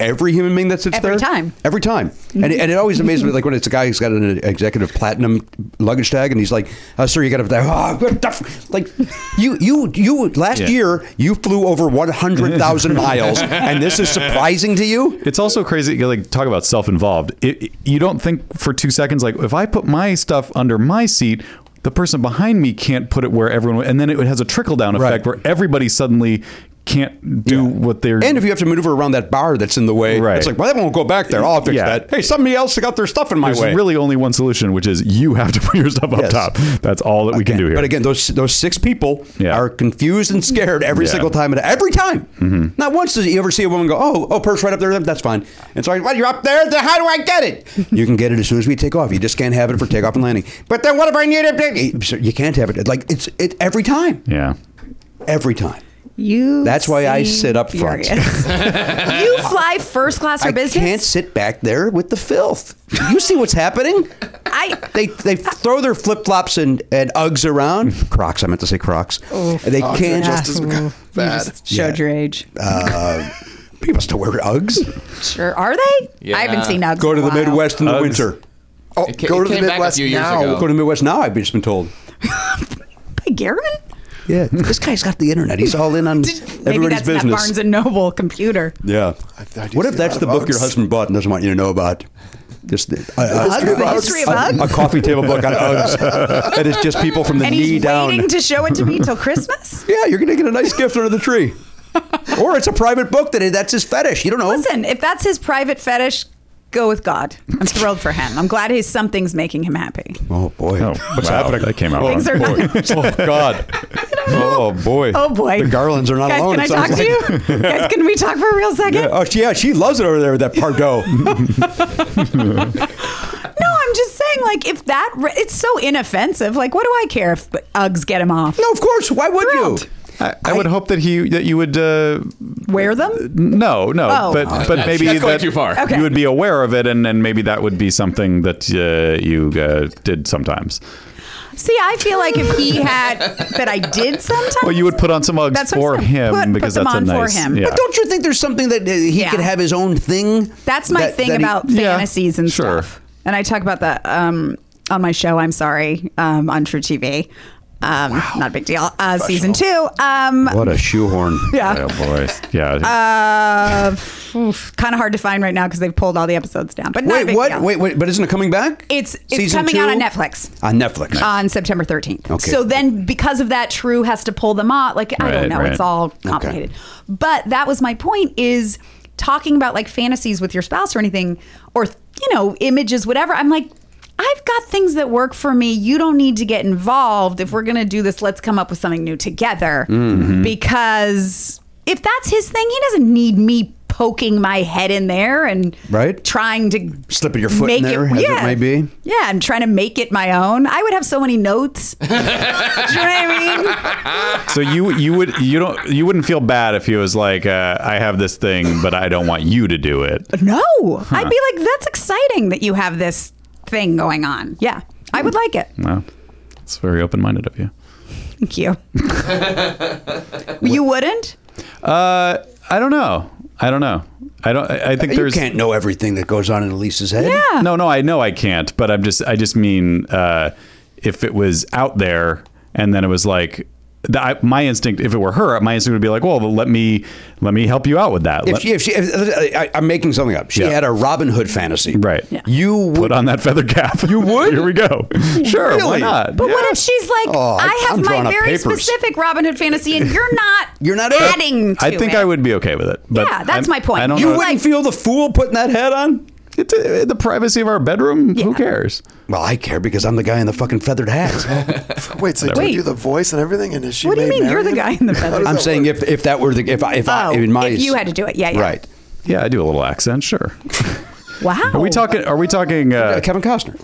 Speaker 2: every human being that sits
Speaker 8: Every
Speaker 2: there.
Speaker 8: time.
Speaker 2: Every time. And, and it always amazes me, like when it's a guy who's got an executive platinum luggage tag and he's like, uh, sir, you got to, oh, what the f-" like, you, you, you, last
Speaker 1: Yeah.
Speaker 2: year, you flew over 100,000 miles and this is surprising to you?
Speaker 1: it's also crazy. Like talk about self-involved. It, it- you don't think for two seconds. Like if I put my stuff under my seat, the person behind me can't put it where everyone. And then it has a trickle-down effect
Speaker 2: Right.
Speaker 1: where everybody suddenly can't do what they're.
Speaker 2: And if you have to maneuver around that bar that's in the way,
Speaker 1: Right.
Speaker 2: it's like, well, that won't go back there. I'll fix
Speaker 1: Yeah.
Speaker 2: that. Hey, somebody else got their stuff in my
Speaker 1: there's
Speaker 2: way.
Speaker 1: really only one solution, which is you have to put your stuff up
Speaker 2: Yes.
Speaker 1: top. That's all that we can do here.
Speaker 2: But again, those those six people
Speaker 1: Yeah.
Speaker 2: are confused and scared every
Speaker 1: Yeah. Mm-hmm.
Speaker 2: single time. and Every time, not once does you ever see a woman go, "Oh, oh, purse right up there." That's fine. And so, I, well, you're up there. Then how do I get it? you can get it as soon as we take off. You just can't have it for takeoff and landing. But then, what if I need it? Sir, You can't have it. Like it's it every time.
Speaker 1: yeah.
Speaker 2: Every time.
Speaker 8: You.
Speaker 2: That's why I
Speaker 8: seem
Speaker 2: sit up front.
Speaker 8: furious. you fly first class or
Speaker 2: I
Speaker 8: business.
Speaker 2: can't sit back there with the filth. You see what's happening?
Speaker 8: I-
Speaker 2: they they throw their flip flops and, and Uggs around. Crocs. I meant to say Crocs. They
Speaker 5: Oh, they're
Speaker 2: can't.
Speaker 5: just as
Speaker 8: Ooh,
Speaker 5: bad.
Speaker 8: You just showed
Speaker 2: Yeah.
Speaker 8: your age.
Speaker 2: Uh, people still wear Uggs.
Speaker 8: sure. Are they? I haven't
Speaker 6: Yeah.
Speaker 8: seen Uggs.
Speaker 2: Go to
Speaker 8: in a
Speaker 2: the
Speaker 8: while.
Speaker 2: Midwest in the
Speaker 1: Uggs.
Speaker 2: winter.
Speaker 5: Oh,
Speaker 6: It ca-
Speaker 5: go
Speaker 6: it
Speaker 5: to the
Speaker 6: came back a
Speaker 5: Midwest
Speaker 6: few years
Speaker 5: now.
Speaker 6: ago.
Speaker 2: Go to the Midwest now. I've just been told.
Speaker 8: By Garen?
Speaker 2: Yeah, this guy's got the internet. He's all in on everybody's
Speaker 8: Maybe that's that
Speaker 2: business.
Speaker 8: Barnes and Noble computer.
Speaker 2: yeah.
Speaker 5: I- I do
Speaker 2: what
Speaker 5: see
Speaker 2: if
Speaker 5: a
Speaker 2: that's
Speaker 5: lot
Speaker 2: the
Speaker 5: of
Speaker 2: book your
Speaker 5: Uggs.
Speaker 2: husband bought and doesn't want you to know about? Just the, uh, uh,
Speaker 8: Uggs, the history of
Speaker 2: a, a
Speaker 8: Uggs.
Speaker 2: coffee table book on Uggs, and it's just people from the
Speaker 8: And
Speaker 2: knee
Speaker 8: he's
Speaker 2: down.
Speaker 8: waiting to show it to me till Christmas.
Speaker 2: yeah, you're gonna get a nice gift under the tree. or it's a private book that that's his fetish. You don't know.
Speaker 8: Listen, if that's his private fetish, go with God. I'm thrilled for him. I'm glad his something's making him happy.
Speaker 2: Oh boy.
Speaker 1: Oh, what's happening? That came out
Speaker 8: Things
Speaker 1: wrong.
Speaker 8: are not-
Speaker 1: oh, God. Oh, boy.
Speaker 8: Oh boy.
Speaker 2: The Garlands are not
Speaker 8: Guys,
Speaker 2: alone,
Speaker 8: can
Speaker 2: it
Speaker 8: I
Speaker 2: sounds
Speaker 8: talk to you? Guys, can we talk for a real second?
Speaker 2: Yeah. Oh, she, yeah, she loves it over there with that Pardo.
Speaker 8: No, I'm just saying, like, if that re- it's so inoffensive. Like, what do I care if Uggs get him off?
Speaker 2: no, of course. Why would you?
Speaker 8: Thrilled.
Speaker 1: I, I would hope that he that you would uh,
Speaker 8: Wear them?
Speaker 1: no no
Speaker 8: Oh.
Speaker 1: but
Speaker 8: Oh,
Speaker 1: but
Speaker 6: that's-
Speaker 1: maybe
Speaker 6: that's going
Speaker 1: that
Speaker 6: too far.
Speaker 8: Okay.
Speaker 1: you would be aware of it and and maybe that would be something that uh, you uh, did sometimes.
Speaker 8: See, I feel like if he had that, I did sometimes.
Speaker 1: Well, you would put on some Uggs
Speaker 8: That's what
Speaker 1: for
Speaker 8: I'm saying.
Speaker 1: him
Speaker 8: Put- put
Speaker 1: because
Speaker 8: them
Speaker 1: that's
Speaker 8: on
Speaker 1: a
Speaker 8: for
Speaker 1: nice
Speaker 8: him.
Speaker 1: yeah.
Speaker 2: But don't you think there's something that uh, he
Speaker 8: Yeah.
Speaker 2: could have his own thing?
Speaker 8: That's my
Speaker 2: that-
Speaker 8: thing
Speaker 2: that he-
Speaker 8: about
Speaker 1: Yeah,
Speaker 8: fantasies and
Speaker 1: sure.
Speaker 8: stuff. And I talk about that um, on my show. I'm sorry um, on True TV. Um, Not a big deal. Uh, season two. Um,
Speaker 2: What a shoehorn.
Speaker 8: yeah.
Speaker 1: Oh boy, yeah.
Speaker 8: Uh, kind of hard to find right now because they've pulled all the episodes down. But not a
Speaker 2: Wait,
Speaker 8: big
Speaker 2: what?
Speaker 8: deal.
Speaker 2: Wait, wait, but isn't it coming back?
Speaker 8: It's it's
Speaker 2: Season
Speaker 8: coming
Speaker 2: two?
Speaker 8: out on Netflix. Uh,
Speaker 2: On Netflix.
Speaker 8: on September 13th.
Speaker 2: Okay.
Speaker 8: So then, because of that, True has to pull them out. Like, I
Speaker 1: Right,
Speaker 8: don't know.
Speaker 1: right.
Speaker 8: It's all complicated. But that was my point is talking about like fantasies with your spouse or anything, or, you know, images, whatever. I'm like, I've got things that work for me. You don't need to get involved. If we're going to do this, let's come up with something new together. Because if that's his thing, he doesn't need me poking my head in there and
Speaker 2: Right.
Speaker 8: trying to
Speaker 2: Slipping your foot in
Speaker 8: make
Speaker 2: there,
Speaker 8: it,
Speaker 2: as it
Speaker 8: yeah,
Speaker 2: may be.
Speaker 8: yeah, I'm trying to make it my own. I would have so many notes. Do you know what I mean?
Speaker 1: so you you would you don't you wouldn't feel bad if he was like uh, I have this thing but I don't want you to do it.
Speaker 8: No. I'd be like, that's exciting that you have this thing going on. Yeah. I would like it.
Speaker 1: Well, it's very open minded of you.
Speaker 8: Thank you. you wouldn't?
Speaker 1: Uh, I don't know. I don't know. I don't. I I think
Speaker 2: You
Speaker 1: there's
Speaker 2: can't know everything that goes on in Elise's head.
Speaker 8: Yeah.
Speaker 1: no no. I know I can't. But I'm just. I just mean uh, if it was out there and then it was like. The, I, my instinct, if it were her, my instinct would be like, "Well, let me, let me help you out with that."
Speaker 2: If
Speaker 1: Let-
Speaker 2: she, if she, if, I, I'm making something up. She
Speaker 1: Yeah.
Speaker 2: had a Robin Hood fantasy.
Speaker 1: Right. Yeah.
Speaker 2: You
Speaker 1: put
Speaker 2: would.
Speaker 1: on that feather cap. You
Speaker 2: would?
Speaker 1: Here we go. Sure, why
Speaker 2: Really?
Speaker 1: not?
Speaker 8: But what if she's like,
Speaker 2: Oh, I-
Speaker 8: I have
Speaker 2: I'm drawing
Speaker 8: my
Speaker 2: up
Speaker 8: very
Speaker 2: papers.
Speaker 8: specific Robin Hood fantasy and you're not
Speaker 2: You're not-
Speaker 8: adding to
Speaker 1: I think
Speaker 8: it.
Speaker 1: I would be okay with it. But
Speaker 8: Yeah,
Speaker 1: I'm-
Speaker 8: that's my point.
Speaker 1: I don't
Speaker 2: You
Speaker 1: know.
Speaker 2: wouldn't feel the fool putting that hat on.
Speaker 1: It's uh, the privacy of our bedroom. Who
Speaker 8: Yeah.
Speaker 1: cares?
Speaker 2: Well, I care because I'm the guy in the fucking feathered hat.
Speaker 5: Wait, so do
Speaker 8: Wait.
Speaker 5: you do the voice and everything? And is she?
Speaker 8: What do you
Speaker 5: made
Speaker 8: mean you're the
Speaker 5: Marion?
Speaker 8: guy in the
Speaker 5: How does
Speaker 8: bedroom?
Speaker 2: I'm
Speaker 5: that
Speaker 2: saying
Speaker 5: work?
Speaker 2: if if that were the if I if
Speaker 8: Oh,
Speaker 2: I in my
Speaker 8: if you had to do it. Yeah, yeah.
Speaker 2: right.
Speaker 1: Yeah, I do a little accent. Sure.
Speaker 8: Wow.
Speaker 1: Are we talking? Are we talking?
Speaker 2: Uh,
Speaker 1: Uh,
Speaker 2: Kevin Costner.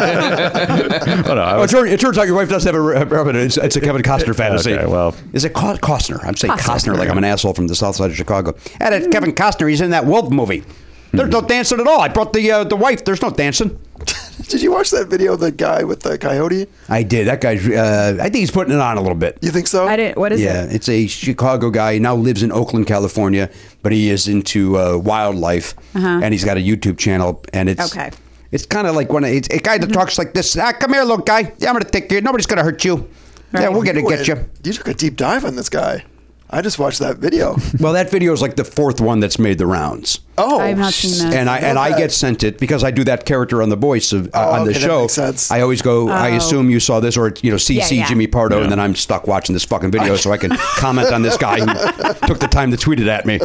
Speaker 1: oh, no, I
Speaker 2: Oh, it,
Speaker 1: was,
Speaker 2: turns, it turns out your wife does have a a Robin. Hood. It's, it's a Kevin Costner fantasy.
Speaker 1: Okay, well-
Speaker 2: is it Co- Costner? I'm saying
Speaker 8: Costner.
Speaker 2: Costner, like I'm an asshole from the South Side of Chicago. And it's Kevin Costner. He's in that Wolf movie. There's no dancing at all. I brought the uh, the wife. There's no dancing.
Speaker 5: Did you watch that video of the guy with the coyote?
Speaker 2: I did. That guy's. Uh, I think he's putting it on a little bit.
Speaker 5: You think so?
Speaker 8: I didn't. What is
Speaker 2: yeah,
Speaker 8: it?
Speaker 2: it's a Chicago guy. He now lives in Oakland, California, but he is into uh, wildlife, and he's got a YouTube channel. And it's
Speaker 8: Uh-huh. Okay. Mm-hmm.
Speaker 2: It's kind of like one. of- It's a guy that talks like this. Ah, come here, little guy. Yeah, I'm gonna take you. Nobody's gonna hurt you. Yeah,
Speaker 8: Right.
Speaker 2: we're gonna get you.
Speaker 5: You took a deep dive on this guy. I just watched that video.
Speaker 2: Well, that video is like the fourth one that's made the rounds.
Speaker 5: Oh,
Speaker 8: I've not seen that.
Speaker 2: and I and I
Speaker 5: Okay. Oh,
Speaker 2: get sent it because I do that character on the voice of uh, on the
Speaker 5: okay, that
Speaker 2: show.
Speaker 5: makes sense.
Speaker 2: I always go. I
Speaker 8: Oh.
Speaker 2: assume you saw this or you know CC
Speaker 8: Yeah, yeah.
Speaker 2: Jimmy Pardo, and then I'm stuck watching this fucking video so I can comment on this guy who took the time to tweet it at me.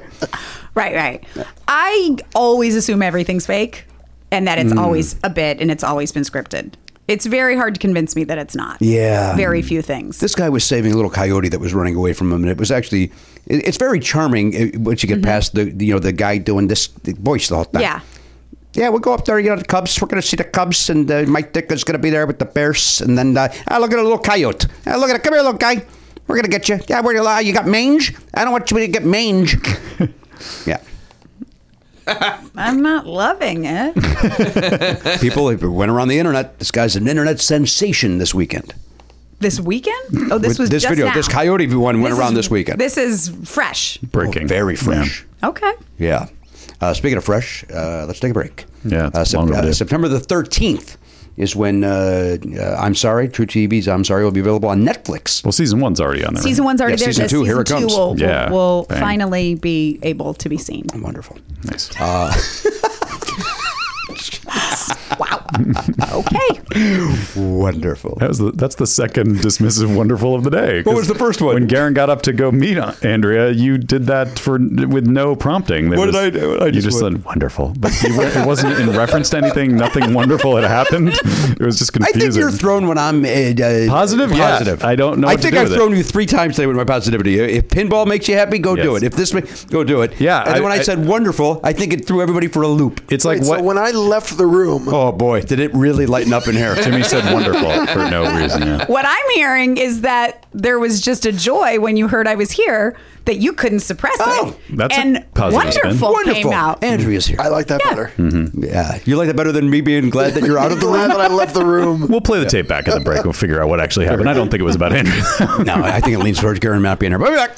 Speaker 8: Right, right. I always assume everything's fake and that
Speaker 2: Mm.
Speaker 8: it's always a bit and it's always been scripted. It's very hard to convince me that it's not.
Speaker 2: Yeah.
Speaker 8: Very few things.
Speaker 2: This guy was saving a little coyote that was running away from him, and it was actually it- it's very charming eh, once you get past the you know the guy doing this the voice the whole time.
Speaker 8: Mm-hmm. yeah.
Speaker 2: Yeah, we'll go up there. You know, the Cubs. We're going to see the Cubs, and uh, Mike Dick is going to be there with the Bears. And then, uh, ah, look at a little coyote. Ah, look at it. Come here, little guy. We're going to get you. Yeah, where you lie? You got mange? I don't want you to get mange. yeah.
Speaker 8: I'm not loving it.
Speaker 2: People it went around the internet. This guy's an internet sensation this weekend.
Speaker 8: this weekend? Oh, this
Speaker 2: With
Speaker 8: was
Speaker 2: this
Speaker 8: just
Speaker 2: video,
Speaker 8: now.
Speaker 2: this coyote one went
Speaker 8: This
Speaker 2: around
Speaker 8: is-
Speaker 2: this weekend.
Speaker 8: This is fresh.
Speaker 1: breaking.
Speaker 2: Oh, very fresh.
Speaker 8: Okay.
Speaker 2: Yeah. Uh, speaking of fresh, uh, let's take a break.
Speaker 1: Yeah, it's
Speaker 2: Uh, Sep-
Speaker 1: long
Speaker 2: uh,
Speaker 1: overdue.
Speaker 2: September the 13th is when uh, uh, I'm Sorry, True TV's I'm Sorry will be available on Netflix.
Speaker 1: Well, season one's already on there.
Speaker 8: Season one's already
Speaker 2: Yeah,
Speaker 8: there.
Speaker 2: season
Speaker 8: The
Speaker 2: two, here it
Speaker 8: season
Speaker 2: comes.
Speaker 8: Two will, will-
Speaker 1: Yeah.
Speaker 8: will
Speaker 1: Bang.
Speaker 8: finally be able to be seen.
Speaker 2: Wonderful.
Speaker 1: Nice.
Speaker 8: Wow. okay.
Speaker 4: Wonderful.
Speaker 1: That was the, that's the second dismissive wonderful of the day.
Speaker 4: What was the first one?
Speaker 1: When Garen got up to go meet Andrea, you did that for with no prompting. There
Speaker 4: What
Speaker 1: was-
Speaker 4: did I do? I
Speaker 1: you
Speaker 4: just
Speaker 1: just said wonderful, but you weren't- it wasn't in reference to anything. Nothing wonderful had happened. It was just
Speaker 2: I
Speaker 1: confusing.
Speaker 2: think you're thrown when I'm uh, uh,
Speaker 1: Positive? Yeah.
Speaker 2: Positive.
Speaker 1: I don't know
Speaker 2: I
Speaker 1: what to
Speaker 2: think
Speaker 1: do
Speaker 2: I've
Speaker 1: with it.
Speaker 2: thrown you three times today with my positivity. Uh, If pinball makes you happy, go do
Speaker 1: Yes.
Speaker 2: it. If this, ma- go do it.
Speaker 1: Yeah,
Speaker 2: And then
Speaker 1: I-
Speaker 2: when I,
Speaker 1: I-
Speaker 2: said wonderful, I think it threw everybody for a loop.
Speaker 1: it's like
Speaker 5: Wait,
Speaker 1: what
Speaker 5: So when I left the room,
Speaker 2: Oh boy, did it really lighten up in here?
Speaker 1: Jimmy said wonderful for no reason. yeah.
Speaker 8: What I'm hearing is that there was just a joy when you heard I was here that you couldn't suppress
Speaker 2: Oh,
Speaker 8: it.
Speaker 1: that's a
Speaker 8: and
Speaker 1: positive spin.
Speaker 8: wonderful
Speaker 2: Wonderful.
Speaker 8: came out.
Speaker 2: Andrea's here.
Speaker 5: I like that better.
Speaker 8: Mm-hmm.
Speaker 2: yeah, you like that better than me being glad that you're out of the room.
Speaker 5: Glad that I left the room.
Speaker 1: We'll play the tape back at the break. We'll figure out what actually happened. I don't think it was about Andrea.
Speaker 2: no, I think it leans towards Garen not being here. But we'll be back.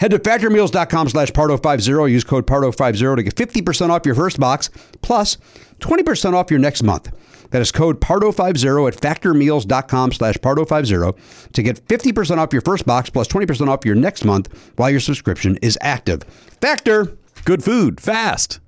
Speaker 2: Head to factormeals.com slash pardo50. oh. Use code pardo50 to get 50% off your first box plus 20% off your next month. That is code pardo50 at factormeals.com slash pardo50 to get 50% off your first box plus 20% off your next month while your subscription is active. Factor.
Speaker 1: Good food, fast.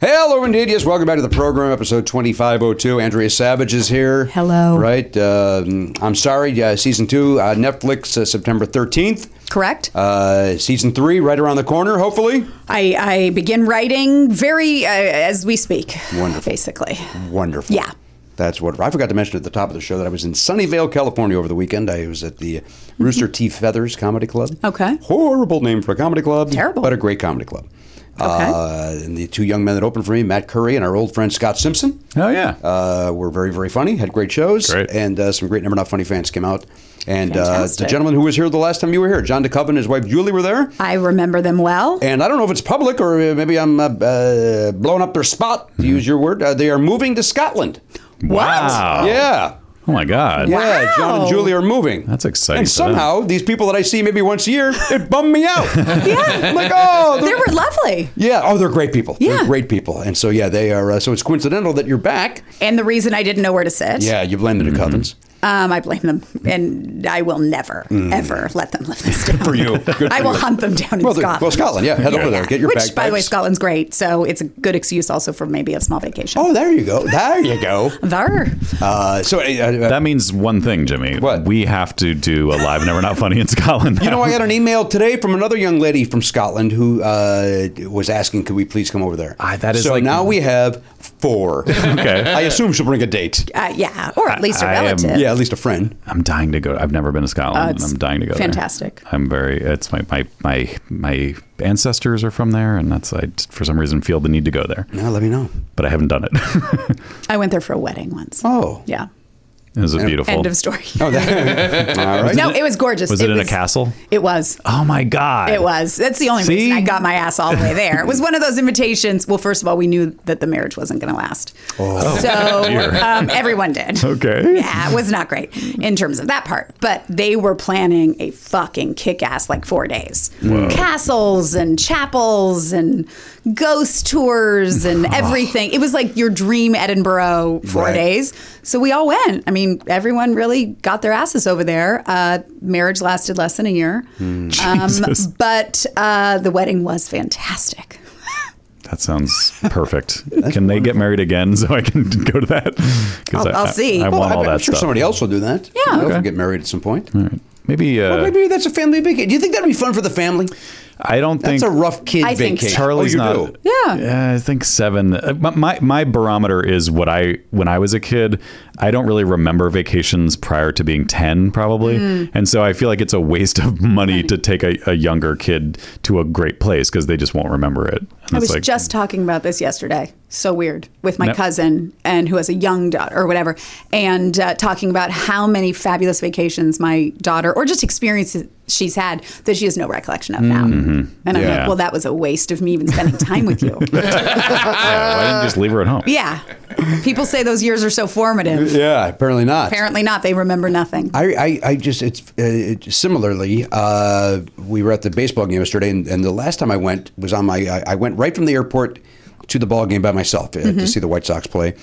Speaker 2: Hello, indeed. Yes, welcome back to the program, episode 2502. Andrea Savage is here.
Speaker 8: Hello.
Speaker 2: Right? Um, I'm sorry, uh, season two, uh, Netflix, uh, September 13th.
Speaker 8: Correct?
Speaker 2: Uh, season three, right around the corner, hopefully.
Speaker 8: I, I begin writing very uh, as we speak. Wonderful. Basically.
Speaker 2: Wonderful.
Speaker 8: Yeah.
Speaker 2: That's wonderful. I forgot to mention at the top of the show that I was in Sunnyvale, California over the weekend. I was at the Rooster Teeth Feathers Comedy Club.
Speaker 8: Mm-hmm. Okay.
Speaker 2: Horrible name for a comedy club.
Speaker 8: Terrible.
Speaker 2: But a great comedy club. Uh, and the two young men that opened for me, Matt Curry and our old friend Scott Simpson,
Speaker 1: Oh yeah.
Speaker 2: uh, were very, very funny, had great shows.
Speaker 1: Great.
Speaker 2: And uh, some great Never Not Funny fans came out. And uh, the
Speaker 8: Fantastic.
Speaker 2: gentleman who was here the last time you were here, John DeCubb and his wife Julie were there.
Speaker 8: I remember them well.
Speaker 2: And I don't know if it's public or uh, maybe I'm uh, uh, blowing up their spot, to use your word. Uh, they are moving to Scotland.
Speaker 1: wow.
Speaker 2: Yeah.
Speaker 1: Oh my God.
Speaker 2: Yeah, John
Speaker 8: Wow.
Speaker 2: and Julie are moving.
Speaker 1: That's exciting
Speaker 2: And
Speaker 1: for them.
Speaker 2: somehow, these people that I see maybe once a year, it bummed me out.
Speaker 8: Yeah.
Speaker 2: I'm like, oh,
Speaker 8: they
Speaker 2: they're-
Speaker 8: were lovely.
Speaker 2: yeah, oh, they're great people. They're
Speaker 8: Yeah.
Speaker 2: great people. And so, yeah, they are. Uh, so it's coincidental that you're back.
Speaker 8: And the reason I didn't know where to sit.
Speaker 2: Yeah, you blame the
Speaker 1: Mm-hmm.
Speaker 2: Duchovins.
Speaker 8: Um, I blame them, and I will never, ever let them live this down.
Speaker 2: for you. Mm. Good for
Speaker 8: I will
Speaker 2: you.
Speaker 8: hunt them down in
Speaker 2: Well, they're-
Speaker 8: Scotland.
Speaker 2: well, Scotland, yeah. Head over there. Get your
Speaker 8: Which,
Speaker 2: bagpipes.
Speaker 8: by the way, Scotland's great, so it's a good excuse also for maybe a small vacation.
Speaker 2: Oh, there you go. There you go.
Speaker 8: Var.
Speaker 2: Uh, so, uh, uh,
Speaker 1: That means one thing, Jimmy.
Speaker 2: What?
Speaker 1: We have to do a live Never Not Funny in Scotland.
Speaker 2: You know, I got an email today from another young lady from Scotland who uh, was asking, "Could we please come over there?"
Speaker 1: Ah, that is
Speaker 2: so.
Speaker 1: like-
Speaker 2: now we have four.
Speaker 1: Okay.
Speaker 2: I assume she'll bring a date.
Speaker 8: Uh, yeah, or at least a
Speaker 1: I am-
Speaker 8: relative.
Speaker 2: Yeah, at least a friend.
Speaker 1: I'm dying to go. I've never been to
Speaker 8: Uh,
Speaker 1: Scotland.
Speaker 8: it's
Speaker 1: I'm dying to go. there.
Speaker 8: fantastic.
Speaker 1: I'm very. It's my my my my ancestors are from there, and that's I for some reason feel the need to go there,
Speaker 2: Now let me know.
Speaker 1: but I haven't done it.
Speaker 8: I went there for a wedding once.
Speaker 2: Oh,
Speaker 8: Yeah.
Speaker 1: it was beautiful.
Speaker 8: End of story.
Speaker 2: Oh, that, all right.
Speaker 8: No, it was gorgeous.
Speaker 1: Was it in a castle?
Speaker 8: It was.
Speaker 1: Oh my god!
Speaker 8: It was. That's the only
Speaker 1: See?
Speaker 8: reason I got my ass all the way there. It was one of those invitations. Well, first of all, we knew that the marriage wasn't going to last.
Speaker 1: Oh, dear.
Speaker 8: So um, everyone did.
Speaker 1: Okay.
Speaker 8: Yeah, it was not great in terms of that part. But they were planning a fucking kick ass like four days castles and chapels and ghost tours and everything. It was like your dream Edinburgh four
Speaker 2: Right.
Speaker 8: days. So we all went. I mean, everyone really got their asses over there. Uh, marriage lasted less than a year.
Speaker 1: Hmm. Jesus.
Speaker 8: Um, but uh, the wedding was fantastic.
Speaker 1: That sounds perfect. can they get married again so I can go to that? 'Cause
Speaker 8: I'll-
Speaker 1: I-
Speaker 8: I'll
Speaker 1: I-
Speaker 8: see.
Speaker 1: I,
Speaker 8: Well,
Speaker 1: want
Speaker 2: I'm
Speaker 1: all that
Speaker 2: sure
Speaker 1: stuff.
Speaker 2: somebody else will do that.
Speaker 8: Yeah.
Speaker 2: They'll
Speaker 1: Okay.
Speaker 2: get married at some point.
Speaker 1: Maybe. Uh,
Speaker 2: Well, maybe that's a family vacation. Do you think that'd be fun for the family?
Speaker 1: I don't think
Speaker 2: That's a rough kid
Speaker 8: I think
Speaker 2: vacation.
Speaker 8: so.
Speaker 1: Charlie's
Speaker 2: oh, you
Speaker 1: not.
Speaker 2: Do.
Speaker 8: Yeah.
Speaker 1: I think seven. uh, My, my my barometer is what I when I was a kid. I don't really remember vacations prior to being ten, probably,
Speaker 8: Mm.
Speaker 1: and so I feel like it's a waste of money to take a, a younger kid to a great place because they just won't remember it. And
Speaker 8: I
Speaker 1: it's
Speaker 8: was
Speaker 1: like,
Speaker 8: just talking about this yesterday. So weird with my
Speaker 1: No.
Speaker 8: cousin and who has a young daughter or whatever, and uh, talking about how many fabulous vacations my daughter or just experiences she's had that she has no recollection of now. And I'm
Speaker 1: Mm-hmm. Yeah.
Speaker 8: like, well, that was a waste of me even spending time with you.
Speaker 1: yeah, "Oh, why didn't you just leave her at home?
Speaker 8: yeah, people say those years are so formative.
Speaker 2: Yeah, apparently not.
Speaker 8: Apparently not. They remember nothing.
Speaker 2: I, I, I just it's uh, it, similarly. Uh, we were at the baseball game yesterday, and, and the last time I went was on my. I, I went right from the airport to the ball game by myself uh, to see the White Sox play,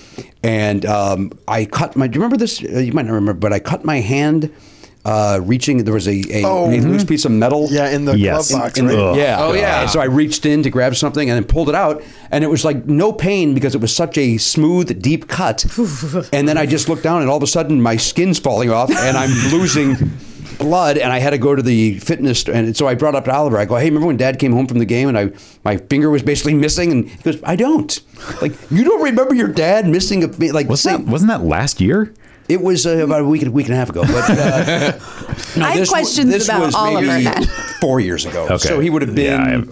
Speaker 2: and um, I cut my. Do you remember this? Uh, you might not remember, but I cut my hand uh, reaching. There was a a, a loose piece of metal.
Speaker 5: Yeah, in the
Speaker 1: Yes.
Speaker 5: glove box.
Speaker 1: In-
Speaker 5: right?
Speaker 1: in-
Speaker 2: Yeah.
Speaker 6: Oh, yeah.
Speaker 2: And so I reached in to grab something and then pulled it out, and it was like no pain because it was such a smooth, deep cut. and then I just looked down, and all of a sudden my skin's falling off, and I'm losing blood. And I had to go to the fitness. st- And so I brought up to Oliver. I go, "Hey, remember when Dad came home from the game and I my finger was basically missing?" And he goes, "I don't. Like you don't remember your dad missing a fi- like."
Speaker 1: Wasn't
Speaker 2: say-
Speaker 1: that wasn't that last year?
Speaker 2: It was uh, about a week, week and a half ago. But uh, no,
Speaker 8: I have
Speaker 2: this wa-
Speaker 8: questions
Speaker 2: this
Speaker 8: about
Speaker 2: was
Speaker 8: Oliver
Speaker 2: maybe
Speaker 8: then.
Speaker 2: Four years ago,
Speaker 1: Okay,
Speaker 2: so he would have
Speaker 1: Yeah, I
Speaker 2: been.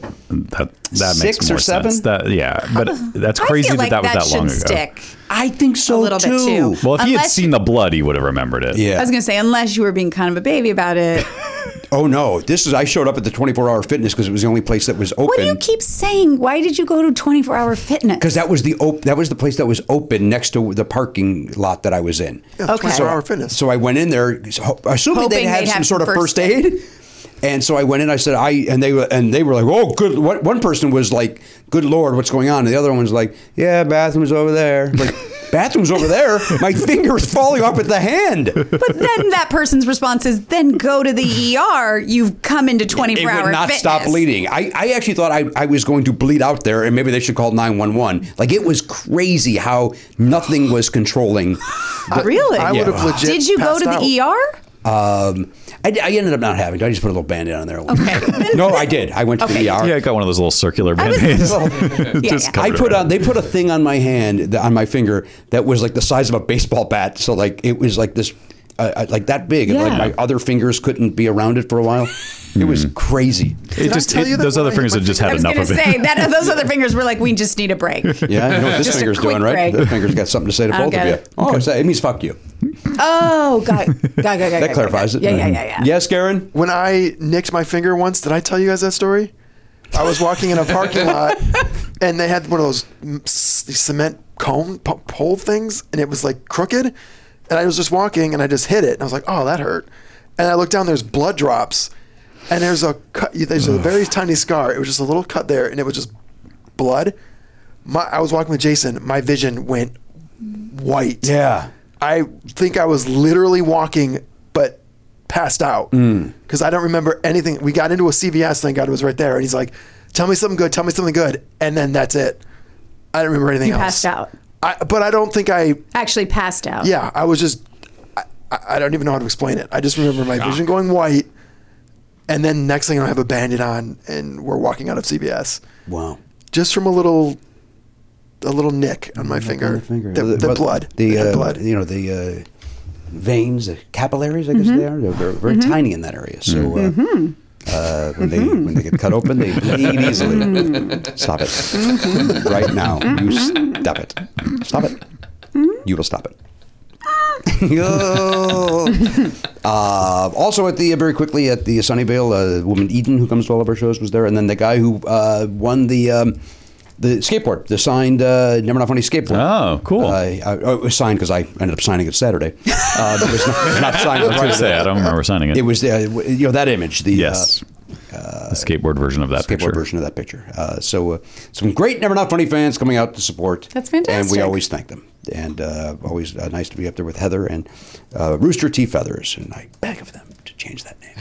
Speaker 1: have- that that
Speaker 2: six
Speaker 1: makes
Speaker 2: or
Speaker 1: more
Speaker 2: seven?
Speaker 1: sense. That, yeah, but that's
Speaker 8: I
Speaker 1: crazy
Speaker 8: feel
Speaker 1: that
Speaker 8: like
Speaker 1: that was that,
Speaker 8: should
Speaker 1: long ago.
Speaker 8: stick.
Speaker 2: I think so
Speaker 8: A little bit,
Speaker 2: too.
Speaker 8: too.
Speaker 1: Well, if he had
Speaker 8: Unless-
Speaker 1: seen the blood, he would have remembered it.
Speaker 2: yeah.
Speaker 8: I was gonna say unless you were being kind of a baby about it.
Speaker 2: oh no, this is. I showed up at the 24-hour fitness because it was the only place that was
Speaker 8: what do you
Speaker 2: open.
Speaker 8: keep saying? Why did you go to 24 hour fitness?
Speaker 2: Because that was the op- that was the place that was open next to the parking lot that I was in.
Speaker 8: Okay.
Speaker 5: 24-hour fitness.
Speaker 2: So I went in there, ho- assuming they
Speaker 8: Oh, Hoping
Speaker 2: had
Speaker 8: they'd
Speaker 2: some
Speaker 8: have
Speaker 2: sort of first
Speaker 8: first
Speaker 2: aid. And so I went in. I said, "I," and they were, and they were like, "Oh, good." What, one person was like, "Good lord, what's going on?" And the other one's like, "Yeah, bathroom's over there." Like, bathroom's over there. My finger is falling off with the hand.
Speaker 8: But then that person's response is, then go to the ER. You've come into 24
Speaker 2: it
Speaker 8: hour
Speaker 2: would not
Speaker 8: fitness.
Speaker 2: stop bleeding. I, I actually thought I, I was going to bleed out there and maybe they should call 911. Like it was crazy how nothing was controlling.
Speaker 8: Really?
Speaker 5: I would have
Speaker 2: Yeah.
Speaker 5: legit.
Speaker 8: Did you go to
Speaker 5: passed out.
Speaker 8: the ER?
Speaker 2: Um, I, I ended up not having. to. I just put a little band on there.
Speaker 8: Okay.
Speaker 2: no, I did. I went to
Speaker 8: Okay.
Speaker 2: the ER.
Speaker 1: Yeah, I got one of those little circular
Speaker 8: I was-
Speaker 1: band-aids.
Speaker 8: Yeah,
Speaker 1: Just
Speaker 8: yeah.
Speaker 1: covered
Speaker 2: I put
Speaker 1: around.
Speaker 2: on. They put a thing on my hand, that- on my finger, that was like the size of a baseball bat. So like it was like this, uh, uh, like that big, and
Speaker 1: Yeah.
Speaker 2: like my other fingers couldn't be around it for a while. It
Speaker 1: Hmm.
Speaker 2: was crazy.
Speaker 1: It
Speaker 5: I
Speaker 1: just
Speaker 5: tell
Speaker 1: it-
Speaker 5: you that
Speaker 1: those
Speaker 5: when
Speaker 1: other
Speaker 5: I hit
Speaker 1: fingers
Speaker 5: my
Speaker 1: had just
Speaker 5: finger-
Speaker 1: had
Speaker 8: I was
Speaker 1: enough
Speaker 8: gonna
Speaker 1: of it.
Speaker 8: say that those other fingers were like, we just need a break.
Speaker 2: Yeah, you know what this
Speaker 8: Just a
Speaker 2: finger's doing,
Speaker 8: quick
Speaker 2: right?
Speaker 8: break.
Speaker 2: This finger's got something to say to
Speaker 8: I don't
Speaker 2: both of
Speaker 8: get
Speaker 2: you.
Speaker 8: it.
Speaker 2: Oh, it's- it means fuck you.
Speaker 8: Oh, got, got, got, got,
Speaker 2: That clarifies it. Mm-hmm.
Speaker 8: Yeah, yeah, yeah, yeah.
Speaker 2: Yes, Garen.
Speaker 5: When I nicked my finger once, did I tell you guys that story? I was walking in a parking lot, and they had one of those mm, c- cement cone p- pole things, and it was like crooked. And I was just walking, and I just hit it, and I was like, "Oh, that hurt." And I looked down. There's blood drops, and there's a cut. There's a very tiny scar. It was just a little cut there, and it was just blood. My, I was walking with Jason. My vision went white.
Speaker 2: Yeah.
Speaker 5: I think I was literally walking, but passed out
Speaker 2: Mm.
Speaker 5: because I don't remember anything. We got into a CVS, thank God it was right there, and he's like, "Tell me something good. Tell me something good," and then that's it. I don't remember anything
Speaker 8: You
Speaker 5: else.
Speaker 8: passed out.
Speaker 5: I, but I don't think I.
Speaker 8: Actually, passed out.
Speaker 5: Yeah, I was just. I, I I don't even know how to explain it. I just remember my vision going white, and then next thing I have a bandit on, and we're walking out of CVS
Speaker 2: Wow.
Speaker 5: just from a little, a little nick on
Speaker 2: Mm,
Speaker 5: my finger. The,
Speaker 2: Well,
Speaker 5: the
Speaker 2: well,
Speaker 5: blood.
Speaker 2: The
Speaker 5: I had
Speaker 2: uh,
Speaker 5: blood.
Speaker 2: You know the uh, veins, the capillaries. I guess
Speaker 8: Mm-hmm.
Speaker 2: they are. They're very, very tiny in that area. So. Uh, Uh, when they
Speaker 8: Mm-hmm.
Speaker 2: when they get cut open, they bleed easily. Stop it
Speaker 8: Mm-hmm.
Speaker 2: right now! You stop it! Stop it! You will stop it. Yo. uh, also, at the very quickly at the Sunnyvale, uh, woman Eden, who comes to all of our shows, was there, and then the guy who uh, won the um, the skateboard, the signed uh, Never Not Funny skateboard.
Speaker 1: Oh, cool.
Speaker 2: Uh, I, oh, it was signed because I ended up signing it Saturday. Uh, it was not, not signed.
Speaker 1: I was going to say, I don't remember signing it.
Speaker 2: It was uh, you know that image. The
Speaker 1: yes.
Speaker 2: Uh,
Speaker 1: the skateboard version of that
Speaker 2: skateboard
Speaker 1: picture.
Speaker 2: version of that picture. Uh, so, uh, some great Never Not Funny fans coming out to support.
Speaker 8: That's
Speaker 2: And we
Speaker 8: fantastic.
Speaker 2: always thank them. And uh, always uh, nice to be up there with Heather and uh, Rooster Tea Feathers. And I beg of them to change that name.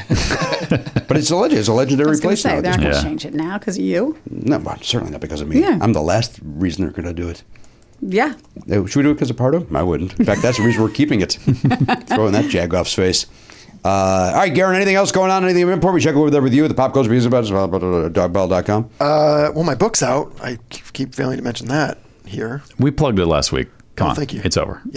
Speaker 2: but it's a legend. It's a
Speaker 8: I
Speaker 2: legendary
Speaker 8: was gonna
Speaker 2: place
Speaker 8: say
Speaker 2: now.
Speaker 8: they're not
Speaker 1: Yeah.
Speaker 8: gonna change it now because you.
Speaker 2: No, well, certainly not because of me.
Speaker 8: Yeah.
Speaker 2: I'm the last reason they're going to do it.
Speaker 8: Yeah.
Speaker 2: Uh, Should we do it because of Pardo? I wouldn't. In fact, that's the reason we're keeping it. Throwing that jag off's face. Uh, all right, Garen, anything else going on? Anything of import? We check over there with you. The pop culture reviews about dogbell.com.
Speaker 5: Uh, well, my book's out. I keep- keep failing to mention that here.
Speaker 1: We plugged it last week. Come
Speaker 5: Oh,
Speaker 1: on.
Speaker 5: thank you.
Speaker 1: It's over.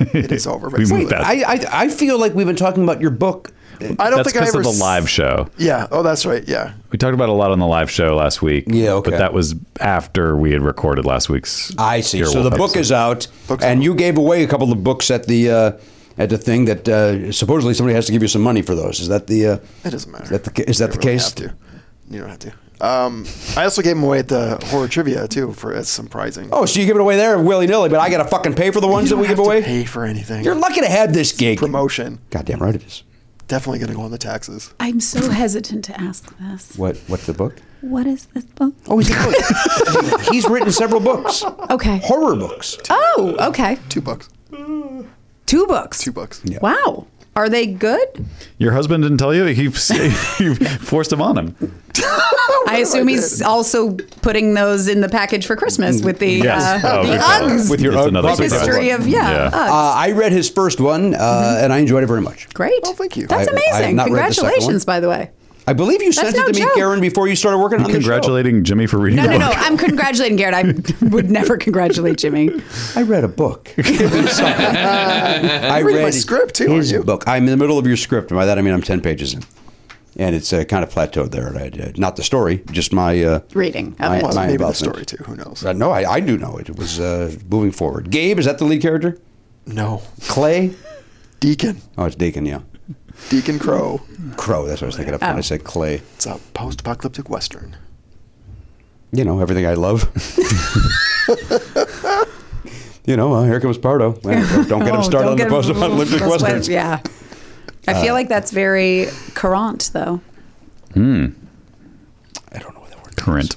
Speaker 5: Yeah, it is over.
Speaker 1: We moved
Speaker 5: basically.
Speaker 1: that.
Speaker 2: I, I, I feel like we've been talking about your book.
Speaker 5: I don't
Speaker 1: That's
Speaker 5: think I
Speaker 1: because
Speaker 5: ever
Speaker 1: of the
Speaker 5: s-
Speaker 1: live show.
Speaker 5: Yeah. Oh, that's right. Yeah.
Speaker 1: We talked about it a lot on the live show last week.
Speaker 2: Yeah, okay.
Speaker 1: But that was after we had recorded last week's.
Speaker 2: I see.
Speaker 1: Earwolf
Speaker 2: so the book
Speaker 1: episode.
Speaker 2: is out,
Speaker 5: Book's
Speaker 2: and
Speaker 5: out.
Speaker 2: you gave away a couple of books at the uh, at the thing that uh, supposedly somebody has to give you some money for those. Is that the? Uh,
Speaker 5: It doesn't matter.
Speaker 2: Is that the, ca- is
Speaker 5: You
Speaker 2: that the
Speaker 5: don't really
Speaker 2: case?
Speaker 5: Have to. You don't have to. Um, I also gave them away at the horror trivia too for it's surprising.
Speaker 2: Oh, so you give it away there willy nilly, but I got to fucking pay for the
Speaker 5: You
Speaker 2: ones that
Speaker 5: don't
Speaker 2: we
Speaker 5: have
Speaker 2: give
Speaker 5: to
Speaker 2: away.
Speaker 5: Pay for anything.
Speaker 2: You're lucky to have this gig.
Speaker 5: promotion.
Speaker 2: Goddamn right it is.
Speaker 5: Definitely gonna go on the taxes.
Speaker 8: I'm so hesitant to ask this.
Speaker 2: What? What the book?
Speaker 8: What is this book?
Speaker 2: Oh, he's, he's written several books,
Speaker 8: Okay.
Speaker 2: horror books.
Speaker 8: Oh, okay.
Speaker 5: Two bucks.
Speaker 8: Two books.
Speaker 5: Two bucks.
Speaker 8: Wow. Are they good?
Speaker 1: Your husband didn't tell you? He, he forced him on him.
Speaker 2: Oh,
Speaker 8: I assume he's also putting those in the package for Christmas with the
Speaker 1: Yes.
Speaker 8: uh,
Speaker 1: Oh,
Speaker 8: the
Speaker 1: good call.
Speaker 8: Uggs.
Speaker 2: With your
Speaker 1: It's
Speaker 2: Ugg
Speaker 1: another
Speaker 2: puppy
Speaker 1: surprise.
Speaker 8: history of yeah, Uggs.
Speaker 2: Uh, I read his first one, uh,
Speaker 8: Mm-hmm.
Speaker 2: and I enjoyed it very much.
Speaker 8: Great.
Speaker 5: Oh, thank you.
Speaker 8: That's
Speaker 2: I- I have
Speaker 8: amazing.
Speaker 2: not read the second one.
Speaker 8: Congratulations, by the way.
Speaker 2: I believe you
Speaker 8: That's
Speaker 2: sent
Speaker 8: no
Speaker 2: it to me,
Speaker 8: joke.
Speaker 2: Garen, before you started working on the
Speaker 1: Congratulating Jimmy for reading
Speaker 8: No,
Speaker 1: the
Speaker 8: no,
Speaker 1: book.
Speaker 8: no. I'm congratulating Garrett. I would never congratulate Jimmy.
Speaker 2: show. I read a book. I
Speaker 5: read my script, too,
Speaker 2: His
Speaker 5: aren't you?
Speaker 2: book. I'm in the middle of your script. and By that I mean I'm ten pages in, and it's uh, kind of plateaued there. And I, uh, not the story, just my uh,
Speaker 8: Reading of
Speaker 2: my-
Speaker 8: it.
Speaker 5: Well,
Speaker 2: my
Speaker 5: maybe the
Speaker 2: involvement.
Speaker 5: story too. Who knows?
Speaker 2: Uh, no, I, I do know it. It was uh, moving forward. Gabe is that the lead character?
Speaker 5: No.
Speaker 2: Clay?
Speaker 5: Deacon.
Speaker 2: Oh, it's Deacon. Yeah,
Speaker 5: Deacon Crow.
Speaker 2: Crow. That's what I was thinking of when
Speaker 8: Oh.
Speaker 2: I said Clay.
Speaker 5: It's a post-apocalyptic western.
Speaker 2: you know, everything I love. you know, uh, here comes Pardo. Well, don't get him
Speaker 8: Oh,
Speaker 2: started
Speaker 8: don't
Speaker 2: on
Speaker 8: get
Speaker 2: the
Speaker 8: him-
Speaker 2: post apocalyptic
Speaker 8: those
Speaker 2: westerns.
Speaker 8: web- Yeah. I
Speaker 2: Uh,
Speaker 8: feel like that's very current, though.
Speaker 2: I don't know what that word
Speaker 1: Current.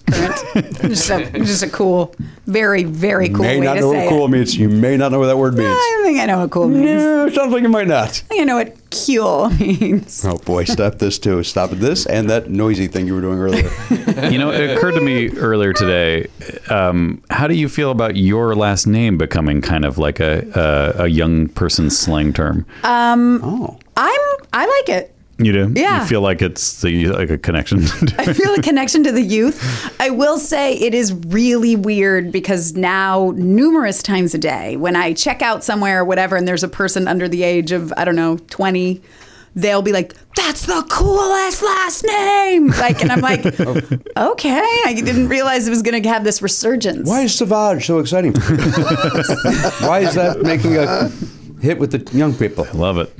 Speaker 8: just, a, just a cool, very, very
Speaker 2: You
Speaker 8: cool
Speaker 2: may
Speaker 8: way
Speaker 2: not
Speaker 8: to
Speaker 2: know
Speaker 8: say
Speaker 2: what cool
Speaker 8: it.
Speaker 2: means. You may not know what that word means.
Speaker 8: I think I know what cool means.
Speaker 2: Yeah, sounds like you might not.
Speaker 8: I think I know what cool means.
Speaker 2: Oh boy, stop this too. Stop this and that noisy thing you were doing earlier.
Speaker 1: you know, it occurred to me earlier today. Um, how do you feel about your last name becoming kind of like a a, a young person slang term?
Speaker 2: oh.
Speaker 8: I'm I like it.
Speaker 1: You do?
Speaker 8: Yeah.
Speaker 1: You feel like it's the, like a connection.
Speaker 8: I feel a connection to the youth. I will say it is really weird because now, numerous times a day, when I check out somewhere or whatever, and there's a person under the age of, I don't know, 20, they'll be like, that's the coolest last name. Like, and I'm like, okay, I didn't realize it was going to have this resurgence.
Speaker 2: Why is Savage so exciting? Why is that making a hit with the young people?
Speaker 1: Love it.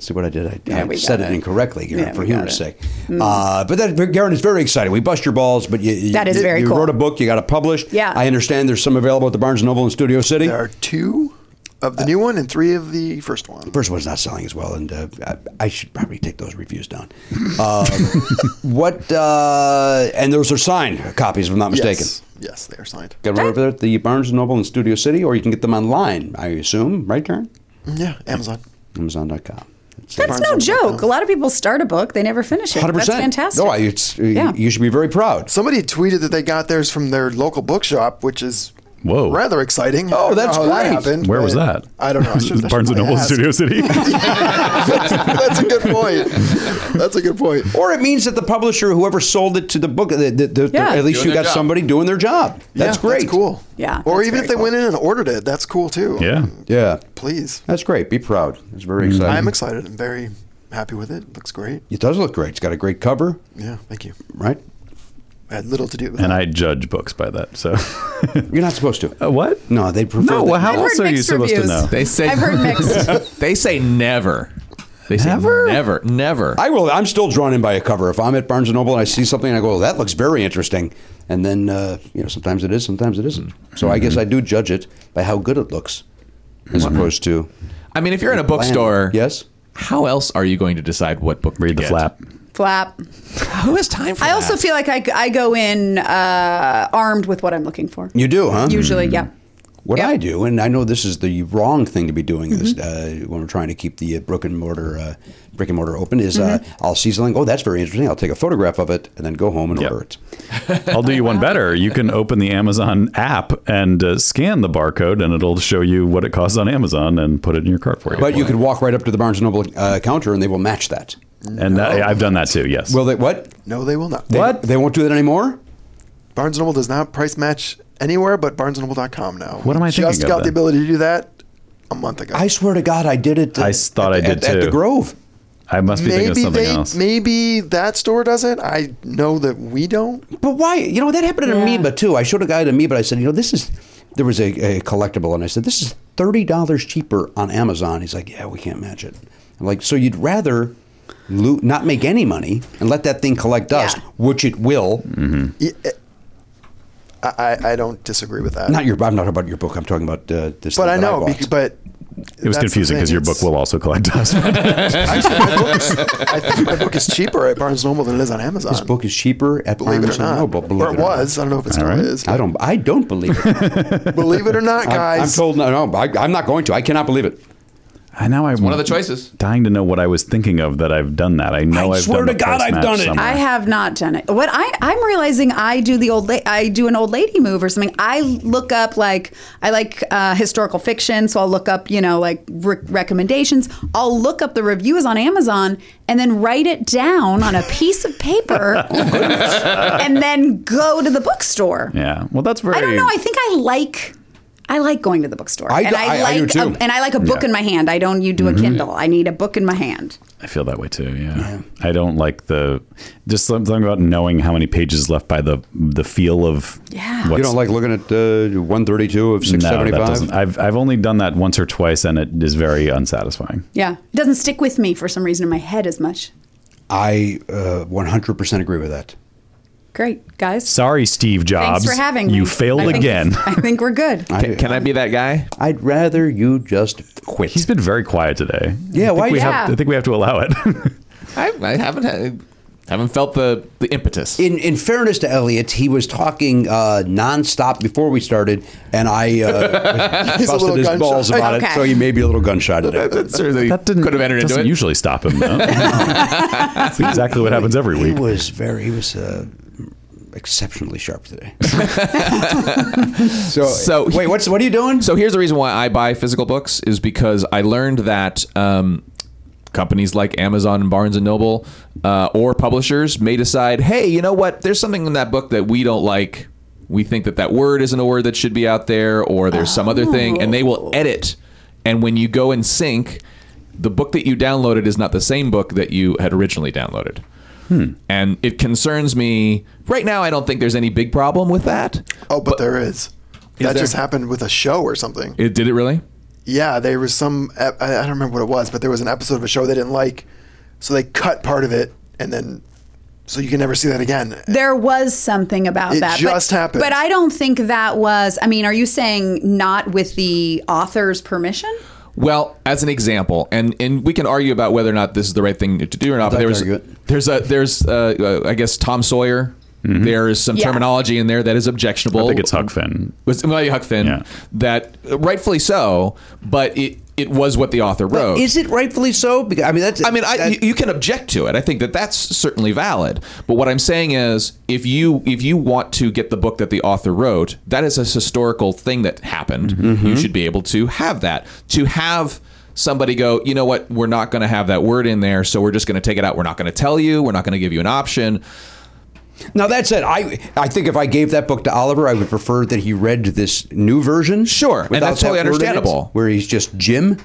Speaker 2: See what I did? I,
Speaker 8: Yeah,
Speaker 2: I
Speaker 8: we
Speaker 2: said
Speaker 8: got
Speaker 2: it
Speaker 8: it.
Speaker 2: incorrectly, Garen,
Speaker 8: Yeah,
Speaker 2: for
Speaker 8: we Mm.
Speaker 2: humor's
Speaker 8: got
Speaker 2: sake. Uh, but that, but Garen, is very exciting. We bust your balls, but you, you-
Speaker 8: That is
Speaker 2: you-
Speaker 8: very
Speaker 2: you
Speaker 8: cool.
Speaker 2: wrote a book, you got it published.
Speaker 8: Yeah.
Speaker 2: I understand there's some available at the Barnes & Noble in Studio City.
Speaker 5: There are two of
Speaker 2: Uh,
Speaker 5: the new one and three of the first one.
Speaker 2: First one's not selling as well, and uh, I, I should probably take those reviews down. Um, what, uh, and those are signed copies, if I'm not mistaken.
Speaker 5: Yes. Yes, they are signed.
Speaker 2: Got them over there at the Barnes & Noble in Studio City, or you can get them online, I assume, right, Karen?
Speaker 5: Yeah, Amazon.
Speaker 2: Amazon.com. That's
Speaker 8: That's no joke. A lot of people start a book, they never finish it.
Speaker 2: 100%.
Speaker 8: That's fantastic.
Speaker 2: No, I- it's,
Speaker 8: Yeah.
Speaker 2: you should be very proud.
Speaker 5: Somebody tweeted that they got theirs from their local bookshop, which is
Speaker 1: Whoa.
Speaker 5: rather exciting.
Speaker 2: Oh,
Speaker 5: I don't
Speaker 2: that's
Speaker 5: know how that
Speaker 2: great.
Speaker 5: happened,
Speaker 1: Where was
Speaker 5: but
Speaker 1: that?
Speaker 5: Uh, I don't know. I should- I
Speaker 1: Barnes
Speaker 5: should
Speaker 1: and Noble,
Speaker 5: ask.
Speaker 1: Studio City.
Speaker 5: that's a good point. That's a good point.
Speaker 2: Or it means that the publisher, whoever sold it to the book, the, the, the,
Speaker 8: Yeah.
Speaker 2: at least
Speaker 6: Doing
Speaker 2: you
Speaker 6: their
Speaker 2: got
Speaker 6: job.
Speaker 2: somebody doing their job. That's
Speaker 5: Yeah,
Speaker 2: great.
Speaker 5: That's cool.
Speaker 8: Yeah,
Speaker 5: Or
Speaker 8: that's
Speaker 5: even
Speaker 8: very
Speaker 5: if they
Speaker 8: cool.
Speaker 5: went in and ordered it, that's cool too.
Speaker 1: yeah.
Speaker 2: Yeah,
Speaker 5: Please.
Speaker 2: that's great. Be proud. It's very exciting.
Speaker 5: I'm excited. I'm very happy with it. Looks great.
Speaker 2: it does look great. It's got a great cover,
Speaker 5: Yeah, thank you.
Speaker 2: right?
Speaker 5: I had little to do with
Speaker 1: And
Speaker 5: that.
Speaker 1: I judge books by that. So,
Speaker 2: You're not supposed to.
Speaker 1: Uh, what?
Speaker 2: No, they prefer.
Speaker 1: No,
Speaker 2: that-
Speaker 1: how
Speaker 8: I've
Speaker 1: else
Speaker 8: heard
Speaker 1: are you
Speaker 8: mixed
Speaker 1: supposed
Speaker 8: reviews.
Speaker 1: to know?
Speaker 6: They say
Speaker 8: I've heard mixed.
Speaker 6: they say never. They say
Speaker 1: Never?
Speaker 6: never, never.
Speaker 2: I will. I'm still drawn in by a cover. If I'm at Barnes and Noble and I see something and I go, "That looks very interesting," and then uh, you know, sometimes it is, sometimes it isn't. So I guess I do judge it by how good it looks, as opposed to
Speaker 6: I mean, if you're in a bookstore,
Speaker 2: Yes.
Speaker 6: How else are you going to decide what book?
Speaker 1: Read
Speaker 6: to
Speaker 1: the
Speaker 6: get?
Speaker 1: flap.
Speaker 8: Flap.
Speaker 6: Who has time for
Speaker 8: I
Speaker 6: that?
Speaker 8: also feel like I, I go in uh, armed with what I'm looking for.
Speaker 2: You do, huh?
Speaker 8: Usually, yeah.
Speaker 2: What
Speaker 8: Yep.
Speaker 2: I do, and I know this is the wrong thing to be doing this, uh, when we're trying to keep the uh, brick and mortar uh, brick and mortar open, is uh, I'll see something. Oh, that's very interesting. I'll take a photograph of it and then go home and
Speaker 1: Yep.
Speaker 2: order it.
Speaker 1: I'll do you one better. You can open the Amazon app and uh, scan the barcode, and it'll show you what it costs on Amazon and put it in your cart for you.
Speaker 2: But you could walk right up to the Barnes and Noble uh, counter, and they will match that.
Speaker 1: and that, I've done that too. Yes.
Speaker 2: Will they? What?
Speaker 5: no, they will not.
Speaker 2: They- They, won't do that anymore.
Speaker 5: Barnes & Noble does not price match anywhere but barnesandnoble.com now.
Speaker 1: What am I
Speaker 5: Just
Speaker 1: thinking of
Speaker 5: got the
Speaker 1: then?
Speaker 5: ability to do that a month ago.
Speaker 2: I swear to God, I did it.
Speaker 1: I s- thought
Speaker 2: at,
Speaker 1: I did
Speaker 2: at, at the
Speaker 1: too.
Speaker 2: Grove.
Speaker 1: I must be thinking of
Speaker 5: maybe
Speaker 1: something
Speaker 5: they,
Speaker 1: else.
Speaker 5: maybe that store does it. I know that we don't.
Speaker 2: But why? You know that happened at Amoeba too. I showed a guy at Amoeba. I said, you know, this is there was a, a collectible, and I said, this is thirty dollars cheaper on Amazon. He's like, yeah, we can't match it. I'm like, so you'd rather loot, not make any money, and let that thing collect dust,
Speaker 8: Yeah.
Speaker 2: which it will.
Speaker 5: I, eh, I, I don't disagree with that.
Speaker 2: Not your. I'm not talking about your book. I'm talking about uh, this. thing
Speaker 5: but I
Speaker 2: that
Speaker 5: know.
Speaker 2: bought.
Speaker 5: bec- but
Speaker 1: it was confusing because your book will also collect dust.
Speaker 5: Actually, my book is, I think my book is cheaper at Barnes Noble than it is on Amazon.
Speaker 2: this book is cheaper at
Speaker 5: believe
Speaker 2: Barnes
Speaker 5: it or not,
Speaker 2: and Noble. believe
Speaker 5: or it
Speaker 2: or not.
Speaker 5: was. I don't know if it still
Speaker 1: right.
Speaker 5: is.
Speaker 2: I don't. I don't believe it.
Speaker 5: Believe it or not,
Speaker 2: I'm,
Speaker 5: guys.
Speaker 2: I'm told no. No, I, I'm not going to. I cannot believe it.
Speaker 1: I know. I
Speaker 6: one of the choices.
Speaker 1: Dying to know what I was thinking of that I've done that. I know
Speaker 2: I
Speaker 1: have
Speaker 2: swear
Speaker 1: done
Speaker 2: to
Speaker 1: the
Speaker 2: God,
Speaker 1: price
Speaker 2: I've
Speaker 1: match
Speaker 2: done it.
Speaker 1: somewhere.
Speaker 8: I have not done it. What I I'm realizing I do the old la- I do an old lady move or something. I look up like I like uh, historical fiction, so I'll look up you know like re- recommendations. I'll look up the reviews on Amazon and then write it down on a piece of paper,
Speaker 2: Oh,
Speaker 8: and then go to the bookstore.
Speaker 1: Yeah. Well, that's very.
Speaker 8: I don't know. I think I like. I like going to the bookstore,
Speaker 2: I
Speaker 8: and
Speaker 2: do-
Speaker 8: I,
Speaker 2: I-
Speaker 8: like
Speaker 2: I do too. Mm-hmm.
Speaker 8: A, and I like a book
Speaker 1: Yeah.
Speaker 8: in my hand. I don't. You do a Kindle. I need a book in my hand.
Speaker 1: I feel that way too. Yeah. I don't like the just something about knowing how many pages left by the the feel of.
Speaker 8: Yeah.
Speaker 1: What's,
Speaker 2: You don't like looking at uh, 132
Speaker 1: no,
Speaker 2: of
Speaker 1: that
Speaker 2: 675.
Speaker 1: doesn't. I've I've only done that once or twice, and it is very unsatisfying.
Speaker 8: Yeah, it doesn't stick with me for some reason in my head as much.
Speaker 2: I uh, 100% agree with that.
Speaker 8: Great guys.
Speaker 1: Sorry, Steve Jobs.
Speaker 8: Thanks for having me.
Speaker 1: You failed
Speaker 8: I think-
Speaker 1: again.
Speaker 8: I think we're good.
Speaker 6: Can, can I be that guy?
Speaker 2: I'd rather you just quit.
Speaker 1: He's been very quiet today. I
Speaker 2: Yeah,
Speaker 1: think
Speaker 2: why-
Speaker 1: We have,
Speaker 8: Yeah.
Speaker 1: I think we have to allow it.
Speaker 6: I, I haven't had, haven't felt the the impetus.
Speaker 2: in, in fairness to Elliot, he was talking uh, nonstop before we started, and I uh,
Speaker 5: He's a
Speaker 2: busted
Speaker 5: little
Speaker 2: his
Speaker 5: gun
Speaker 2: balls
Speaker 5: shy.
Speaker 2: about
Speaker 8: Okay.
Speaker 2: it, so he may be a little gunshot today.
Speaker 6: Certainly
Speaker 1: that didn't
Speaker 6: could have entered into
Speaker 1: doesn't
Speaker 6: it.
Speaker 1: usually stop him. though. That's exactly what happens every
Speaker 2: He
Speaker 1: week.
Speaker 2: was very, he was uh, exceptionally sharp today. so,
Speaker 6: So-
Speaker 2: Oh, wait, what's what are you doing?
Speaker 6: So here's the reason why I buy physical books is because I learned that um, companies like Amazon and Barnes and Noble uh, or publishers may decide, hey, you know what? There's something in that book that we don't like. We think that that word isn't a word that should be out there, or there's some other thing, and they
Speaker 2: Oh.
Speaker 6: will edit. And when you go and sync, the book that you downloaded is not the same book that you had originally downloaded. And it concerns me. Right now, I don't think there's any big problem with that.
Speaker 5: Oh, but, there is. that
Speaker 6: there?
Speaker 5: just happened with a show or something.
Speaker 6: It did it really?
Speaker 5: yeah, there was some. ep- I I don't remember what it was, but there was an episode of a show they didn't like, so they cut part of it, and then so you can never see that again.
Speaker 8: There was something about
Speaker 5: It
Speaker 8: that.
Speaker 5: just
Speaker 8: but,
Speaker 5: happened.
Speaker 8: But I don't think that was. I mean, are you saying not with the author's permission?
Speaker 6: Well, as an example, and, and we can argue about whether or not this is the right thing to do or not. But there was
Speaker 9: argue it.
Speaker 6: there's a there's uh, uh, I guess Tom Sawyer. There is some
Speaker 8: Yeah.
Speaker 6: terminology in there that is objectionable.
Speaker 1: Mm-hmm. I think it's Huck Finn.
Speaker 6: Was well, yeah, Huck Finn
Speaker 1: Yeah.
Speaker 6: that rightfully so, but it it was what the author wrote.
Speaker 9: Is it rightfully so? Because I mean, that's.
Speaker 6: I mean, I,
Speaker 9: that-
Speaker 6: you- you can object to it. I think that that's certainly valid. But what I'm saying is, if you if you want to get the book that the author wrote, that is a historical thing that happened.
Speaker 9: Mm-hmm.
Speaker 6: You should be able to have that. To have somebody go, you know what, we're not going to have that word in there, so we're just going to take it out. We're not going to tell you. We're not going to give you an option.
Speaker 9: Now that said, I I think if I gave that book to Oliver, I would prefer that he read this new version.
Speaker 6: Sure, and
Speaker 9: without
Speaker 6: that's totally
Speaker 9: that word in it,
Speaker 6: understandable.
Speaker 9: where he's just Jim.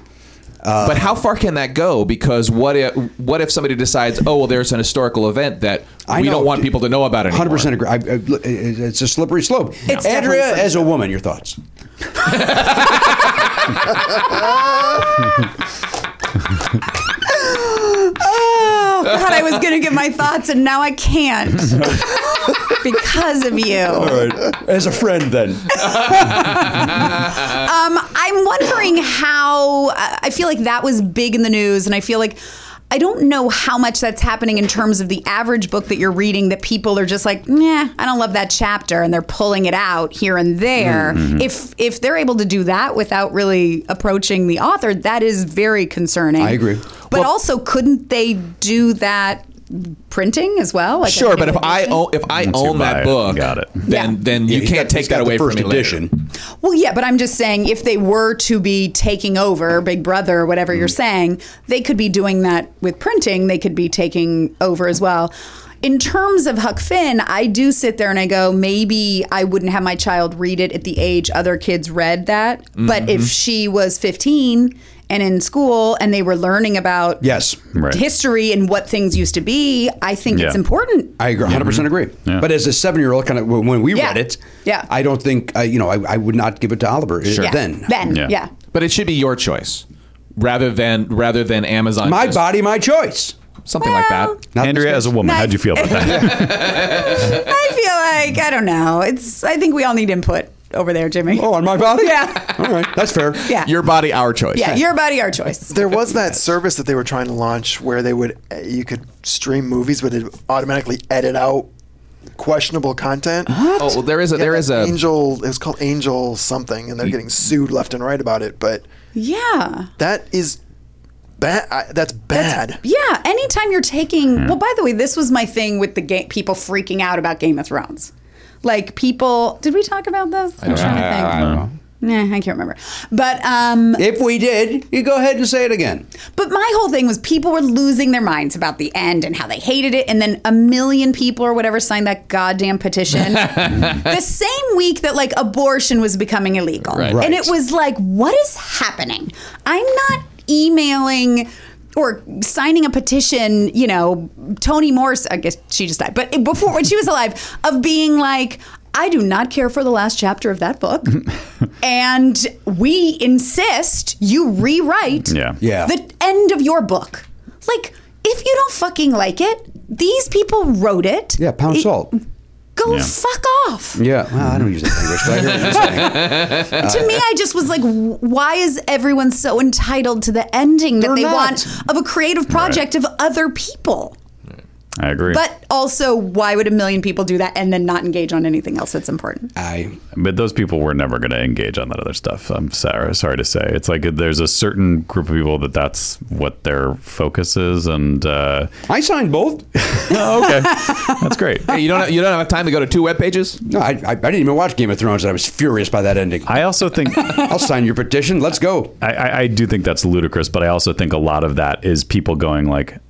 Speaker 9: Uh-huh.
Speaker 6: but how far can that go? Because what if what if somebody decides, oh well, there's an historical event that
Speaker 9: I
Speaker 6: we
Speaker 9: know.
Speaker 6: don't want people to know about anymore.
Speaker 9: Hundred percent agree. I, I, it's a slippery slope.
Speaker 8: It's definitely
Speaker 9: Andrea,
Speaker 8: slippery.
Speaker 9: as a woman, your thoughts?
Speaker 8: Oh God, I was gonna give my thoughts and now I can't because of you.
Speaker 9: As a friend, then.
Speaker 8: Um, I'm wondering how. I I feel like that was big in the news, and I feel like. I don't know how much that's happening in terms of the average book that you're reading that people are just like, nah, I don't love that chapter, and they're pulling it out here and there.
Speaker 6: Mm-hmm,
Speaker 8: If if they're able to do that without really approaching the author, that is very concerning.
Speaker 9: I agree.
Speaker 8: But also, couldn't they do that printing as well? Like,
Speaker 6: Sure, but if
Speaker 8: annual
Speaker 6: I
Speaker 8: edition?
Speaker 6: own, if I
Speaker 1: Once you
Speaker 6: own
Speaker 1: buy
Speaker 6: that
Speaker 1: it,
Speaker 6: book,
Speaker 1: you got it.
Speaker 6: then
Speaker 8: Yeah.
Speaker 6: then you
Speaker 9: He's
Speaker 6: can't
Speaker 9: got-
Speaker 6: take
Speaker 9: he's
Speaker 6: that
Speaker 9: got the
Speaker 6: away
Speaker 9: first
Speaker 6: from me
Speaker 9: edition.
Speaker 6: later.
Speaker 8: Well, yeah, but I'm just saying if they were to be taking over Big Brother or whatever you're
Speaker 1: Mm-hmm.
Speaker 8: saying, they could be doing that with printing. They could be taking over as well. In terms of Huck Finn, I do sit there and I go, maybe I wouldn't have my child read it at the age other kids read that. But
Speaker 1: Mm-hmm.
Speaker 8: if she was 15 and in school and they were learning about
Speaker 9: Yes,
Speaker 1: Right.
Speaker 8: history and what things used to be, I think it's
Speaker 1: Yeah.
Speaker 8: important.
Speaker 9: I agree. Hundred
Speaker 6: Mm-hmm.
Speaker 9: percent agree.
Speaker 1: Yeah.
Speaker 9: But as a seven-year-old, kind of when when we
Speaker 8: Yeah.
Speaker 9: read it,
Speaker 8: Yeah.
Speaker 9: I don't think uh, you know. I, I would not give it to Oliver.
Speaker 8: Yeah.
Speaker 9: Then,
Speaker 8: Then,
Speaker 1: Yeah.
Speaker 8: yeah.
Speaker 6: But it should be your choice rather than rather than Amazon.
Speaker 9: my
Speaker 6: just-
Speaker 9: body, my choice.
Speaker 6: something
Speaker 8: Well-
Speaker 6: like that.
Speaker 9: Not
Speaker 1: Andrea, as a woman,
Speaker 8: Nice.
Speaker 1: how'd you feel about that?
Speaker 8: I feel like I don't know. It's I think we all need input over there, Jimmy.
Speaker 9: Oh, on my body.
Speaker 8: Yeah.
Speaker 9: All right, that's fair.
Speaker 8: yeah.
Speaker 6: Your body, our choice.
Speaker 8: yeah, your body, our choice.
Speaker 5: There was that service that they were trying to launch where they would uh, you could stream movies, but it automatically edit out questionable content.
Speaker 6: Oh, well, there is a
Speaker 5: Yeah,
Speaker 6: there is a
Speaker 5: angel. It was called Angel something, and they're getting sued left and right about it. But
Speaker 8: Yeah.
Speaker 5: that is bad. I- That's bad.
Speaker 8: Yeah. Anytime you're taking well, by the way, this was my thing with the game people freaking out about Game of Thrones. Like people did we talk about this? I'm trying to think. Nah, I can't remember. But um
Speaker 9: If we did, you go ahead and say it again.
Speaker 8: But my whole thing was people were losing their minds about the end and how they hated it. And then a million people or whatever signed that goddamn petition the same week that like abortion was becoming illegal.
Speaker 9: Right.
Speaker 8: And it was like, what is happening? I'm not emailing or signing a petition, you know, Toni Morse, I guess she just died, but before when she was alive, of being like, I do not care for the last chapter of that book. and we insist you rewrite
Speaker 1: Yeah.
Speaker 9: Yeah.
Speaker 8: the end of your book. Like, if you don't fucking like it, these people wrote it.
Speaker 9: Yeah, pound
Speaker 8: It-
Speaker 9: salt.
Speaker 8: Go
Speaker 1: Yeah.
Speaker 8: fuck off.
Speaker 9: Yeah. Well, I don't use that language, but I hear what you're saying.
Speaker 8: to me, I just was like, w- why is everyone so entitled to the ending that
Speaker 9: They're
Speaker 8: they
Speaker 9: not.
Speaker 8: want of a creative project of other people?
Speaker 1: I agree.
Speaker 8: But also, why would a million people do that and then not engage on anything else that's important?
Speaker 9: I
Speaker 1: But those people were never going to engage on that other stuff. I'm sorry, sorry to say. It's like there's a certain group of people that that's what their focus is, and uh,
Speaker 9: I signed both.
Speaker 1: oh, okay, that's great.
Speaker 6: Hey, you don't have, you don't have time to go to two web pages.
Speaker 9: No, I, I, I didn't even watch Game of Thrones. And I was furious by that ending.
Speaker 1: I also think I,
Speaker 9: I'll sign your petition. Let's go.
Speaker 1: I, I do think that's ludicrous, but I also think a lot of that is people going like.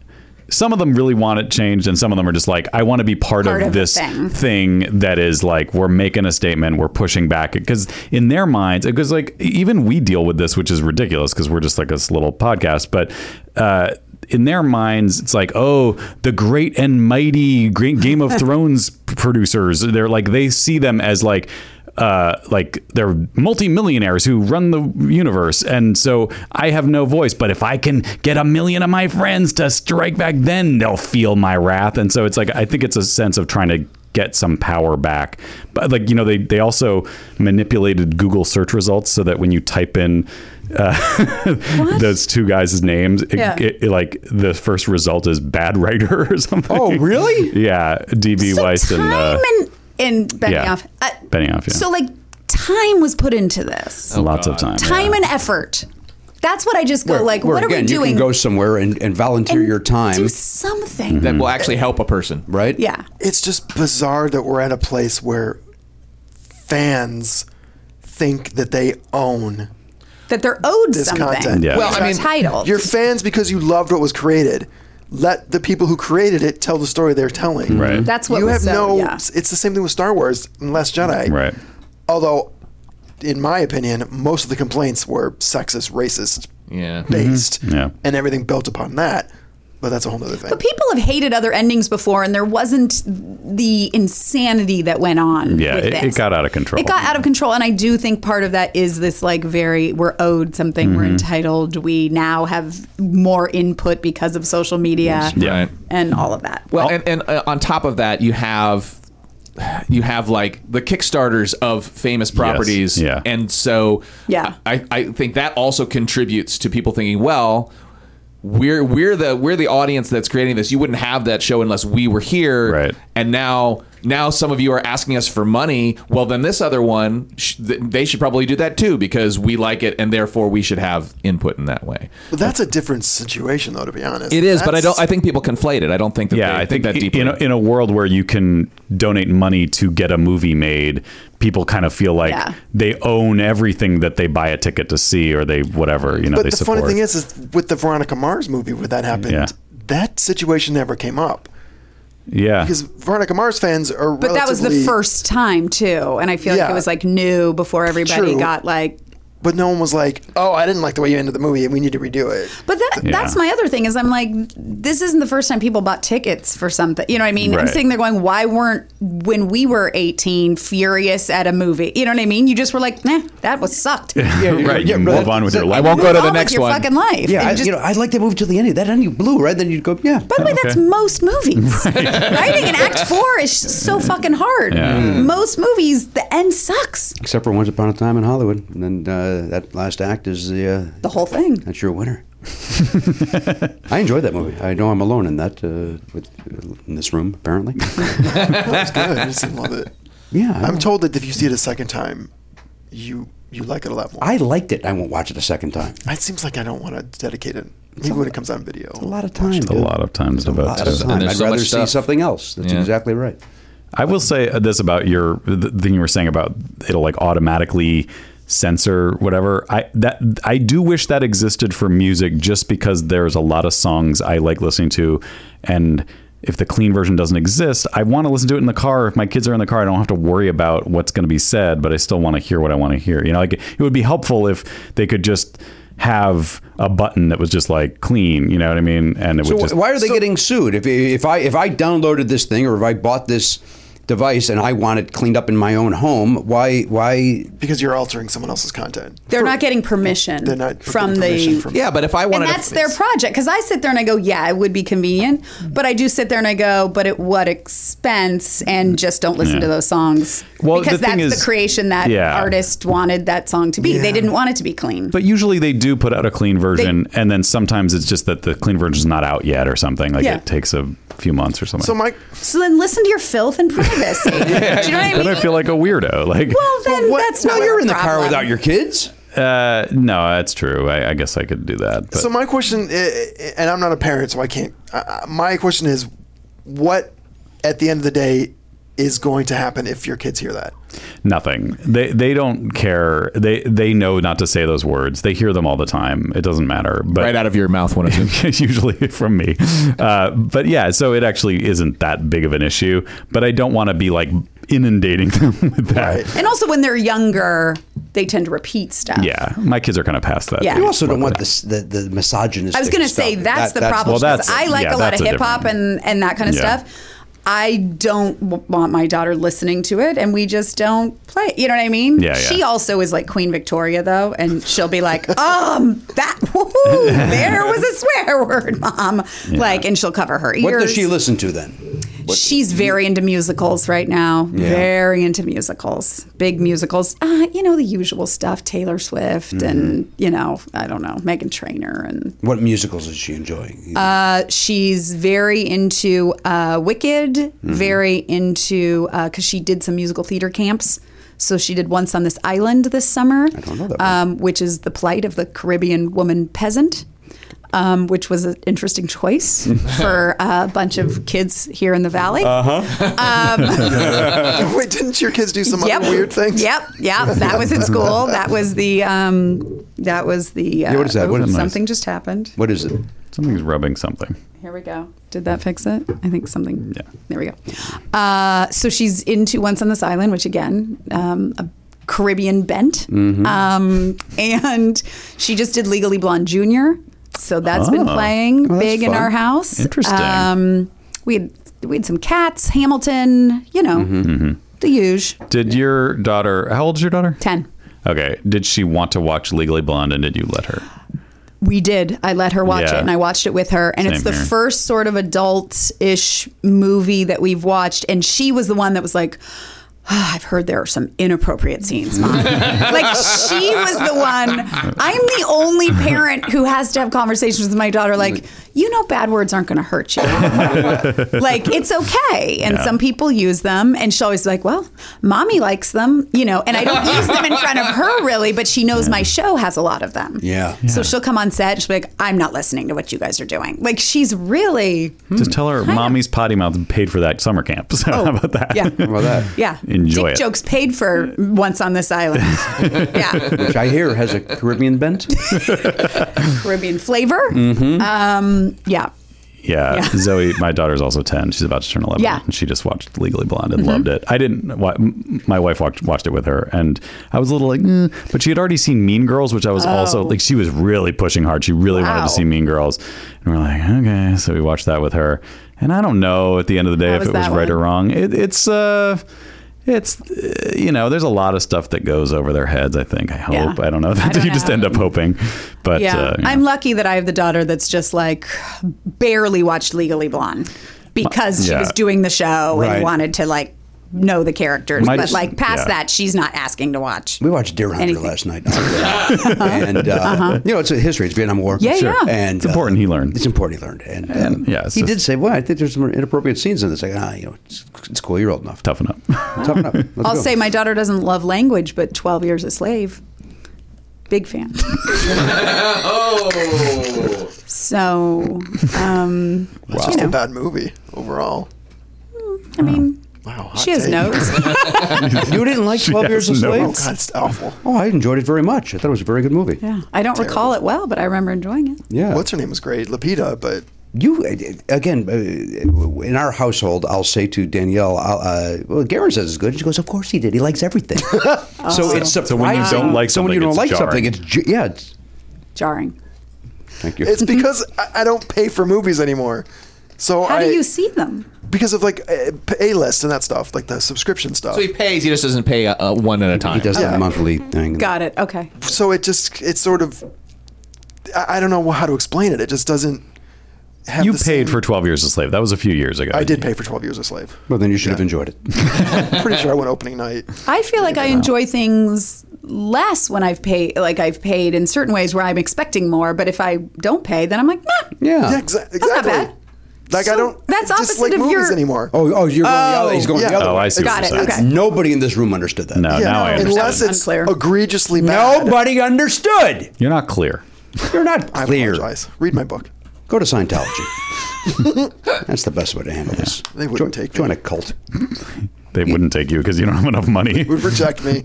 Speaker 1: Some of them really want it changed, and some of them are just like, I want to be part,
Speaker 8: Part
Speaker 1: of,
Speaker 8: of the
Speaker 1: this
Speaker 8: thing.
Speaker 1: thing that is like we're making a statement, we're pushing back because in their minds, because like even we deal with this, which is ridiculous because we're just like this little podcast, but. Uh, in their minds, it's like, oh, the great and mighty Gre- Game of Thrones producers. They're like they see them as like, uh, like they're multimillionaires who run the universe, and so I have no voice. But if I can get a million of my friends to strike back, then they'll feel my wrath. And so it's like I think it's a sense of trying to get some power back. But like you know, they they also manipulated Google search results so that when you type in uh, those two guys' names, it,
Speaker 8: Yeah.
Speaker 1: it, it, like the first result is bad writer or something.
Speaker 9: Oh, really?
Speaker 1: yeah, DB Weiss
Speaker 8: so
Speaker 1: and
Speaker 8: time
Speaker 1: uh,
Speaker 8: and, and
Speaker 1: yeah,
Speaker 8: Benioff. Uh,
Speaker 1: Benioff. Yeah.
Speaker 8: So like time was put into
Speaker 9: Oh,
Speaker 5: Oh,
Speaker 8: this.
Speaker 1: lots of time.
Speaker 8: time
Speaker 1: yeah.
Speaker 8: and effort. That's what I just go
Speaker 9: Where-
Speaker 8: like.
Speaker 9: where
Speaker 8: What
Speaker 9: again,
Speaker 8: are we doing?
Speaker 9: You can go somewhere and, and volunteer
Speaker 8: and
Speaker 9: your time,
Speaker 8: Do something.
Speaker 1: Mm-hmm.
Speaker 6: That will actually help a person.
Speaker 9: right?
Speaker 8: Yeah.
Speaker 5: it's just bizarre that we're at a place where fans think that they own
Speaker 8: That they're owed
Speaker 5: This
Speaker 8: something.
Speaker 5: content.
Speaker 1: Yeah. Well,
Speaker 6: I mean,
Speaker 8: title.
Speaker 5: You're fans because you loved what was created. Let the people who created it tell the story they're telling.
Speaker 1: Right.
Speaker 6: Mm-hmm.
Speaker 8: That's what
Speaker 5: you
Speaker 8: was
Speaker 5: have
Speaker 8: so,
Speaker 5: no.
Speaker 8: Yeah.
Speaker 5: It's the same thing with Star Wars and Last Jedi.
Speaker 1: Right.
Speaker 5: Although, in my opinion, most of the complaints were sexist, racist
Speaker 6: Yeah.
Speaker 5: based,
Speaker 1: Mm-hmm. Yeah.
Speaker 5: and everything built upon that. But that's a whole other thing.
Speaker 8: But people have hated other endings before, and there wasn't the insanity that went on.
Speaker 1: Yeah,
Speaker 8: with
Speaker 1: it- it
Speaker 8: this.
Speaker 1: got out of control.
Speaker 8: It got out of control, and I do think part of that is this like very we're owed something,
Speaker 1: Mm-hmm.
Speaker 8: we're entitled, we now have more input because of social media,
Speaker 1: Yeah.
Speaker 8: and all of that.
Speaker 6: Well, and, and uh, on top of that, you have you have like the kickstarters of famous properties
Speaker 1: yeah.
Speaker 6: and so
Speaker 8: Yeah.
Speaker 6: I, I think that also contributes to people thinking well we're we're the we're the audience that's creating this you wouldn't have that show unless we were here
Speaker 1: Right.
Speaker 6: and now now some of you are asking us for money well then this other one sh- th- they should probably do that too because we like it and therefore we should have input in that way
Speaker 5: But that's a different situation, though, to be honest.
Speaker 6: it is but i don't
Speaker 5: That's-
Speaker 6: i think people conflate it i don't think that
Speaker 1: Yeah,
Speaker 6: they
Speaker 1: I think
Speaker 6: that deeply
Speaker 1: in a, in a world where you can donate money to get a movie made, people kind of feel like
Speaker 8: Yeah.
Speaker 1: they own everything that they buy a ticket to see or they whatever you know
Speaker 5: But
Speaker 1: they
Speaker 5: the
Speaker 1: support.
Speaker 5: funny thing is, is with the Veronica Mars movie where that happened,
Speaker 1: Yeah. Ah.
Speaker 5: that situation never came up
Speaker 1: yeah,
Speaker 5: because Veronica Mars fans are.
Speaker 8: but that was the
Speaker 5: relatively-
Speaker 8: first time too, and I feel like
Speaker 5: Yeah.
Speaker 8: it was like new before everybody
Speaker 5: True.
Speaker 8: got like
Speaker 5: But no one was like, "Oh, I didn't like the way you ended the movie, and we need to redo it."
Speaker 8: But that,
Speaker 1: Yeah.
Speaker 8: that's my other thing is I'm like, this isn't the first time people bought tickets for something. You know what I mean? I'm
Speaker 1: Right.
Speaker 8: sitting there going, why weren't when we were 18 furious at a movie? You know what I mean? You just were like, nah, that was sucked.
Speaker 1: yeah, right. You
Speaker 9: yeah, but
Speaker 1: move on with your life.
Speaker 6: I oh, won't go to
Speaker 8: On
Speaker 6: the
Speaker 8: with
Speaker 6: next
Speaker 8: your
Speaker 6: one.
Speaker 8: Fucking life.
Speaker 9: Yeah,
Speaker 8: And
Speaker 9: I,
Speaker 8: just-
Speaker 9: you know, I'd like that movie to the ending. That ending blew, right? Then you'd go, yeah.
Speaker 8: by the way, that's
Speaker 1: Okay.
Speaker 8: most movies. Right. And Act Four is so fucking hard.
Speaker 1: Yeah.
Speaker 5: Mm.
Speaker 8: Most movies, the end sucks.
Speaker 9: Except for Once Upon a Time in Hollywood, and then uh, that last act is the. Uh,
Speaker 8: The whole thing.
Speaker 9: that's your winner. I enjoyed that movie. I know I'm alone in that uh, with, in this room apparently.
Speaker 5: That was good. I just love it.
Speaker 9: Yeah, I
Speaker 5: I'm
Speaker 9: know.
Speaker 5: told that if you see it a second time, you you like it a lot more.
Speaker 9: I liked it. I won't watch it a second time.
Speaker 5: it seems like I don't want to dedicate it. Maybe when it comes on video.
Speaker 9: A lot of time.
Speaker 1: a lot of time to devote
Speaker 9: lot of
Speaker 1: to.
Speaker 9: time.
Speaker 6: there's
Speaker 9: I'd
Speaker 6: so
Speaker 9: rather
Speaker 6: much
Speaker 9: see
Speaker 6: stuff.
Speaker 9: something else. That's
Speaker 6: Yeah.
Speaker 9: exactly right.
Speaker 1: I will say this about your the thing you were saying about it'll like automatically censor whatever. I that I do wish that existed for music just because there's a lot of songs I like listening to and if the clean version doesn't exist, I want to listen to it in the car. If my kids are in the car, I don't have to worry about what's going to be said, but I still want to hear what I want to hear. You know, like it would be helpful if they could just have a button that was just like clean, you know what I mean? And it
Speaker 9: So
Speaker 1: would just
Speaker 9: why are they getting sued? If if I if I downloaded this thing or if I bought this device and I want it cleaned up in my own home, why why
Speaker 5: because you're altering someone else's content.
Speaker 8: They're not getting permission
Speaker 5: They're not
Speaker 8: from
Speaker 5: getting permission
Speaker 8: the
Speaker 5: from-
Speaker 6: yeah but if i wanted
Speaker 8: and
Speaker 6: to-
Speaker 8: that's their project because i sit there and i go yeah it would be convenient but i do sit there and i go but at what expense and just don't listen
Speaker 1: Yeah.
Speaker 8: to those songs
Speaker 1: Well,
Speaker 8: because
Speaker 1: the thing
Speaker 8: that's
Speaker 1: is-
Speaker 8: the creation that
Speaker 1: Yeah.
Speaker 8: artist wanted that song to be they didn't want it to be clean
Speaker 1: But usually they do put out a clean version, and then sometimes it's just that the clean version is not out yet or something. Like
Speaker 8: Yeah.
Speaker 1: it takes a few months or something.
Speaker 5: So Mike,
Speaker 8: So then listen to your filth in privacy. Do you know what I
Speaker 1: then I
Speaker 8: mean?
Speaker 1: feel like a weirdo. Like,
Speaker 8: Well, then that's not.
Speaker 9: Well, you're
Speaker 8: our
Speaker 9: in the car
Speaker 8: problem.
Speaker 9: without your kids.
Speaker 1: uh, no, that's true. I, I guess I could do that. But
Speaker 5: so my question, i- i- and I'm not a parent, so I can't. I I- my question is, what at the end of the day is going to happen if your kids hear that?
Speaker 1: nothing. They they don't care. They they know not to say those words. They hear them all the time. It doesn't matter. But
Speaker 6: right out of your mouth one of them.
Speaker 1: usually from me. Uh, but yeah, so it actually isn't that big of an issue. But I don't want to be like inundating them with that.
Speaker 8: And also, when they're younger, they tend to repeat stuff.
Speaker 1: Yeah, my kids are kind of past that.
Speaker 8: Yeah.
Speaker 1: age.
Speaker 9: You also don't want this, the the misogynistic.
Speaker 8: I was going to say
Speaker 9: stuff.
Speaker 8: that's
Speaker 9: That-
Speaker 8: the problem.
Speaker 1: Well, that's-
Speaker 8: because I like
Speaker 1: yeah,
Speaker 8: a lot
Speaker 1: that's
Speaker 8: of
Speaker 1: a
Speaker 8: hip hop
Speaker 1: different-
Speaker 8: and, and that kind of
Speaker 1: Yeah.
Speaker 8: stuff. I don't w- want my daughter listening to it, and we just don't play. You know what I mean?
Speaker 1: Yeah, yeah.
Speaker 8: She also is like Queen Victoria, though, and she'll be like, "Um, that woohoo, there was a swear word, mom." Like, and she'll cover her ears.
Speaker 9: What does she listen to then?
Speaker 8: She's very into musicals right now. Very into musicals, big musicals. Uh, you know the usual stuff: Taylor Swift and you know I don't know Megan Trainor and
Speaker 9: What musicals is she enjoying?
Speaker 8: Uh, she's very into uh, Wicked,
Speaker 9: Mm-hmm.
Speaker 8: very into because she did some musical theater camps. So she did once on this island this summer, I
Speaker 9: don't know that one.
Speaker 8: um, which is the plight of the Caribbean woman peasant. Um, which was an interesting choice for a bunch of kids here in the valley.
Speaker 9: Uh-huh,
Speaker 5: Wait, didn't your kids do some
Speaker 8: yep.
Speaker 5: other weird things?
Speaker 8: Yep, yep. That was in school. That was the um, that was the uh,
Speaker 9: what is that?
Speaker 8: oh,
Speaker 9: What is that
Speaker 8: something just happened.
Speaker 9: what is it?
Speaker 1: something's rubbing something.
Speaker 8: Here we go. Did that fix it? I think something.
Speaker 1: Yeah.
Speaker 8: There we go. Uh, so she's into Once on This Island, which again, um, a Caribbean bent.
Speaker 1: Mm-hmm.
Speaker 8: Um, and she just did Legally Blonde Junior. So that's been
Speaker 1: Oh.
Speaker 8: playing
Speaker 1: Well, that's
Speaker 8: big in
Speaker 1: fun.
Speaker 8: our house.
Speaker 1: Interesting.
Speaker 8: Um, we had we had some cats, Hamilton. You know,
Speaker 1: Mm-hmm.
Speaker 8: the huge
Speaker 1: Did your daughter? How old is your daughter?
Speaker 8: ten.
Speaker 1: Okay. Did she want to watch Legally Blonde, and did you let her?
Speaker 8: We did. I let her watch
Speaker 1: Yeah.
Speaker 8: it and I watched it with her. And it's
Speaker 1: Same
Speaker 8: the
Speaker 1: here.
Speaker 8: first sort of adult ish movie that we've watched. And she was the one that was like, "Ah, I've heard there are some inappropriate scenes, mom. like, she was the one. I'm the only parent who has to have conversations with my daughter, like, you know, bad words aren't going to hurt you. like, it's okay. And some people use them. And she's always like, well, mommy likes them, you know, and I don't use them in front of her really, but she knows my show has a lot of them.
Speaker 9: Yeah.
Speaker 8: So she'll come on set. She'll be like, "I'm not listening to what you guys are doing." Like she's really,
Speaker 1: Just tell her, mommy's potty mouth paid for that summer camp. So how about that?
Speaker 8: Oh, yeah,
Speaker 9: Well, that
Speaker 8: yeah.
Speaker 1: Enjoy
Speaker 8: Dick
Speaker 1: it.
Speaker 8: Jokes paid for once on this island. yeah,
Speaker 9: which I hear has a Caribbean bent.
Speaker 8: Caribbean flavor.
Speaker 1: Mm-hmm.
Speaker 8: Um, yeah,
Speaker 1: Yeah.
Speaker 8: Yeah.
Speaker 1: Zoe, my daughter's also 10. She's about to turn 11.
Speaker 8: Yeah. Mm-hmm.
Speaker 1: And she just watched Legally Blonde and loved it. I didn't, wa- m- my wife watched, watched it with her and I was a little like, "Eh," but she had already seen Mean Girls, which I was also
Speaker 8: Oh.
Speaker 1: like, she was really pushing hard. She really wanted
Speaker 8: Wow.
Speaker 1: to see Mean Girls. And we're like, okay. So we watched that with her. And I don't know at the end of the day
Speaker 8: How
Speaker 1: if
Speaker 8: was
Speaker 1: it was
Speaker 8: that
Speaker 1: right or
Speaker 8: one?
Speaker 1: wrong. It, it's, uh, it's uh, you know there's a lot of stuff that goes over their heads i think i
Speaker 8: Yeah.
Speaker 1: hope i don't know
Speaker 8: don't
Speaker 1: you just
Speaker 8: know.
Speaker 1: end up hoping but
Speaker 8: yeah.
Speaker 1: uh, you
Speaker 8: I'm
Speaker 1: know.
Speaker 8: lucky that I have the daughter that's just like barely watched Legally Blonde because she
Speaker 1: Yeah.
Speaker 8: was doing the show
Speaker 9: Right.
Speaker 8: and wanted to like know the characters.
Speaker 1: My-
Speaker 8: but like past
Speaker 1: yeah.
Speaker 8: that, she's not asking to watch.
Speaker 9: We watched Deer Hunter
Speaker 8: Anything. Uh-huh.
Speaker 9: last night, and uh, you know it's a history. It's Vietnam War.
Speaker 8: Yeah, Sure. yeah.
Speaker 9: And uh,
Speaker 1: It's important he learned.
Speaker 9: It's important he learned. And, um,
Speaker 1: yeah, it's
Speaker 9: he
Speaker 1: just-
Speaker 9: did say, "Well, I think there's some inappropriate scenes in this." Like, ah, you know, it's, it's cool. You're old enough.
Speaker 1: toughen up
Speaker 9: Toughen up. Let's
Speaker 8: I'll
Speaker 9: go.
Speaker 8: say my daughter doesn't love language, but 12 Years a Slave, big fan. So, um,
Speaker 5: It's just a bad movie overall.
Speaker 8: I mean,
Speaker 5: Wow, hot
Speaker 8: she has
Speaker 5: take.
Speaker 8: notes.
Speaker 9: you didn't like Twelve Years a
Speaker 1: has no-
Speaker 9: Slave.
Speaker 5: Oh God, it's awful.
Speaker 9: Oh, I enjoyed it very much. I thought it was a very good movie.
Speaker 8: Yeah, I don't recall it well, but I remember enjoying it.
Speaker 9: Yeah.
Speaker 5: What's her name was great, Lapita, but
Speaker 9: You again uh, in our household. I'll say to Danielle, I'll, uh, "Well, Garen says it's good." She goes, "Of course he did. He likes everything." So it's surprising.
Speaker 1: So when you don't like
Speaker 9: so when
Speaker 1: something,
Speaker 9: you don't
Speaker 1: it's
Speaker 9: like
Speaker 1: jarring.
Speaker 9: something, it's ju- yeah. It's,
Speaker 8: Jarring.
Speaker 9: thank you.
Speaker 5: it's
Speaker 8: Mm-hmm.
Speaker 5: because I, I don't pay for movies anymore. So
Speaker 8: How
Speaker 5: I,
Speaker 8: do you see them?
Speaker 5: because of like A list and that stuff, like the subscription stuff.
Speaker 6: So he pays. He just doesn't pay uh, uh, one at a time.
Speaker 9: he does
Speaker 5: Yeah.
Speaker 9: that monthly thing.
Speaker 8: Got it. Okay.
Speaker 5: so it just it's sort of I, I don't know how to explain it. It just doesn't. Have
Speaker 1: you
Speaker 5: the
Speaker 1: paid
Speaker 5: same-
Speaker 1: for 12 years a slave that was a few years ago
Speaker 5: I did pay for Twelve Years a Slave.
Speaker 9: Well, then you should have enjoyed it.
Speaker 5: I'm pretty sure I went opening night.
Speaker 8: I feel like I enjoy things less when I've paid, like I've paid in certain ways where I'm expecting more, but if I don't pay, then I'm like, nah,
Speaker 9: Yeah.
Speaker 5: Yeah, exa- exactly.
Speaker 8: that's not bad.
Speaker 5: Like I
Speaker 8: So
Speaker 5: don't
Speaker 8: that's
Speaker 5: dislike
Speaker 8: opposite of
Speaker 5: movies
Speaker 8: your-
Speaker 5: anymore.
Speaker 2: Oh, oh, you're going the other. He's going the
Speaker 5: Yeah.
Speaker 2: other.
Speaker 1: Oh, I
Speaker 2: way.
Speaker 1: see.
Speaker 8: Got
Speaker 1: what
Speaker 8: it,
Speaker 1: you're saying.
Speaker 8: okay.
Speaker 2: Nobody in this room understood that.
Speaker 1: No, now I
Speaker 8: No,
Speaker 1: understand.
Speaker 5: unless it's
Speaker 8: Unclear.
Speaker 5: egregiously bad.
Speaker 2: Nobody understood.
Speaker 1: You're not clear.
Speaker 2: You're not
Speaker 5: I
Speaker 2: clear.
Speaker 5: apologize. Read my book.
Speaker 2: Go to Scientology. That's the best way to handle this.
Speaker 5: They wouldn't
Speaker 2: join,
Speaker 5: take me.
Speaker 2: join a cult.
Speaker 1: They wouldn't take you because you don't have enough money.
Speaker 5: Would reject me.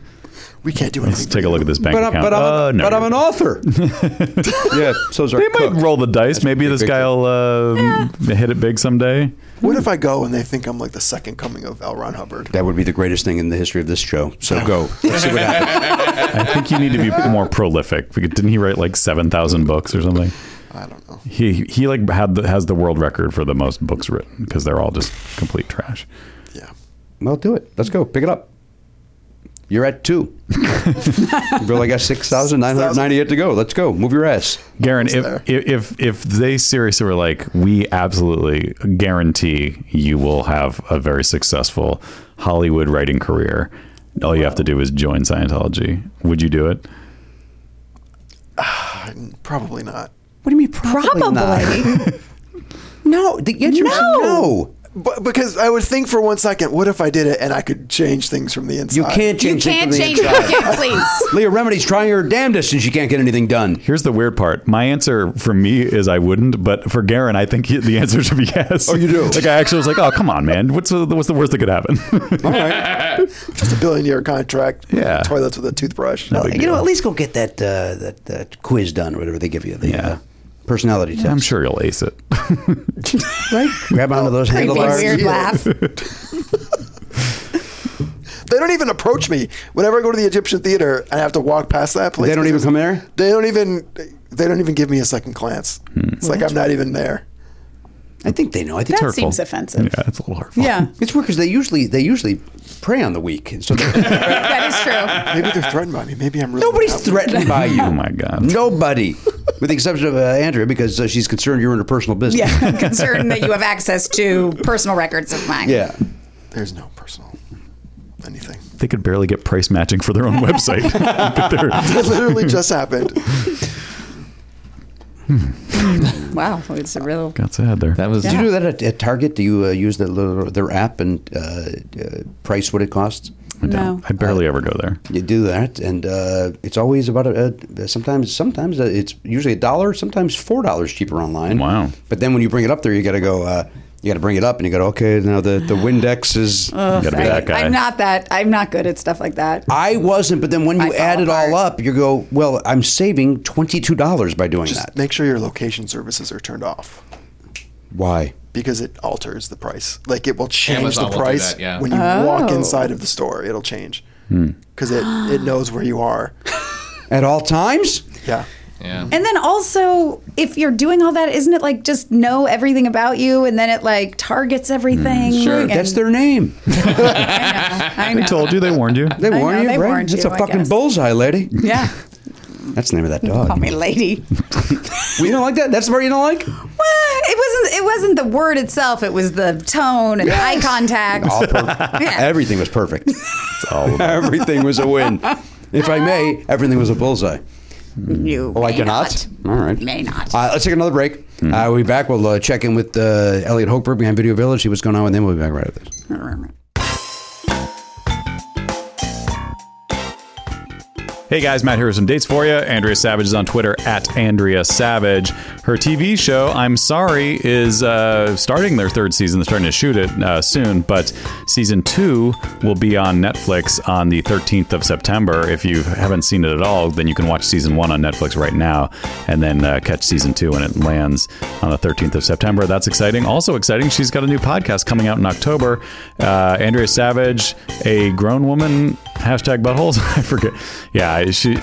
Speaker 5: We can't do
Speaker 1: Let's
Speaker 5: anything.
Speaker 1: take a look at this bank
Speaker 2: But, I'm,
Speaker 1: account.
Speaker 2: but, I'm,
Speaker 1: Uh, no,
Speaker 2: but I'm
Speaker 1: you're
Speaker 2: an
Speaker 1: good.
Speaker 2: author. yeah, so's our
Speaker 1: They might
Speaker 2: cook.
Speaker 1: roll the dice. Maybe this
Speaker 2: big
Speaker 1: guy will uh, hit it big someday.
Speaker 5: What if I go and they think I'm like the second coming of L. Ron Hubbard?
Speaker 2: That would be the greatest thing in the history of this show. So go. Let's see what happens.
Speaker 1: I think you need to be more prolific. Because Didn't he write like seven thousand books or something?
Speaker 5: I don't know.
Speaker 1: He he like had the, has the world record for the most books written because they're all just complete trash.
Speaker 5: Yeah.
Speaker 2: Well, do it. Let's go. Pick it up. You're at two. You've only got 6,998 to go. Let's go. Move your ass.
Speaker 1: Garen,
Speaker 5: Almost
Speaker 1: if,
Speaker 5: there.
Speaker 1: if if if they seriously were like, we absolutely guarantee you will have a very successful Hollywood writing career. All you have to do is join Scientology. Would you do it?
Speaker 5: I- Probably not.
Speaker 2: What do you mean probably,
Speaker 8: Probably.
Speaker 2: No, the answer is
Speaker 8: No.
Speaker 2: no.
Speaker 5: But because I would think for one second, what if I did it and I could change things from the inside?
Speaker 2: Uh, You can't
Speaker 8: you
Speaker 2: change it from
Speaker 8: can't
Speaker 2: the
Speaker 8: change
Speaker 2: inside.
Speaker 8: it again, please.
Speaker 2: Leah Remedy's trying her damnedest and she can't get anything done.
Speaker 1: Here's the weird part. My answer for me is I wouldn't, but for Garen, I think he, the answer should be yes. Oh, you do? Like I actually was like, oh, come on, man. What's the, what's the worst that could happen?
Speaker 5: Just a billion year contract.
Speaker 1: Yeah.
Speaker 5: Toilets with a toothbrush.
Speaker 1: big
Speaker 2: You know, at least go get that uh, that uh, quiz done or whatever they give you. The
Speaker 1: Yeah.
Speaker 2: uh, personality test.
Speaker 1: I'm sure you'll ace it.
Speaker 2: Right? Grab onto those
Speaker 8: Creepy
Speaker 2: handlebars.
Speaker 8: weird
Speaker 5: Yeah.
Speaker 8: laugh.
Speaker 5: They don't even approach me. Whenever I go to the Egyptian theater, I have to walk past that place.
Speaker 2: They don't even
Speaker 5: because
Speaker 2: come in there?
Speaker 5: They don't even. They don't even give me a second glance. It's
Speaker 2: Hmm.
Speaker 5: like I'm not even there.
Speaker 2: I think they know. I think
Speaker 8: That
Speaker 2: it's
Speaker 8: seems
Speaker 1: Yeah,
Speaker 8: offensive.
Speaker 1: it's a little hurtful.
Speaker 8: Yeah,
Speaker 2: It's weird because they usually they usually prey on the weak, and so they're-
Speaker 8: that is true.
Speaker 5: Maybe they're threatened by me. Maybe I'm really.
Speaker 2: nobody's
Speaker 5: not-
Speaker 2: threatened by you.
Speaker 1: Oh my God.
Speaker 2: Nobody, with the exception of uh, Andrea, because uh, she's concerned you're in her personal business.
Speaker 8: Yeah, I'm concerned that you have access to personal records of mine.
Speaker 2: Yeah.
Speaker 5: There's no personal anything.
Speaker 1: They could barely get price matching for their own website. But they're-
Speaker 5: It literally just happened.
Speaker 8: Wow, it's a real.
Speaker 1: got sad there.
Speaker 6: That was
Speaker 2: Do you do that at, at Target? Do you uh, use their, little- their app and uh, uh, price what it costs?
Speaker 8: No.
Speaker 1: I barely ever go there.
Speaker 2: You do that, and uh, it's always about a, a sometimes sometimes uh, it's usually a dollar, sometimes four dollars cheaper online.
Speaker 1: Wow.
Speaker 2: But then when you bring it up there, you got to go. Uh, you got to bring it up, and you go, okay, now the the Windex is.
Speaker 1: Got to be that guy.
Speaker 8: I'm not that. I'm not good at stuff like that.
Speaker 2: I wasn't, but then when
Speaker 8: I
Speaker 2: you
Speaker 8: fall
Speaker 2: add it all
Speaker 8: apart.
Speaker 2: up, you go, well, I'm saving twenty two dollars by doing
Speaker 5: Just
Speaker 2: that.
Speaker 5: make sure your location services are turned off
Speaker 2: Why?
Speaker 5: because it alters the price. Like it will change
Speaker 6: Amazon will
Speaker 5: the
Speaker 6: do
Speaker 5: price
Speaker 6: that, yeah.
Speaker 5: when you walk
Speaker 8: Oh.
Speaker 5: inside of the store. It'll change
Speaker 2: Hmm.
Speaker 5: because it it knows where you are.
Speaker 2: At all times?
Speaker 5: Yeah.
Speaker 6: yeah.
Speaker 8: And then also, if you're doing all that, isn't it like just know everything about you, and then it like targets everything?
Speaker 6: Sure.
Speaker 8: and-
Speaker 2: That's their name.
Speaker 8: I know.
Speaker 1: They told you. They warned you.
Speaker 2: They
Speaker 8: I
Speaker 2: warn
Speaker 8: know,
Speaker 2: you,
Speaker 8: they
Speaker 2: right?
Speaker 8: warned
Speaker 2: it's
Speaker 8: you,
Speaker 2: a
Speaker 8: I
Speaker 2: fucking
Speaker 8: guess.
Speaker 2: bullseye, lady.
Speaker 8: Yeah.
Speaker 2: That's the name of that
Speaker 8: Call
Speaker 2: dog.
Speaker 8: me lady.
Speaker 2: Well, you don't like that? That's the part you don't like?
Speaker 8: Well, it wasn't. It wasn't the word itself. It was the tone and eye contact.
Speaker 2: All perfect.
Speaker 8: Yeah.
Speaker 2: Everything was perfect.
Speaker 1: all about-
Speaker 2: everything was a win. If I may, everything was a bullseye.
Speaker 8: you.
Speaker 2: Oh, I
Speaker 8: may
Speaker 2: cannot? All right.
Speaker 8: May not. Hmm.
Speaker 2: Uh, let's take another break. Uh, we'll be back. We'll uh, check in with uh, Elliot Hochberg behind Video Village, see what's going on, and then we'll be back right after this.
Speaker 1: Hey guys, Matt here with some dates for you. Andrea Savage is on Twitter at Andrea Savage. Her TV show, I'm Sorry, is uh, starting their third season. They're starting to shoot it uh, soon, but season two will be on Netflix on the 13th of September. If you haven't seen it at all, then you can watch season one on Netflix right now and then uh, catch season two when it lands on the 13th of September. That's exciting. Also exciting, she's got a new podcast coming out in October. Uh, Andrea Savage, a grown woman, hashtag buttholes. I forget. Yeah, I- she.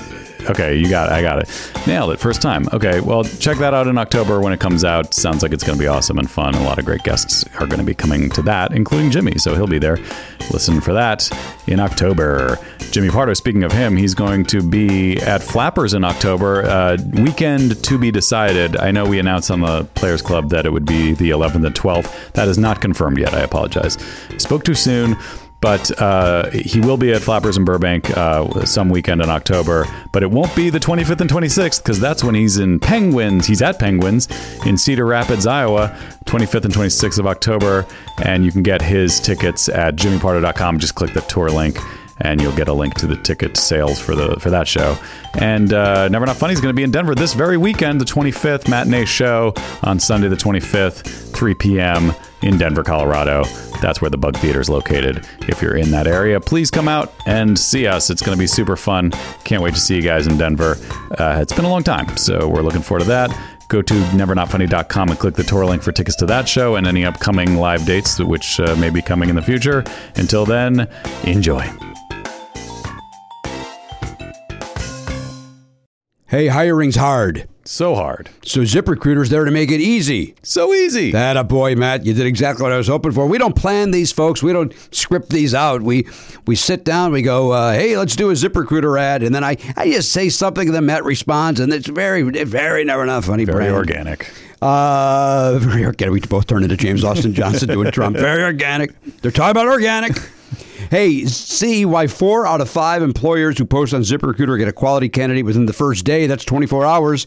Speaker 1: Okay, you got it. I got it. Nailed it. First time. Okay, well, check that out in October when it comes out. Sounds like it's going to be awesome and fun. A lot of great guests are going to be coming to that, including Jimmy. So he'll be there. Listen for that in October. Jimmy Pardo, speaking of him, he's going to be at Flappers in October. Uh, weekend to be decided. I know we announced on the Players Club that it would be the 11th and 12th. That is not confirmed yet. I apologize. Spoke too soon. But uh, he will be at Flappers in Burbank uh, some weekend in October. But it won't be the 25th and 26th because that's when he's in Penguins. He's at Penguins in Cedar Rapids, Iowa, 25th and 26th of October. And you can get his tickets at jimmypardo.com. Just click the tour link and you'll get a link to the ticket sales for the for that show. And uh, Never Not Funny is going to be in Denver this very weekend, the 25th matinee show on Sunday the 25th, 3 p.m. in Denver, Colorado. That's where the Bug Theater is located. If you're in that area, please come out and see us. It's going to be super fun. Can't wait to see you guys in Denver. Uh, it's been a long time, so we're looking forward to that go to nevernotfunny.com and click the tour link for tickets to that show and any upcoming live dates which uh, may be coming in the future until then enjoy
Speaker 2: Hey, hiring's hard.
Speaker 1: so hard
Speaker 2: So ZipRecruiter's there to make it easy.
Speaker 1: so easy
Speaker 2: That a boy, Matt. You did exactly what I was hoping for. We don't plan these, folks. We don't script these out. We we sit down. We go, uh, hey, let's do a ZipRecruiter ad, and then I, I just say something, and then Matt responds, and it's very very never enough funny.
Speaker 1: very
Speaker 2: brand.
Speaker 1: organic
Speaker 2: Uh, very organic. We both turned into James Austin Johnson doing Trump. Very organic. They're talking about organic. Hey, see why four out of five employers who post on ZipRecruiter get a quality candidate within the first day. That's 24 hours.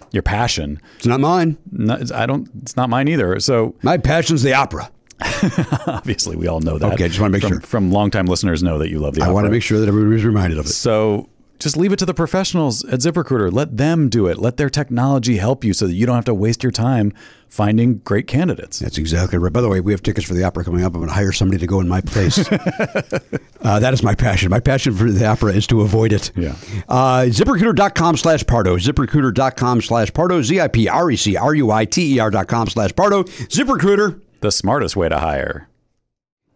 Speaker 1: your passion
Speaker 2: It's not mine.
Speaker 1: No, it's- i don't it's not mine either so
Speaker 2: My passion's the opera.
Speaker 1: obviously we all know that
Speaker 2: Okay, just wanna make
Speaker 1: from,
Speaker 2: sure.
Speaker 1: from longtime listeners know that you love the
Speaker 2: I want to make sure that everybody's reminded of it.
Speaker 1: So just leave it to the professionals at ZipRecruiter. Let them do it. Let their technology help you so that you don't have to waste your time finding great candidates.
Speaker 2: That's exactly right. By the way, we have tickets for the opera coming up. I'm going to hire somebody to go in my place. uh, that is my passion. My passion for the opera is to avoid it.
Speaker 1: Yeah.
Speaker 2: Uh, ZipRecruiter.com slash Pardo. ZipRecruiter.com slash Pardo. Z I P R E C R U I T E R dot com slash Pardo. ZipRecruiter.
Speaker 1: The smartest way to hire.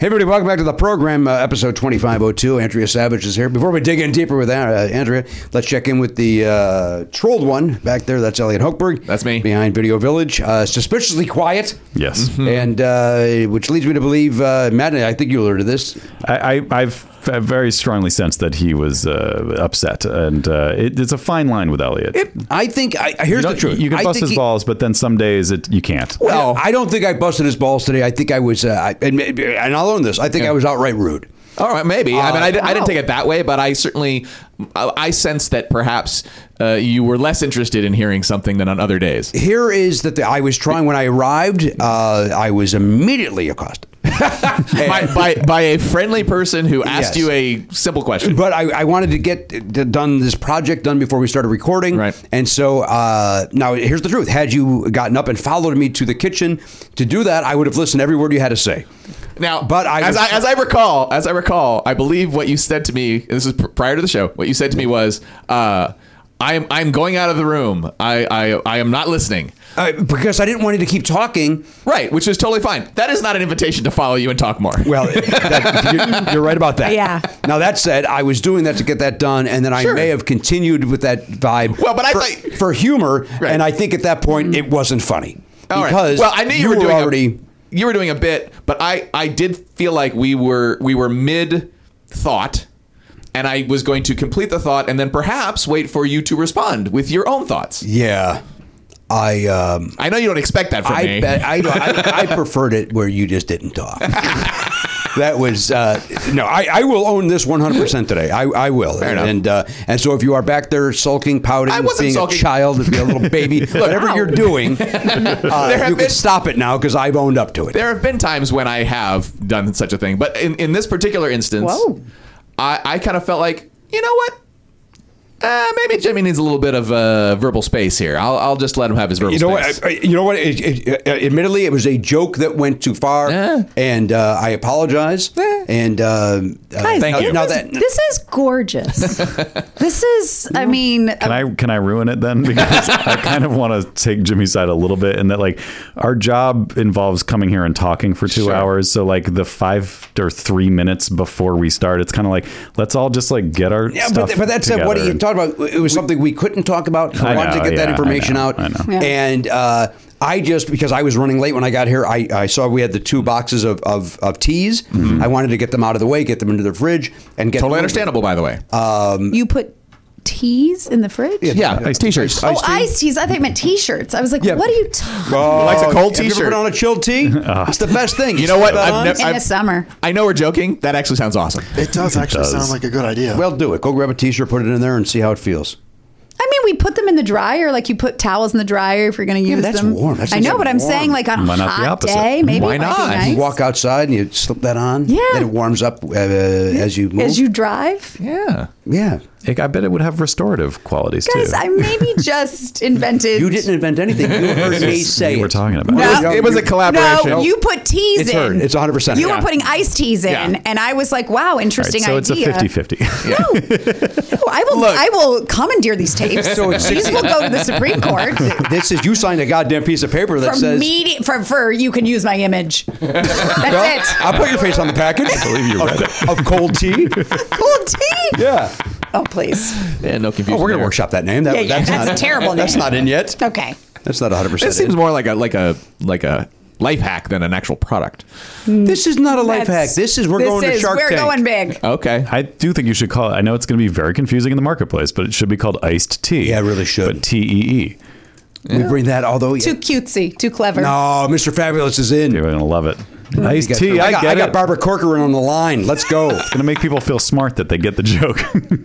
Speaker 2: Hey, everybody, welcome back to the program, uh, episode 2502. Andrea Savage is here. Before we dig in deeper with that, uh, Andrea, let's check in with the uh, trolled one back there. That's Elliot Hochberg.
Speaker 6: That's me.
Speaker 2: Behind Video Village. Uh, suspiciously quiet.
Speaker 1: Yes.
Speaker 2: And uh, which leads me to believe, uh, Matt, I think you alerted this.
Speaker 1: I, I, I've I very strongly sensed that he was uh, upset, and uh, it, it's a fine line with Elliot.
Speaker 2: I think, I, here's
Speaker 1: you,
Speaker 2: the
Speaker 1: don't-
Speaker 2: truth.
Speaker 1: you can
Speaker 2: I
Speaker 1: bust
Speaker 2: think
Speaker 1: his
Speaker 2: he-
Speaker 1: balls, but then some days it you can't.
Speaker 2: Well, I don't think I busted his balls today. I think I was, uh, I, and, maybe- and I'll own this, I think I was outright rude.
Speaker 6: All right, maybe. I mean, I, di- I
Speaker 2: wow.
Speaker 6: didn't take it that way, but I certainly, I, I sense that perhaps uh, you were less interested in hearing something than on other days.
Speaker 2: Here is that I was trying when I arrived. Uh, I was immediately accosted,
Speaker 6: by, by, by a friendly person who asked
Speaker 2: Yes.
Speaker 6: you a simple question.
Speaker 2: but I, I wanted to get d- done this project done before we started recording.
Speaker 6: Right.
Speaker 2: And so uh, now here's the truth: had you gotten up and followed me to the kitchen to do that, I would have listened to every word you had to say.
Speaker 6: Now,
Speaker 2: But I
Speaker 6: as,
Speaker 2: was-
Speaker 6: I, as I recall, as I recall, I believe what you said to me. and This is pr- prior to the show. What you said to me was, uh, "I'm I'm going out of the room. I I, I am not listening."
Speaker 2: Uh, because I didn't want you to keep talking.
Speaker 6: Right, which is totally fine. That is not an invitation to follow you and talk more.
Speaker 2: Well, that, you're, you're right about that.
Speaker 8: Yeah.
Speaker 2: Now that said, I was doing that to get that done, and then I
Speaker 6: Sure.
Speaker 2: may have continued with that vibe.
Speaker 6: Well, but I
Speaker 2: for,
Speaker 6: thought-
Speaker 2: for humor,
Speaker 6: Right.
Speaker 2: and I think at that point it wasn't funny
Speaker 6: All right.
Speaker 2: because
Speaker 6: well, I knew you, were, doing
Speaker 2: already.
Speaker 6: A, you were doing a bit, but I I did feel like we were we were mid thought, and I was going to complete the thought and then perhaps wait for you to respond with your own thoughts.
Speaker 2: Yeah, I um,
Speaker 6: I know you don't expect that from
Speaker 2: I
Speaker 6: me.
Speaker 2: bet I, I I preferred it where you just didn't talk. That was uh, no. I, I will own this 100 percent today. I, I will. Fair
Speaker 6: enough.
Speaker 2: And uh, and so if you are back there sulking, pouting,
Speaker 6: I wasn't
Speaker 2: being
Speaker 6: sulking.
Speaker 2: a child, being a little baby, whatever
Speaker 6: ow.
Speaker 2: you're doing, uh,
Speaker 6: have
Speaker 2: you can
Speaker 6: been-
Speaker 2: stop it now because I've owned up to it.
Speaker 6: There have been times when I have done such a thing, but in, in this particular instance,
Speaker 8: Whoa.
Speaker 6: I, I kind of felt like, you know what? Uh, maybe Jimmy needs a little bit of uh, verbal space here. I'll, I'll just let him have his verbal
Speaker 2: You know
Speaker 6: space.
Speaker 2: what? I- I- You know what? It, it, it- admittedly, it was a joke that went too far,
Speaker 6: Yeah.
Speaker 2: and uh, I apologize.
Speaker 6: Yeah.
Speaker 2: And um, uh,
Speaker 8: Guys,
Speaker 2: now,
Speaker 8: this,
Speaker 2: now
Speaker 8: is,
Speaker 2: that
Speaker 8: this is gorgeous. this is, I mean, uh,
Speaker 1: Can I can I ruin it then? Because I kind of want to take Jimmy's side a little bit, and that like our job involves coming here and talking for two
Speaker 6: Sure.
Speaker 1: hours. So like the five or three minutes before we start, it's kind of like let's all just like get our
Speaker 2: Yeah,
Speaker 1: stuff
Speaker 2: but, but that's uh, what
Speaker 1: together.
Speaker 2: you talked about. It was something we couldn't talk about. I
Speaker 1: I
Speaker 2: wanted to
Speaker 1: know,
Speaker 2: get that
Speaker 1: yeah, I
Speaker 2: information
Speaker 1: know,
Speaker 2: out.
Speaker 1: I know.
Speaker 8: Yeah.
Speaker 2: And uh, I just, because I was running late when I got here, I, I saw we had the two boxes of, of, of teas. I wanted to get them out of the way, get them into the fridge, and get
Speaker 6: totally
Speaker 2: them-
Speaker 6: understandable, by the way.
Speaker 8: you put teas in the fridge?
Speaker 6: yeah, t-shirts.
Speaker 8: Oh, iced teas. I thought you meant t-shirts. I was like,
Speaker 2: Yeah.
Speaker 8: what are you talking
Speaker 2: Oh,
Speaker 6: Likes a cold
Speaker 2: have you ever
Speaker 6: t-shirt.
Speaker 2: put on a chilled tea? it's the best thing.
Speaker 6: You know what?
Speaker 2: slap that
Speaker 6: I've
Speaker 2: on.
Speaker 6: never-
Speaker 8: in the
Speaker 6: I've-
Speaker 8: summer?
Speaker 6: I know we're joking. That actually sounds awesome.
Speaker 3: It does actually
Speaker 1: does.
Speaker 3: sound like a good idea.
Speaker 2: well, do it. Go grab a t-shirt, put it in there, and see how it feels.
Speaker 8: I mean, we put them in the dryer. Like you put towels in the dryer if you're going to
Speaker 2: Yeah,
Speaker 8: use
Speaker 2: but that's
Speaker 8: them.
Speaker 2: warm. That's
Speaker 8: I know,
Speaker 2: just
Speaker 8: but I'm
Speaker 2: warm.
Speaker 8: saying like on
Speaker 1: Why
Speaker 8: a
Speaker 1: not the
Speaker 8: hot
Speaker 1: opposite?
Speaker 8: day, maybe
Speaker 6: Why
Speaker 8: it might be
Speaker 6: not?
Speaker 8: Oh, nice.
Speaker 2: You walk outside and you slip that on.
Speaker 8: Yeah.
Speaker 2: Then it warms up uh, as you move.
Speaker 8: as you drive.
Speaker 6: Yeah.
Speaker 2: yeah.
Speaker 1: Like, I bet it would have restorative qualities
Speaker 8: Guys,
Speaker 1: too.
Speaker 8: I maybe just invented.
Speaker 2: You didn't invent anything. You heard me say
Speaker 1: we were
Speaker 2: it.
Speaker 1: talking about.
Speaker 8: No.
Speaker 1: it.
Speaker 2: Yeah,
Speaker 6: it was a
Speaker 2: you-
Speaker 6: collaboration.
Speaker 8: No, you put teas
Speaker 2: It's
Speaker 8: in.
Speaker 2: heard. It's 100%.
Speaker 8: You
Speaker 2: Yeah.
Speaker 8: were putting iced teas in,
Speaker 6: Yeah.
Speaker 8: and I was like, "Wow,
Speaker 1: All right,
Speaker 8: interesting
Speaker 1: so it's a
Speaker 8: idea."
Speaker 1: 50-50.
Speaker 8: No, no, I will.
Speaker 6: Look.
Speaker 8: I will commandeer these tapes.
Speaker 2: So it's-
Speaker 8: these will go to the Supreme Court
Speaker 2: This is you signed a goddamn piece of paper that
Speaker 8: for
Speaker 2: says.
Speaker 8: media. For, for you can use my image.
Speaker 2: Well,
Speaker 8: That's it.
Speaker 2: I'll put your face on the package. I believe you read of, of cold tea.
Speaker 8: Cool tea.
Speaker 2: Yeah.
Speaker 8: Oh please.
Speaker 6: Yeah, no confusion.
Speaker 2: Oh, we're gonna
Speaker 6: there.
Speaker 2: workshop that name. That,
Speaker 8: Yeah, yeah,
Speaker 2: that's,
Speaker 8: that's
Speaker 2: not,
Speaker 8: a terrible
Speaker 2: That's
Speaker 8: name.
Speaker 2: not in yet.
Speaker 8: Okay.
Speaker 2: That's not 100.
Speaker 6: This seems more like a like a like a life hack than an actual product.
Speaker 2: This is not a life
Speaker 8: That's-
Speaker 2: hack. This is we're
Speaker 8: this
Speaker 2: going
Speaker 8: is,
Speaker 2: to Shark
Speaker 8: We're
Speaker 2: Tank. Oh,
Speaker 8: going big.
Speaker 6: Okay.
Speaker 1: I do think you should call it. I know it's going to be very confusing in the marketplace, but it should be called iced tea.
Speaker 2: Yeah, it really should.
Speaker 1: But T E E.
Speaker 2: We bring that. Although
Speaker 8: Too cutesy. Too clever.
Speaker 2: no, Mr. Fabulous is in.
Speaker 1: People are going to love it.
Speaker 2: Mm, You
Speaker 1: Iced
Speaker 2: got-
Speaker 1: tea. I,
Speaker 2: I got,
Speaker 1: get
Speaker 2: I got
Speaker 1: it.
Speaker 2: Barbara Corcoran on the line. Let's go.
Speaker 1: It's going to make people feel smart that they get the joke.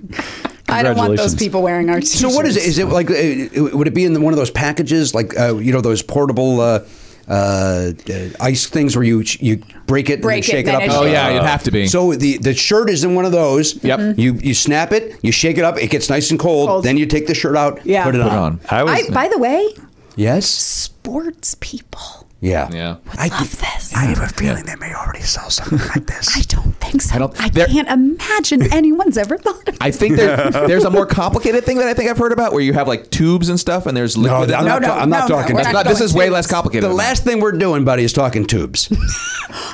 Speaker 8: I don't want those
Speaker 1: Congratulations.
Speaker 8: people wearing our.
Speaker 2: So what is it? Is it like? uh, Would it be in the, one of those packages, like uh, you know those portable uh, uh, ice things where you you break it
Speaker 8: Break it,
Speaker 2: and then shake it,
Speaker 8: then
Speaker 2: up?
Speaker 8: it
Speaker 6: Oh
Speaker 8: Uh,
Speaker 6: yeah, it'd have to be.
Speaker 2: So the, the shirt is in one of those.
Speaker 6: Yep. Mhm.
Speaker 2: You you snap it, you shake it up, it gets nice and cold.
Speaker 8: Cold.
Speaker 2: Then you take the shirt out,
Speaker 8: Yeah.
Speaker 2: put it
Speaker 8: Put
Speaker 6: Put it on.
Speaker 2: on.
Speaker 1: I was.
Speaker 8: I, by the way,
Speaker 2: Yes.
Speaker 8: sports people
Speaker 2: Yeah.
Speaker 6: Yeah.
Speaker 2: I
Speaker 8: love this.
Speaker 2: I have a feeling they may already sell something like this.
Speaker 8: I don't think think so.
Speaker 6: I
Speaker 8: I,
Speaker 6: don't- there-
Speaker 8: can't imagine anyone's ever thought of
Speaker 6: I think there, there's a more complicated thing that I think I've heard about where you have like tubes and stuff and there's
Speaker 2: No,
Speaker 6: liquid.
Speaker 2: I'm
Speaker 6: in
Speaker 2: not,
Speaker 6: them.
Speaker 2: ta- I'm not
Speaker 8: no, no,
Speaker 2: talking.
Speaker 8: we're
Speaker 6: That's
Speaker 8: not
Speaker 6: not- this
Speaker 8: going
Speaker 6: is way
Speaker 8: tubes.
Speaker 6: less complicated.
Speaker 2: the
Speaker 6: than that.
Speaker 2: last thing we're doing, buddy, is talking tubes.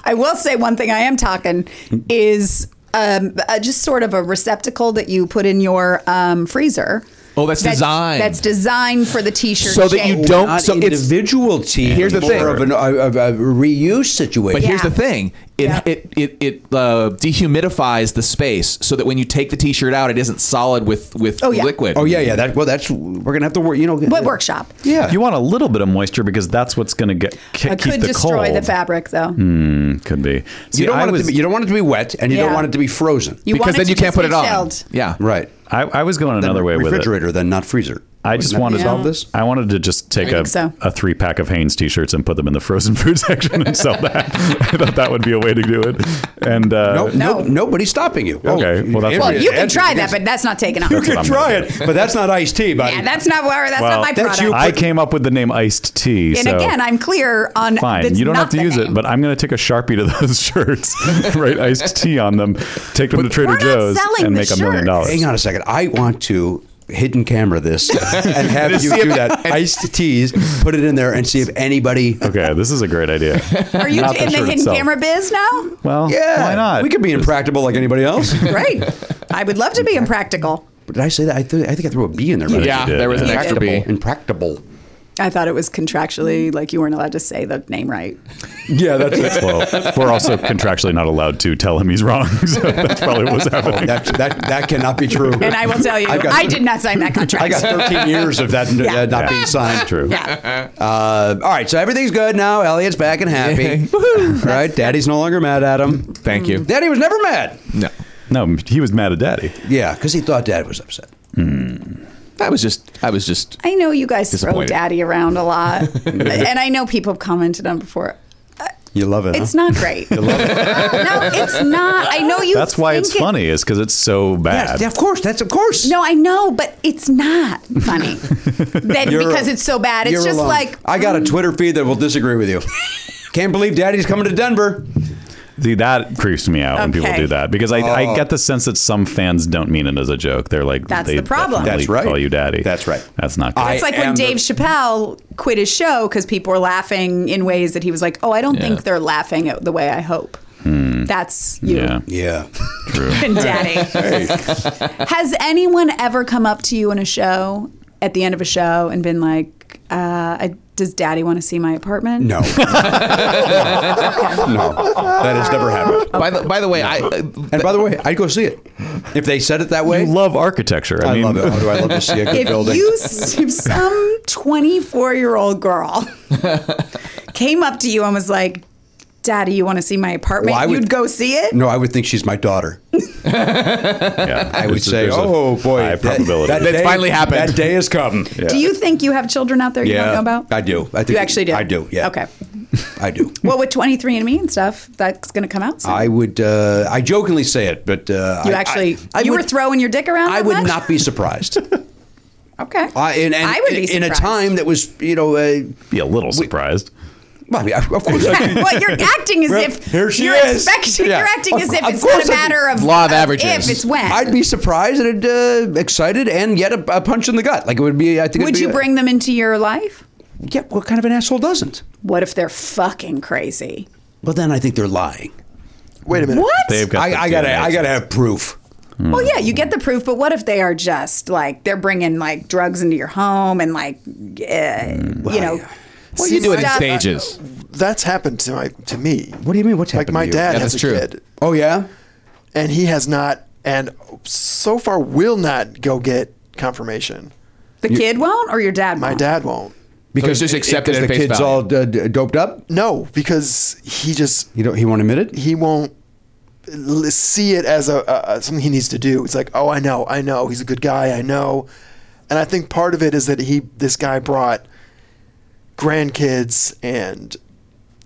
Speaker 8: I will say one thing I am talking is um, uh, just sort of a receptacle that you put in your um, freezer.
Speaker 6: Oh, that's designed.
Speaker 8: That's designed for the t-shirt.
Speaker 6: So that you
Speaker 8: shape.
Speaker 6: don't-
Speaker 2: not
Speaker 6: so it's-
Speaker 2: individual tea.
Speaker 6: Here's the
Speaker 2: more
Speaker 6: thing.
Speaker 2: of an- a, a- a reuse situation.
Speaker 6: But here's
Speaker 8: Yeah.
Speaker 6: the thing: it
Speaker 8: Yeah.
Speaker 6: it it, it uh, dehumidifies the space so that when you take the T-shirt out, it isn't solid with with
Speaker 8: Oh, yeah.
Speaker 6: liquid.
Speaker 2: oh yeah, yeah. That well, that's we're gonna have to work. You know,
Speaker 8: What workshop?
Speaker 2: Yeah,
Speaker 1: You want a little bit of moisture because that's what's going to get ke-
Speaker 8: I
Speaker 1: keep
Speaker 8: could
Speaker 1: the
Speaker 8: destroy
Speaker 1: cold.
Speaker 8: the fabric though.
Speaker 1: Hmm. Could be. See,
Speaker 2: you don't
Speaker 1: I
Speaker 2: want
Speaker 1: was,
Speaker 2: it to be. You don't want it to be wet, and you don't
Speaker 8: Yeah.
Speaker 2: want it to be frozen.
Speaker 8: You
Speaker 6: because
Speaker 8: want
Speaker 6: then
Speaker 8: to
Speaker 6: you can't
Speaker 8: just
Speaker 6: put
Speaker 8: be
Speaker 6: it on.
Speaker 8: shelled.
Speaker 6: Yeah,
Speaker 2: right.
Speaker 1: I, I was going another way with it.
Speaker 2: refrigerator, then not freezer.
Speaker 1: I just
Speaker 2: Wouldn't that
Speaker 1: wanted
Speaker 2: solve this.
Speaker 1: I wanted to just take a,
Speaker 8: think so.
Speaker 1: a three pack of Hanes t-shirts and put them in the frozen food section and sell that. I thought that would be a way to do it. And uh,
Speaker 2: Nope,
Speaker 8: No.
Speaker 2: no, nobody's stopping you. Oh,
Speaker 1: Okay, well, that's
Speaker 8: Well,
Speaker 1: Yeah,
Speaker 8: you can try that, but that's not taken off.
Speaker 2: you
Speaker 1: what
Speaker 2: can
Speaker 1: I'm
Speaker 2: try
Speaker 1: gonna
Speaker 2: it, but that's not iced tea, buddy.
Speaker 8: Yeah, that's not where. That's
Speaker 1: well,
Speaker 8: not my product.
Speaker 1: I came up with the name iced tea.
Speaker 8: and
Speaker 1: so
Speaker 8: again, I'm clear on.
Speaker 1: fine.
Speaker 8: that's
Speaker 1: You don't
Speaker 8: not
Speaker 1: have to
Speaker 8: the
Speaker 1: use
Speaker 8: name.
Speaker 1: it, but I'm going to take a sharpie to those shirts, write iced tea on them, take them to Trader
Speaker 8: we're not
Speaker 1: Joe's,
Speaker 8: selling
Speaker 1: and
Speaker 8: the
Speaker 1: make a million
Speaker 8: shirts.
Speaker 1: dollars.
Speaker 2: Hang on a second. I want to hidden camera this and have you do that. Iced teas, put it in there, and see if anybody.
Speaker 1: Okay, this is a great idea.
Speaker 8: Are you
Speaker 1: Not the
Speaker 8: in the
Speaker 1: shirt
Speaker 8: hidden
Speaker 1: itself.
Speaker 8: camera biz now?
Speaker 1: Well,
Speaker 2: Yeah,
Speaker 1: why not?
Speaker 2: We could be impractical like anybody else.
Speaker 8: Great. I would love to be impractical.
Speaker 2: Did I say that? I, th- I think I threw a B in there.
Speaker 6: yeah.
Speaker 2: right?
Speaker 1: did,
Speaker 6: there was an
Speaker 8: yeah.
Speaker 6: extra B.
Speaker 2: Impractical.
Speaker 8: I thought it was contractually like you weren't allowed to say the name right.
Speaker 2: Yeah, that's it.
Speaker 1: well, we're also contractually not allowed to tell him he's wrong. So that's probably what's happening.
Speaker 2: Oh, that, that, that cannot be true.
Speaker 8: And I will tell you,
Speaker 2: I've got-
Speaker 8: I did not sign that contract.
Speaker 2: I got 13 years of that
Speaker 8: Yeah.
Speaker 2: uh, not
Speaker 1: Yeah,
Speaker 2: being signed.
Speaker 1: True.
Speaker 8: yeah.
Speaker 2: Uh, all right, so everything's good now. Elliot's back and happy. all right, Daddy's no longer mad at him.
Speaker 6: Thank you.
Speaker 2: Daddy was never mad.
Speaker 6: No,
Speaker 1: No, he was mad at daddy.
Speaker 2: Yeah, because he thought Dad was upset.
Speaker 6: I was just I was just
Speaker 8: I know you guys throw
Speaker 6: Disappointed.
Speaker 8: daddy around a lot. and I know people have commented on before. Uh,
Speaker 2: You love it.
Speaker 8: It's not great. no, it's not. I know you.
Speaker 1: That's why it's
Speaker 8: think it-
Speaker 1: funny, is because it's so bad.
Speaker 2: Yes, of course. That's of course.
Speaker 8: No, I know, but it's not funny. that
Speaker 2: You're-
Speaker 8: because it's so bad. It's
Speaker 2: You're
Speaker 8: just
Speaker 2: alone.
Speaker 8: like mm.
Speaker 2: I got a Twitter feed that will disagree with you. Can't believe Daddy's coming to Denver.
Speaker 1: See, that creeps me out when people
Speaker 8: Okay.
Speaker 1: do that because I, I
Speaker 2: Oh.
Speaker 1: get the sense that some fans don't mean it as a joke. They're like,
Speaker 8: That's
Speaker 1: they
Speaker 8: the problem.
Speaker 1: definitely
Speaker 2: That's right.
Speaker 1: Call you daddy.
Speaker 2: That's right.
Speaker 1: That's not good.
Speaker 2: I-
Speaker 8: It's like
Speaker 2: am
Speaker 8: when Dave
Speaker 2: the-
Speaker 8: Chappelle quit his show because people were laughing in ways that he was like, "Oh, I don't think they're laughing at the way I hope." That's you
Speaker 1: yeah.
Speaker 2: Hmm. Yeah.
Speaker 8: and Daddy. Has anyone ever come up to you in a show at the end of a show and been like, uh, I, "Does Daddy want to see my apartment?"
Speaker 2: No. no. That has never happened.
Speaker 6: by the by the way I uh,
Speaker 2: And by the way, I'd go see it. If they said it that
Speaker 1: You
Speaker 2: way,
Speaker 1: love architecture. I,
Speaker 2: I
Speaker 1: mean,
Speaker 2: love it. How do I love to see a good
Speaker 8: If
Speaker 2: building?
Speaker 8: you, if some twenty-four-year-old girl came up to you and was like, "Daddy, you want to see my apartment?"
Speaker 2: Well, I would-
Speaker 8: You'd go see it.
Speaker 2: no, I would think she's my daughter.
Speaker 1: yeah.
Speaker 2: I would
Speaker 1: There's a-
Speaker 2: say,
Speaker 1: there's a
Speaker 2: oh boy,
Speaker 1: high
Speaker 2: that-
Speaker 1: probability.
Speaker 2: that
Speaker 6: That's
Speaker 2: day-
Speaker 6: finally happened.
Speaker 2: That day has come. Yeah,
Speaker 8: Do you think you have children out there you don't know about?
Speaker 2: I do. I think
Speaker 8: You actually do.
Speaker 2: I do. Yeah,
Speaker 8: Okay.
Speaker 2: I do.
Speaker 8: Well, with 23 and me and stuff, that's going to come out soon.
Speaker 2: I would. Uh, I jokingly say it, but uh,
Speaker 8: you
Speaker 2: I-
Speaker 8: actually,
Speaker 2: I, I
Speaker 8: you
Speaker 2: would,
Speaker 8: were throwing your dick around.
Speaker 2: I
Speaker 8: that
Speaker 2: would
Speaker 8: much?
Speaker 2: not be surprised.
Speaker 8: Okay.
Speaker 2: I, and, and
Speaker 8: I would be
Speaker 2: Uh, in a
Speaker 8: surprised.
Speaker 2: time that was, you know, uh,
Speaker 1: be a little surprised.
Speaker 2: well, I mean, of course.
Speaker 8: well, you're acting as if
Speaker 2: Here she
Speaker 8: you're
Speaker 2: is.
Speaker 8: expecting-
Speaker 2: Yeah.
Speaker 8: You're acting as
Speaker 2: Of-
Speaker 8: if
Speaker 2: of
Speaker 8: it's not
Speaker 2: course
Speaker 8: a
Speaker 2: I'd be-
Speaker 8: matter of
Speaker 6: Law of
Speaker 8: of
Speaker 6: averages.
Speaker 8: If it's when.
Speaker 2: I'd be surprised and uh, excited, and yet a, a punch in the gut. Like it would be. I think. it'd
Speaker 8: would
Speaker 2: be
Speaker 8: you
Speaker 2: a-
Speaker 8: bring them into your life?
Speaker 2: Yeah. What kind of an asshole doesn't?
Speaker 8: What if they're fucking crazy?
Speaker 2: Well, then I think they're lying.
Speaker 5: Wait a minute.
Speaker 8: What?
Speaker 1: They've got.
Speaker 2: I,
Speaker 1: the
Speaker 2: I gotta.
Speaker 1: DNA
Speaker 2: I gotta have proof.
Speaker 8: well, yeah, you get the proof, but what if they are just like they're bringing like drugs into your home and like,
Speaker 2: Mm,
Speaker 8: uh, you know,
Speaker 6: well you do it in
Speaker 8: stuff-
Speaker 6: stages.
Speaker 5: That's happened to my to me.
Speaker 2: What do you mean? What's
Speaker 5: Like
Speaker 2: happened?
Speaker 5: my
Speaker 2: to you?
Speaker 5: dad
Speaker 6: Yeah,
Speaker 5: has
Speaker 6: that's
Speaker 5: a
Speaker 6: true.
Speaker 5: kid,
Speaker 2: Oh yeah.
Speaker 5: and he has not, and so far will not go get confirmation.
Speaker 8: The kid won't, or your dad.
Speaker 5: My
Speaker 8: won't?
Speaker 5: dad won't.
Speaker 6: Because just accepted
Speaker 2: because
Speaker 6: at
Speaker 2: the
Speaker 6: face
Speaker 2: kid's
Speaker 6: value.
Speaker 2: all d- d- doped up.
Speaker 5: No, because he just
Speaker 2: You don't. He won't admit it.
Speaker 5: he won't l- see it as a, a, a something he needs to do. It's like, oh, I know, I know, he's a good guy, I know, and I think part of it is that he this guy brought grandkids and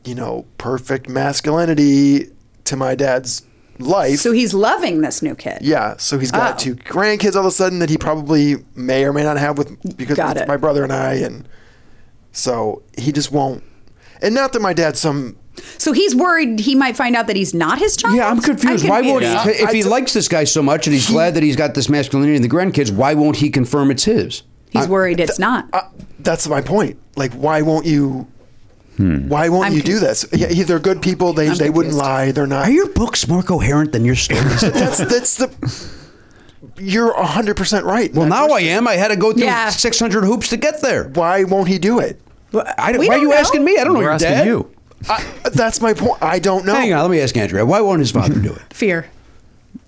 Speaker 5: you know perfect masculinity to my dad's life.
Speaker 8: So he's loving this new kid.
Speaker 5: yeah, so he's got
Speaker 8: Oh.
Speaker 5: two grandkids all of a sudden that he probably may or may not have with because
Speaker 8: Got
Speaker 5: with
Speaker 8: it.
Speaker 5: my brother and I, and so he just won't. And not that my dad's some
Speaker 8: So he's worried he might find out that he's not his child.
Speaker 2: Yeah, I'm confused. Why won't he?
Speaker 8: confused.
Speaker 2: If he likes this guy so much and he's glad that he's got this masculinity in the grandkids, why won't he confirm it's his?
Speaker 8: He's worried it's not.
Speaker 5: Uh, that's my point. Like, why won't you?
Speaker 2: Hmm.
Speaker 5: Why won't
Speaker 8: I'm
Speaker 5: you
Speaker 8: con-
Speaker 5: do this? Yeah, he- they're good people. They they wouldn't lie. They're not.
Speaker 2: Are your books more coherent than your stories?
Speaker 5: that's that's the. You're hundred percent right. in
Speaker 2: well,
Speaker 5: that
Speaker 2: now I
Speaker 5: question.
Speaker 2: am. I had to go through
Speaker 8: Yeah.
Speaker 2: 600 hoops to get there.
Speaker 5: Why won't he do it?
Speaker 2: I,
Speaker 8: We
Speaker 2: why are
Speaker 8: don't
Speaker 2: you
Speaker 8: know.
Speaker 2: asking me? I don't know.
Speaker 1: We're
Speaker 2: your
Speaker 1: asking
Speaker 2: dad?
Speaker 1: you.
Speaker 5: I, Uh, that's my point. I don't know.
Speaker 2: Hang on. Let me ask Andrea. Why won't his father do it?
Speaker 8: Fear.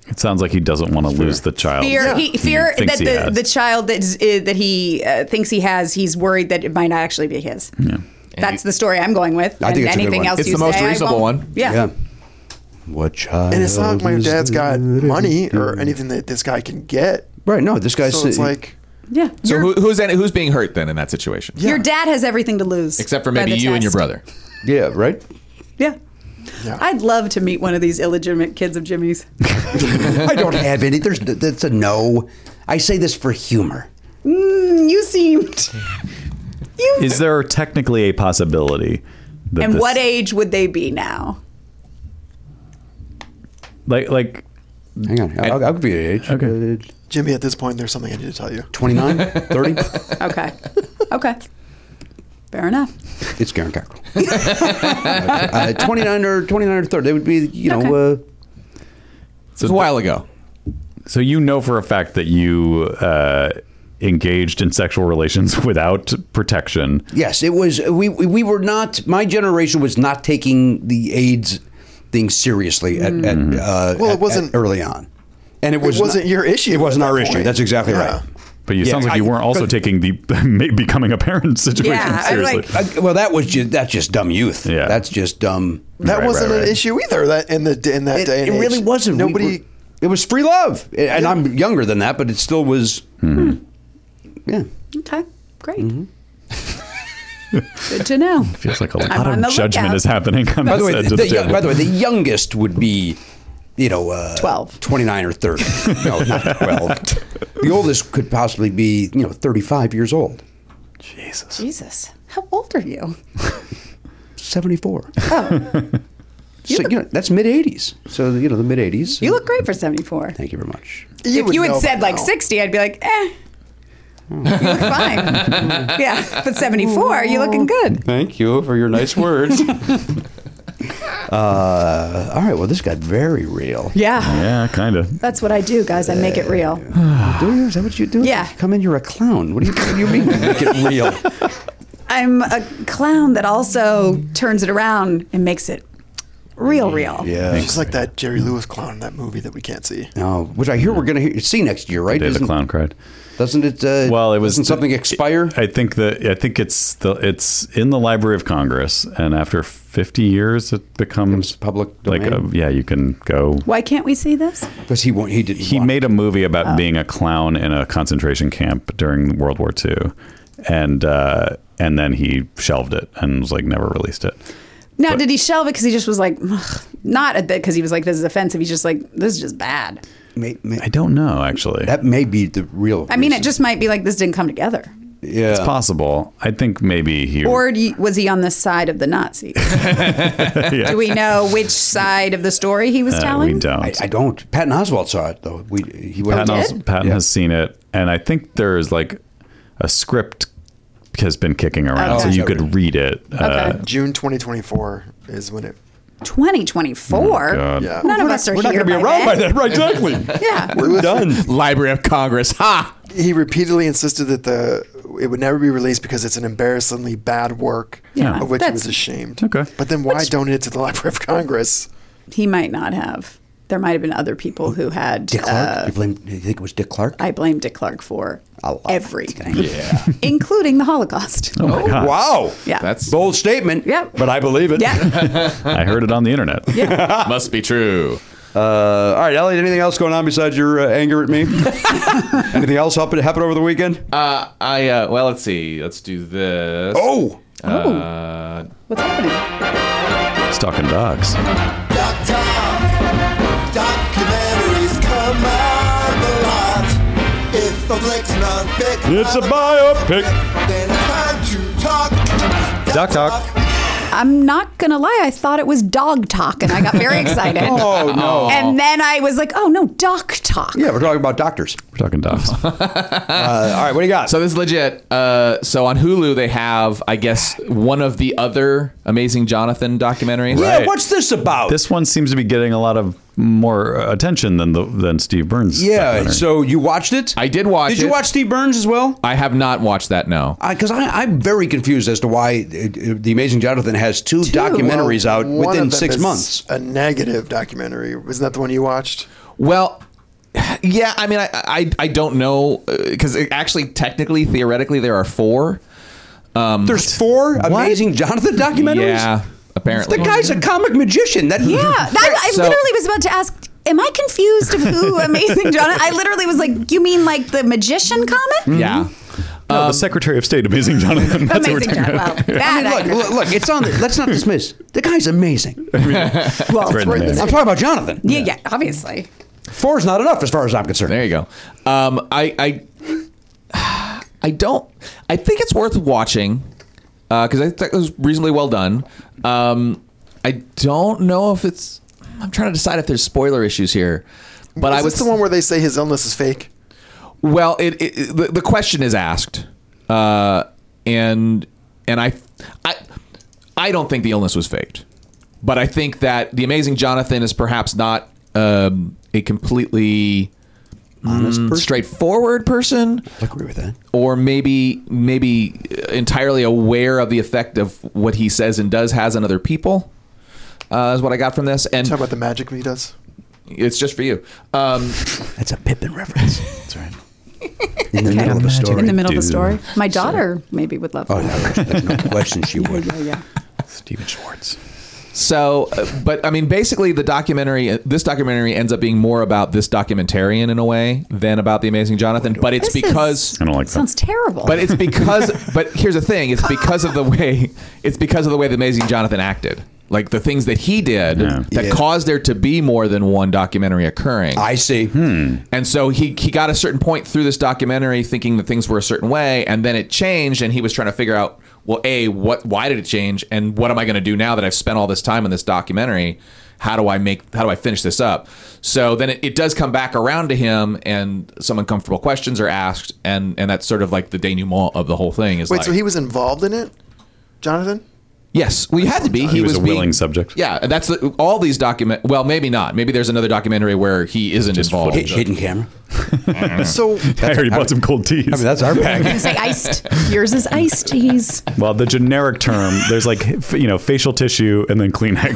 Speaker 1: It sounds like he doesn't want to lose the child.
Speaker 8: Fear. He, fear
Speaker 1: thinks
Speaker 8: that
Speaker 1: Oh. he
Speaker 8: the,
Speaker 1: has.
Speaker 8: the child that is, uh, that he uh, thinks he has, he's worried that it might not actually be his. Yeah. That's the story I'm going with.
Speaker 2: I think it's
Speaker 8: and
Speaker 2: a good
Speaker 8: anything
Speaker 2: one.
Speaker 8: else
Speaker 6: It's
Speaker 8: you
Speaker 6: the most
Speaker 8: say, I
Speaker 6: reasonable
Speaker 8: won't-
Speaker 6: one.
Speaker 8: Yeah.
Speaker 2: What child?
Speaker 5: And it's not like my
Speaker 2: is
Speaker 5: dad's got
Speaker 2: this?
Speaker 5: money or anything that this guy can get.
Speaker 2: Right. No, this guy's
Speaker 5: So it's like
Speaker 8: Yeah.
Speaker 6: So
Speaker 8: Your-
Speaker 6: who, who's any- who's being hurt then in that situation?
Speaker 8: Your dad has everything to lose,
Speaker 6: Except for
Speaker 8: by
Speaker 6: maybe
Speaker 8: the
Speaker 6: you and your
Speaker 8: test.
Speaker 6: brother.
Speaker 2: yeah. Right.
Speaker 8: Yeah. I'd love to meet one of these illegitimate kids of Jimmy's.
Speaker 2: I don't have any. There's that's a no. I say this for humor.
Speaker 8: you seemed. You.
Speaker 1: Is there technically a possibility? That
Speaker 8: and
Speaker 1: this-
Speaker 8: what age would they be now?
Speaker 1: Like, like,
Speaker 2: Hang on. I'll, I'll give you an age. Uh,
Speaker 1: Okay.
Speaker 5: Jimmy. At this point, there's something I need to tell you.
Speaker 2: 29, 30.
Speaker 8: Okay. okay. Fair enough.
Speaker 2: It's Garen Cockrell. uh, 29 or 29 or 30. They would be, you know,
Speaker 8: Okay.
Speaker 2: uh,
Speaker 6: It was a while ago.
Speaker 1: so you know for a fact that you uh, engaged in sexual relations without protection.
Speaker 2: yes, it was. We, we we were not, my generation was not taking the AIDS thing seriously at, at, uh,
Speaker 5: Mm-hmm. Well, it
Speaker 2: at- at
Speaker 5: wasn't-
Speaker 2: early on. And it, was
Speaker 5: wasn't your issue
Speaker 2: It wasn't
Speaker 5: at
Speaker 2: our
Speaker 5: that
Speaker 2: issue.
Speaker 5: point.
Speaker 2: That's exactly right.
Speaker 1: But you
Speaker 2: Yeah,
Speaker 1: sounds like
Speaker 2: I-
Speaker 1: you weren't also taking the becoming a parent situation
Speaker 8: Yeah, I'm
Speaker 1: seriously.
Speaker 8: like-
Speaker 2: I-
Speaker 8: uh,
Speaker 2: well, that was just, that's just dumb youth.
Speaker 1: Yeah.
Speaker 2: That's just dumb.
Speaker 5: That
Speaker 1: Right,
Speaker 5: wasn't
Speaker 1: right,
Speaker 5: an
Speaker 1: right.
Speaker 5: issue either. That in the in that
Speaker 2: it,
Speaker 5: day. And
Speaker 2: it really
Speaker 5: age.
Speaker 2: wasn't. We
Speaker 5: Nobody.
Speaker 2: were- it was free love. And I'm younger than that, but it still was.
Speaker 1: Hmm.
Speaker 2: hmm. Yeah.
Speaker 8: Okay. Great. Good to know.
Speaker 1: Feels like a lot
Speaker 8: I'm on the
Speaker 1: of judgment
Speaker 8: lookout.
Speaker 1: is happening on
Speaker 2: By
Speaker 1: this
Speaker 2: the way,
Speaker 1: edge
Speaker 2: the,
Speaker 1: of the
Speaker 2: young-
Speaker 1: table.
Speaker 2: by the way, the youngest would be, you know, uh,
Speaker 8: 12.
Speaker 2: 29 or 30. No, not 12. the oldest could possibly be, you know, 35 years old.
Speaker 8: Jesus. How old are you?
Speaker 2: 74. Oh. So, you know, that's mid 80s. So, you know, the mid 80s.
Speaker 8: You look great for 74.
Speaker 2: Thank you very much.
Speaker 8: if
Speaker 5: would
Speaker 8: you
Speaker 5: know
Speaker 8: had said
Speaker 5: by
Speaker 8: like
Speaker 5: now.
Speaker 8: 60, I'd be like, eh. You look fine. yeah. But 74, you're looking good.
Speaker 2: Thank you for your nice words. uh, all right. Well, this got very real.
Speaker 8: Yeah.
Speaker 1: yeah, kind of.
Speaker 8: That's what I do, guys. I make it real.
Speaker 2: Do you? Is that what you do?
Speaker 8: Yeah.
Speaker 2: Come in, you're a clown. What do you, what do you mean? Make it real.
Speaker 8: I'm a clown that also turns it around and makes it real, real.
Speaker 2: Yeah.
Speaker 5: She's like that Jerry Lewis clown in that movie that we can't see.
Speaker 2: No, which I hear we're going to see next year, right?
Speaker 1: Day the
Speaker 2: Isn't-
Speaker 1: clown cried.
Speaker 2: Doesn't it? Uh,
Speaker 1: Well, it was
Speaker 2: doesn't something expire.
Speaker 1: I think that I think it's the it's in the Library of Congress, and after 50 years, it becomes
Speaker 2: Becomes public
Speaker 1: Like, a,
Speaker 2: domain.
Speaker 1: yeah, you can go.
Speaker 8: Why can't we see this?
Speaker 2: Because he won't. He didn't.
Speaker 1: He
Speaker 2: want
Speaker 1: made a movie about
Speaker 2: Oh.
Speaker 1: being a clown in a concentration camp during World War II, and uh, and then he shelved it and was like never released it.
Speaker 8: Now, did he shelve it because he just was like, "Ugh," not a bit because he was like, this is offensive. He's just like, this is just bad.
Speaker 2: it. May, may,
Speaker 1: I don't know actually.
Speaker 2: that may be the real.
Speaker 8: I mean, it
Speaker 2: reason.
Speaker 8: just might be like this didn't come together.
Speaker 2: Yeah.
Speaker 1: It's possible. I think maybe he uh,
Speaker 8: Or do you- was he on the side of the Nazis? Do we know which side of the story he was
Speaker 1: uh,
Speaker 8: telling?
Speaker 1: we don't.
Speaker 2: I, I don't. Patton Oswald saw it though. We he went.
Speaker 1: Patton, has, Patton
Speaker 2: Yeah.
Speaker 1: has seen it, and I think there's like a script has been kicking around,
Speaker 8: Okay.
Speaker 1: so you
Speaker 2: Oh, Okay.
Speaker 1: could read it. Uh,
Speaker 8: Okay.
Speaker 5: June 2024 is when it.
Speaker 8: 2024.
Speaker 1: oh, God.
Speaker 5: Yeah.
Speaker 8: None of us are
Speaker 2: We're not
Speaker 8: here
Speaker 2: going to be
Speaker 8: by
Speaker 2: around by
Speaker 8: then.
Speaker 2: then, right? Exactly.
Speaker 8: Yeah.
Speaker 2: We're done.
Speaker 6: Library of Congress. Ha!
Speaker 5: He repeatedly insisted that the it would never be released because it's an embarrassingly bad work
Speaker 8: Yeah,
Speaker 5: of which he
Speaker 8: that's-
Speaker 5: was ashamed.
Speaker 1: Okay.
Speaker 5: But then why donate it to the Library of Congress?
Speaker 8: He might not have. There might have been other people who had.
Speaker 2: Dick Clark.
Speaker 8: uh,
Speaker 2: you, blame, you think it was Dick Clark?
Speaker 8: I blame Dick Clark for
Speaker 2: A lot.
Speaker 8: everything, including the Holocaust.
Speaker 1: Oh my God.
Speaker 2: wow.
Speaker 8: Yeah.
Speaker 6: That's
Speaker 2: Bold statement.
Speaker 8: Yep.
Speaker 2: But I believe it.
Speaker 8: Yeah.
Speaker 1: I heard it on the internet.
Speaker 6: must be true.
Speaker 2: Uh, all right, Elliot. Anything else going on besides your uh, anger at me? anything else happen happen over the weekend?
Speaker 6: Uh, I uh, well, let's see. Let's do this.
Speaker 2: oh.
Speaker 6: Uh,
Speaker 8: What's happening?
Speaker 1: Stalking dogs.
Speaker 10: Documentaries come out a lot. If a flick's not thick,
Speaker 1: It's a biopic.
Speaker 10: then it's time to talk.
Speaker 1: Doc Talk.
Speaker 8: I'm not gonna lie. I thought it was dog talk, and I got very excited.
Speaker 9: Oh, no.
Speaker 8: And then I was like, oh no, duck talk.
Speaker 9: Yeah, we're talking about doctors.
Speaker 1: We're talking dogs.
Speaker 9: Uh, all right, what do you got?
Speaker 6: So this is legit. Uh, so on Hulu, they have, I guess, one of the other Amazing Jonathan documentaries.
Speaker 9: yeah, what's this about?
Speaker 1: this one seems to be getting a lot of more uh, attention than the than Steve Burns.
Speaker 9: yeah,
Speaker 1: documentary.
Speaker 9: so you watched it?
Speaker 6: I did watch
Speaker 9: Did you
Speaker 6: it.
Speaker 9: watch Steve Burns as well?
Speaker 6: I have not watched that. No.
Speaker 2: Uh,
Speaker 9: Because I, I'm very confused as to why uh, uh, The Amazing Jonathan has two, documentaries out
Speaker 5: One
Speaker 9: within
Speaker 5: of them
Speaker 9: six
Speaker 5: is
Speaker 9: months.
Speaker 5: A negative documentary. Isn't that the one you watched?
Speaker 6: Well, yeah. I mean, I I, I don't know because actually, technically, theoretically, there are four.
Speaker 9: There's four Amazing Jonathan documentaries?
Speaker 6: Yeah, apparently.
Speaker 9: The guy's
Speaker 2: Mm-hmm.
Speaker 9: a comic magician. That
Speaker 8: Yeah, that, I
Speaker 6: So-
Speaker 8: literally was about to ask. Am I confused of who Amazing Jonathan? I literally was like, you mean like the magician comic?
Speaker 6: Yeah.
Speaker 1: No, the Secretary of State, Amazing Jonathan. That's what we're
Speaker 8: Amazing
Speaker 1: talking
Speaker 8: Jonathan. Well,
Speaker 1: about.
Speaker 8: that I
Speaker 9: Look,
Speaker 8: agree.
Speaker 9: look, look, it's on. The, let's not dismiss. The guy's amazing.
Speaker 1: It's right in the name.
Speaker 9: I'm talking about Jonathan.
Speaker 8: yeah, yeah, obviously.
Speaker 9: Four's not enough as far as I'm concerned.
Speaker 6: There you go. Um, I, I, I don't. I think it's worth watching because I think it was reasonably well done. Um, I don't know if it's. I'm trying to decide if there's spoiler issues here, but I
Speaker 5: Is
Speaker 6: was
Speaker 5: this the one where they say his illness is fake?
Speaker 6: Well, it, it, it- the, the question is asked, uh, and and I, I I don't think the illness was faked, but I think that the amazing Jonathan is perhaps not um, a completely mm,
Speaker 9: Mm-hmm.
Speaker 6: straightforward person,
Speaker 9: I agree with that.
Speaker 6: or maybe maybe entirely aware of the effect of what he says and does has on other people. Uh, is what I got from this, and
Speaker 5: Talk about the magic he does.
Speaker 6: it's just for you. Um,
Speaker 9: That's a Pippin reference. That's
Speaker 1: right.
Speaker 9: In the middle of a story.
Speaker 8: In the middle
Speaker 1: do.
Speaker 8: of the story, my daughter maybe would love.
Speaker 9: Oh,
Speaker 8: that.
Speaker 9: no, there's no question she would.
Speaker 8: Yeah, yeah.
Speaker 1: Steven Schwartz.
Speaker 6: So, uh, but I mean, basically, the documentary, uh, this documentary ends up being more about this documentarian in a way than about the Amazing Jonathan. But it's
Speaker 8: This is-
Speaker 6: because,
Speaker 1: I don't like that.
Speaker 8: Sounds terrible.
Speaker 6: but it's because, but here's the thing: it's because of the way, it's because of the way the Amazing Jonathan acted, like the things that he did
Speaker 1: Yeah.
Speaker 6: that
Speaker 9: Yeah.
Speaker 6: caused there to be more than one documentary occurring.
Speaker 9: I see.
Speaker 6: And so he he got a certain point through this documentary, thinking that things were a certain way, and then it changed, and he was trying to figure out, well, a what why did it change, and what am I going to do now that I've spent all this time on this documentary? How do I make how do I finish this up? So then it, it does come back around to him, and some uncomfortable questions are asked, and and that's sort of like the denouement of the whole thing. Is
Speaker 5: Wait,
Speaker 6: like,
Speaker 5: so he was involved in it, Jonathan?
Speaker 6: Yes, well, you had to be. He,
Speaker 1: was a
Speaker 6: being-
Speaker 1: willing subject.
Speaker 6: Yeah, and that's the, all these document. Well, maybe not. Maybe there's another documentary where he isn't involved.
Speaker 9: Hi- Hidden camera.
Speaker 5: So
Speaker 1: I already bought some cold teas.
Speaker 9: I mean, that's our package.
Speaker 8: You say iced. Yours is iced teas.
Speaker 1: well, the generic term, there's like, f- you know, facial tissue and then Kleenex.